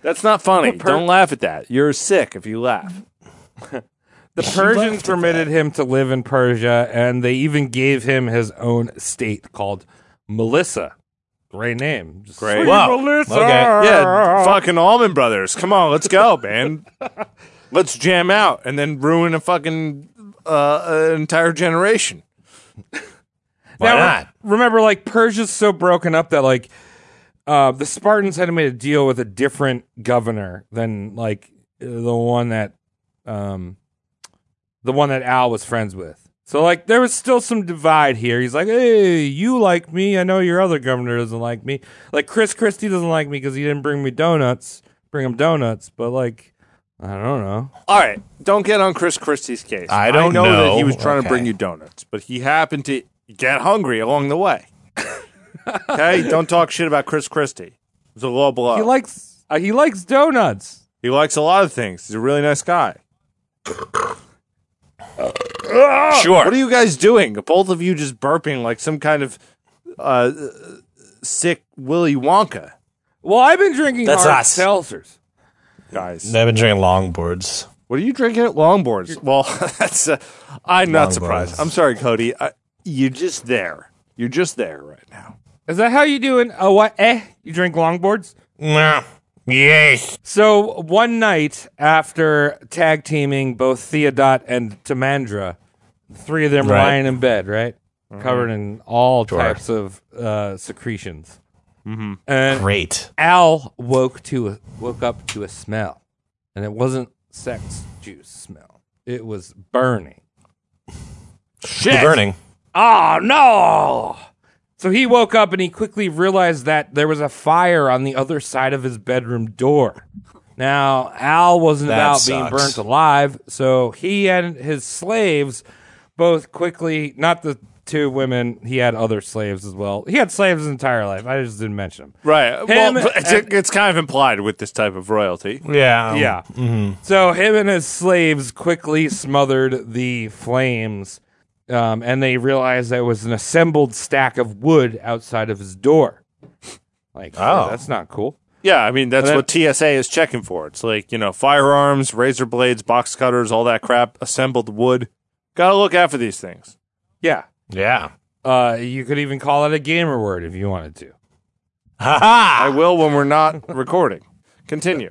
H: That's not funny.
A: per-
H: Don't laugh at that. You're sick if you laugh.
A: The Persians permitted him to live in Persia, and they even gave him his own state called Melissa. Great name. Just
H: Great.
A: sweet
I: Wow.
A: Melissa.
I: Okay.
H: Yeah, fucking Almond Brothers. Come on, let's go, man. <laughs> let's jam out and then ruin a fucking uh, an entire generation.
I: Why
A: Now,
I: not?
A: Remember, like Persia's so broken up that like uh, the Spartans had made a deal with a different governor than like the one that um, the one that Al was friends with. So like there was still some divide here. He's like, "Hey, you like me? I know your other governor doesn't like me. Like Chris Christie doesn't like me because he didn't bring me donuts. Bring him donuts, but like I don't know.
H: All right, don't get on Chris Christie's case.
I: I don't
H: know, that
I: know.
H: he was trying to
I: Okay.
H: bring you donuts, but he happened to get hungry along the
I: <laughs>
H: way. okay, don't talk shit about Chris Christie. He's a low blow.
A: He likes uh, he likes donuts.
H: he likes a lot of things. He's a really nice guy.
I: Sure.
H: What are you guys doing? Both of you just burping like some kind of uh, sick Willy Wonka
A: Well, I've been drinking
I: That's
A: hard
I: us.
A: seltzers.
H: guys.
I: I've been drinking longboards.
H: What are you drinking at Longboards? Well, <laughs> that's uh, I'm not surprised.
I: Longboards.
H: I'm sorry, Cody. I, you're just there. You're just there right now.
A: Is that how you doing? Oh, what? Eh? You drink longboards?
I: Nah. Yay.
A: So one night after tag teaming both Theodot and Tamandra, the three of them
I: Right. Mm-hmm.
A: lying in bed, right, covered in all
I: Sure.
A: types of uh, secretions. Mm-hmm. And
I: Great.
A: Al woke to a, woke up to a smell, and it wasn't sex juice smell. It was burning.
I: The burning.
A: Oh no! So he woke up and he quickly realized that there was a fire on the other side of his bedroom door. Now, Al wasn't
I: That
A: about being
I: sucks.
A: burnt alive, so he and his slaves both quickly, not the two women, he had other slaves as well. He had slaves his entire life. I just didn't mention them.
H: Right.
A: Him
H: well, it's,
A: and-
H: it's kind of implied with this type of royalty.
I: Yeah. um,
A: Yeah. So him and his slaves quickly smothered the flames, um, and they realized there was an assembled stack of wood outside of his door. Like,
I: Oh.
A: oh, that's not cool.
H: Yeah, I mean that's
A: And
H: what TSA is checking for. It's like you know, firearms, razor blades, box cutters, all that crap, assembled wood. Got to look after these things.
A: Yeah.
I: Yeah.
A: Uh, you could even call it a gamer word if you wanted to.
I: Ha
H: I
I: ha.
H: will when we're not <laughs> recording. Continue.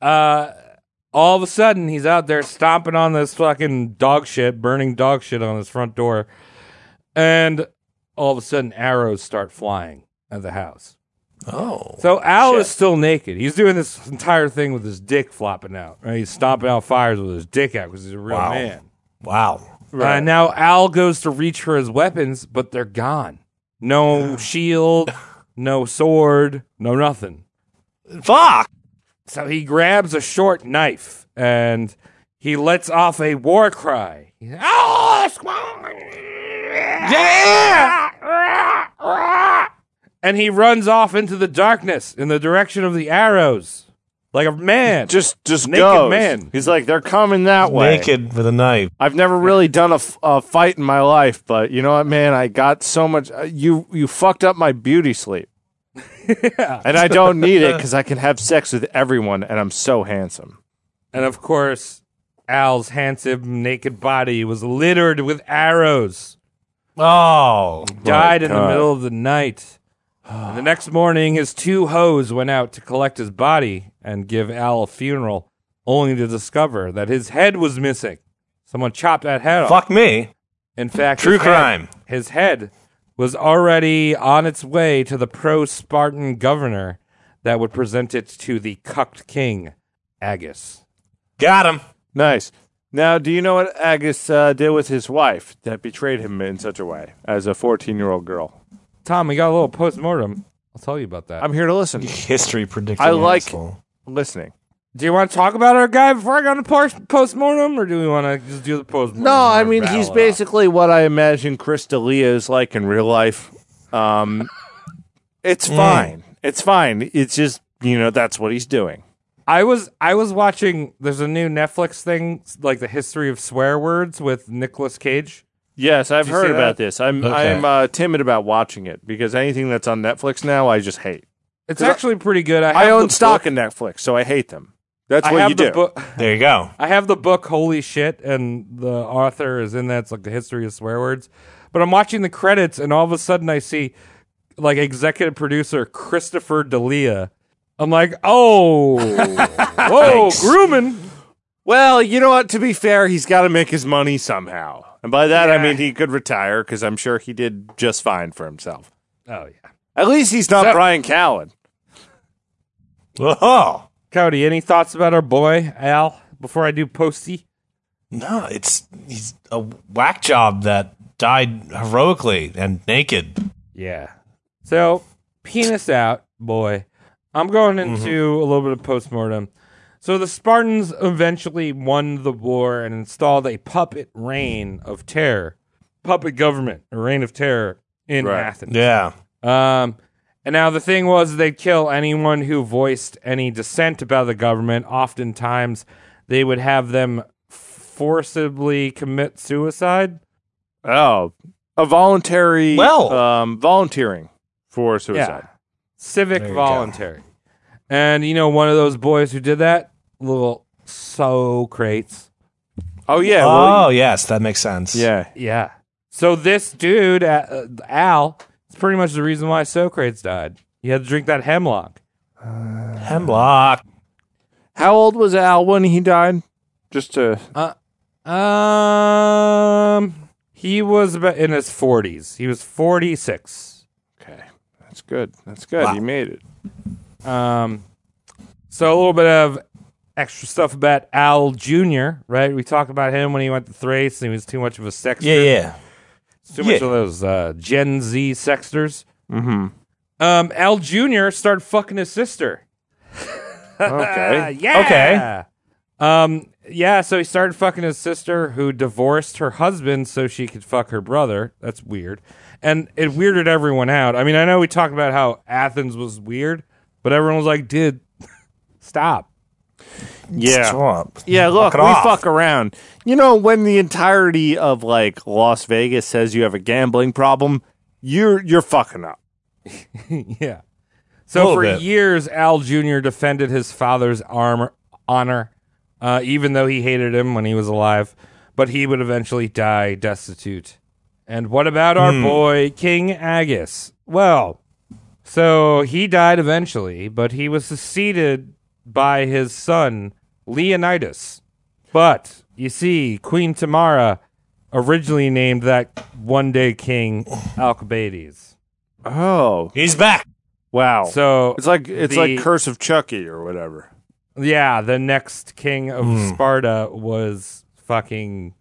A: uh, all of a sudden he's out there stomping on this fucking dog shit, burning dog shit on his front door, and all of a sudden arrows start flying at the house.
I: Oh.
A: So Al is still naked. He's doing this entire thing with his dick flopping out. Right? He's stomping out fires with his dick out because he's a real
I: Wow.
A: man.
I: Wow.
A: Uh, now Al goes to reach for his weapons, but they're gone. No shield, no sword, no nothing.
I: Fuck.
A: So he grabs a short knife and he lets off a war cry. Oh, yeah! And he runs off into the darkness in the direction of the arrows, like a man.
H: Just, just
A: Naked
H: goes.
A: man.
H: He's like, they're coming that way.
I: Naked with a knife.
H: I've never really done a, f- a fight in my life, but you know what, man? I got so much. Uh, you you fucked up my beauty sleep, and I don't need it because I can have sex with everyone, and I'm so handsome.
A: and of course, Al's handsome naked body was littered with arrows.
I: Oh.
A: died in the
H: God.
A: middle of the night. And the next morning, his two hoes went out to collect his body and give Al a funeral, only to discover that his head was missing. Someone chopped that head off.
I: Fuck me.
A: In fact,
I: True
A: his head-
I: crime.
A: his head was already on its way to the pro Spartan governor that would present it to the cucked king, Agus.
I: Got him.
H: Nice. Now, do you know what Agus uh, did with his wife that betrayed him in such a way as a 14 year old girl?
A: Tom, we got a little post mortem. I'll tell you about that.
H: I'm here to listen.
I: History predicting.
H: I like-
I: asshole.
H: listening.
A: Do you want to talk about our guy before I go to post mortem, or do we want to just do the post mortem?
H: No, I mean he's basically what I imagine Chris D'Elia is like in real life. Um, <laughs> Mm. it's fine. It's fine. It's just you know that's what he's doing.
A: I was I was watching. There's a new Netflix thing, like the history of swear words with Nicolas Cage.
H: Yes, I've
A: see
H: heard
A: that?
H: about this. I'm
I: Okay.
H: I'm uh, timid about watching it because anything that's on Netflix now, I just hate.
A: It's actually pretty good. I, have
H: I own
A: the
H: stock
A: Book.
H: in Netflix, so I hate them. That's
A: I
H: what
A: have
H: you
A: the
H: do.
A: book.
I: There you go.
A: I have the book. Holy shit! And the author is in that. It's like the history of swear words. But I'm watching the credits, and all of a sudden I see like executive producer Christopher D'Elia. I'm like, oh, whoa, grooming.
H: Well, you know what? To be fair, he's got to make his money somehow, and by that I mean he could retire because I'm sure he did just fine for himself.
A: Oh yeah,
H: At least he's not
A: So-
H: Brian Callen.
I: Oh.
A: Cody. Any thoughts about our boy Al before I do posty?
I: No, it's he's a whack job that died heroically and naked.
A: Yeah. So, penis out, boy. I'm going into a little bit of postmortem. So the Spartans eventually won the war and installed a puppet reign of terror, puppet government, a reign of terror in
H: Right.
A: Athens.
I: Yeah.
A: Um, and now the thing was they'd kill anyone who voiced any dissent about the government. Oftentimes, they would have them forcibly commit suicide.
H: Oh, a voluntary
I: Well-
H: um, volunteering for suicide.
A: Civic
I: There you go.
A: voluntary. And you know, one of those boys who did that, little so crates.
H: Oh yeah, well,
I: oh yes, that makes sense.
H: yeah.
A: Yeah. So this dude, uh, uh, Al, it's pretty much the reason why Socrates died. He had to drink that hemlock.
I: Hemlock.
H: How old was Al when he died? Just to
A: Um, he was about in his forties. He was forty six.
H: okay, that's good. That's good. He made it.
A: Um, so a little bit of extra stuff about Al Jr. Right? We talked about him when he went to Thrace and he was too much of a sexter.
I: Yeah, yeah.
A: Too much
I: yeah.
A: of those uh, Gen Z sexters. Mm-hmm. Um, Al Jr. started fucking his sister.
H: Ah,
A: Uh,
H: Okay.
A: yeah.
I: Okay.
A: Um, yeah, so he started fucking his sister who divorced her husband so she could fuck her brother. That's weird. And it weirded everyone out. I mean, I know we talked about how Athens was weird, but everyone was like, dude, <laughs> stop.
H: yeah.
I: Swamp.
H: Yeah, look,
I: Fuck it
H: we
I: off.
H: fuck around. You know, when the entirety of like Las Vegas says you have a gambling problem, you're you're fucking up.
A: <laughs> Yeah. So
I: Little
A: for
I: bit.
A: years, Al Jr. defended his father's armor, honor, uh, even though he hated him when he was alive, but he would eventually die destitute. And what about our
H: Hmm.
A: boy, King Agus? Well, so he died eventually, but he was succeeded by his son, Leonidas. But you see, Queen Tamara originally named that one day king Alcibiades.
H: Oh
I: He's back.
H: wow!
A: So
H: it's like it's like
A: the-
H: Curse of Chucky or whatever.
A: Yeah, the next king of
I: Hmm.
A: Sparta was fucking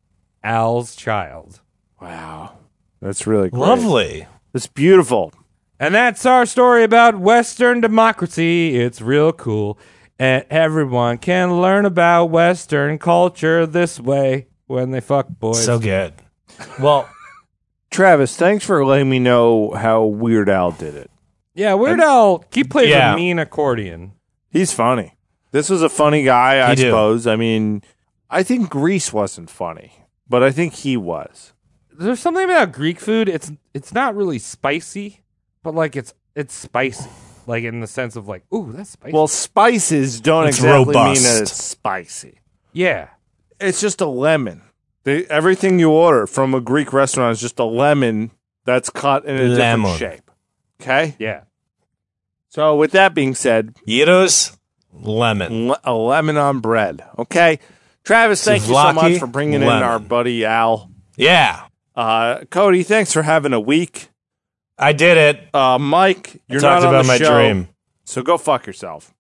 A: Al's child.
H: Wow, that's really great.
I: Lovely.
H: That's beautiful.
A: And that's our story about Western democracy. It's real cool. And everyone can learn about Western culture this way when they fuck boys.
I: So good. Well,
H: Travis, thanks for letting me know how Weird Al did it.
A: yeah, Weird Al, he plays
I: Yeah.
A: a mean accordion.
H: He's funny. This was a funny guy, I
I: He do.
H: suppose. I mean, I think Grease wasn't funny, but I think he was.
A: There's something about Greek food. It's it's not really spicy, but like it's it's spicy, like in the sense of like, ooh, that's spicy.
H: Well, spices don't
I: It's
H: exactly
I: robust.
H: mean that it's spicy.
A: yeah,
H: It's just a lemon. They, everything you order from a Greek restaurant is just a lemon that's cut in a
I: Lemon.
H: different shape. Okay?
A: yeah.
H: So, with that being said,
I: gyros, lemon.
H: le- a lemon on bread. Okay? Travis, thank you so
I: Souvlaki,
H: much for bringing in
I: lemon.
H: our buddy Al.
I: Yeah,
H: Uh, Cody, thanks for having a week.
I: I did it.
H: Uh, Mike,
I: You
H: you're not
I: talked
H: on
I: about
H: the
I: my
H: show,
I: dream.
H: So go fuck yourself.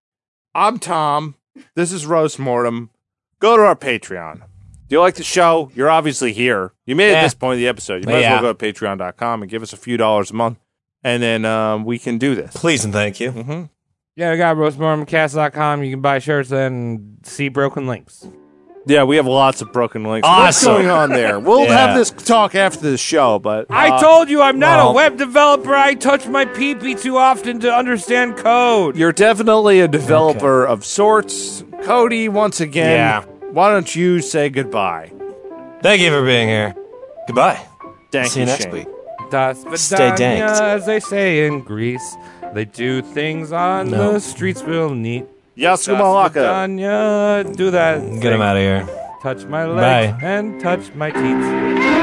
H: I'm Tom. This is Rose Mortem. Go to our Patreon. Do you like the show? You're obviously here. You made it
I: Yeah.
H: at this point of the episode. You might
I: Yeah.
H: as well go to patreon.com and give us a few dollars a month, and then um, we can do this.
I: Please and thank you.
H: Mm-hmm.
A: Yeah, I got roastmormcast.com. You can buy shirts and see broken
I: Uh,
A: links.
H: Yeah, we have lots of broken links. What's
I: Awesome.
H: going on there? We'll
I: Yeah.
H: have this talk after the show, but
A: I
H: uh,
A: told you I'm not
I: well-
A: a web developer. I touch my peepee too often to understand code.
H: you're definitely a developer of sorts. Cody, once again,
I: Yeah.
H: why don't you say goodbye?
I: Thank you for being here. Goodbye.
H: Thank
I: See you next
H: Shane.
I: week.
A: Das
I: Stay
A: Vidania,
I: danked.
A: as they say in Greece. They do things on
I: No.
A: the streets real neat. Das
H: Yasumalaka.
A: Vidania, do that.
I: Get him out of here.
A: Touch my legs
I: Bye.
A: and touch my teeth.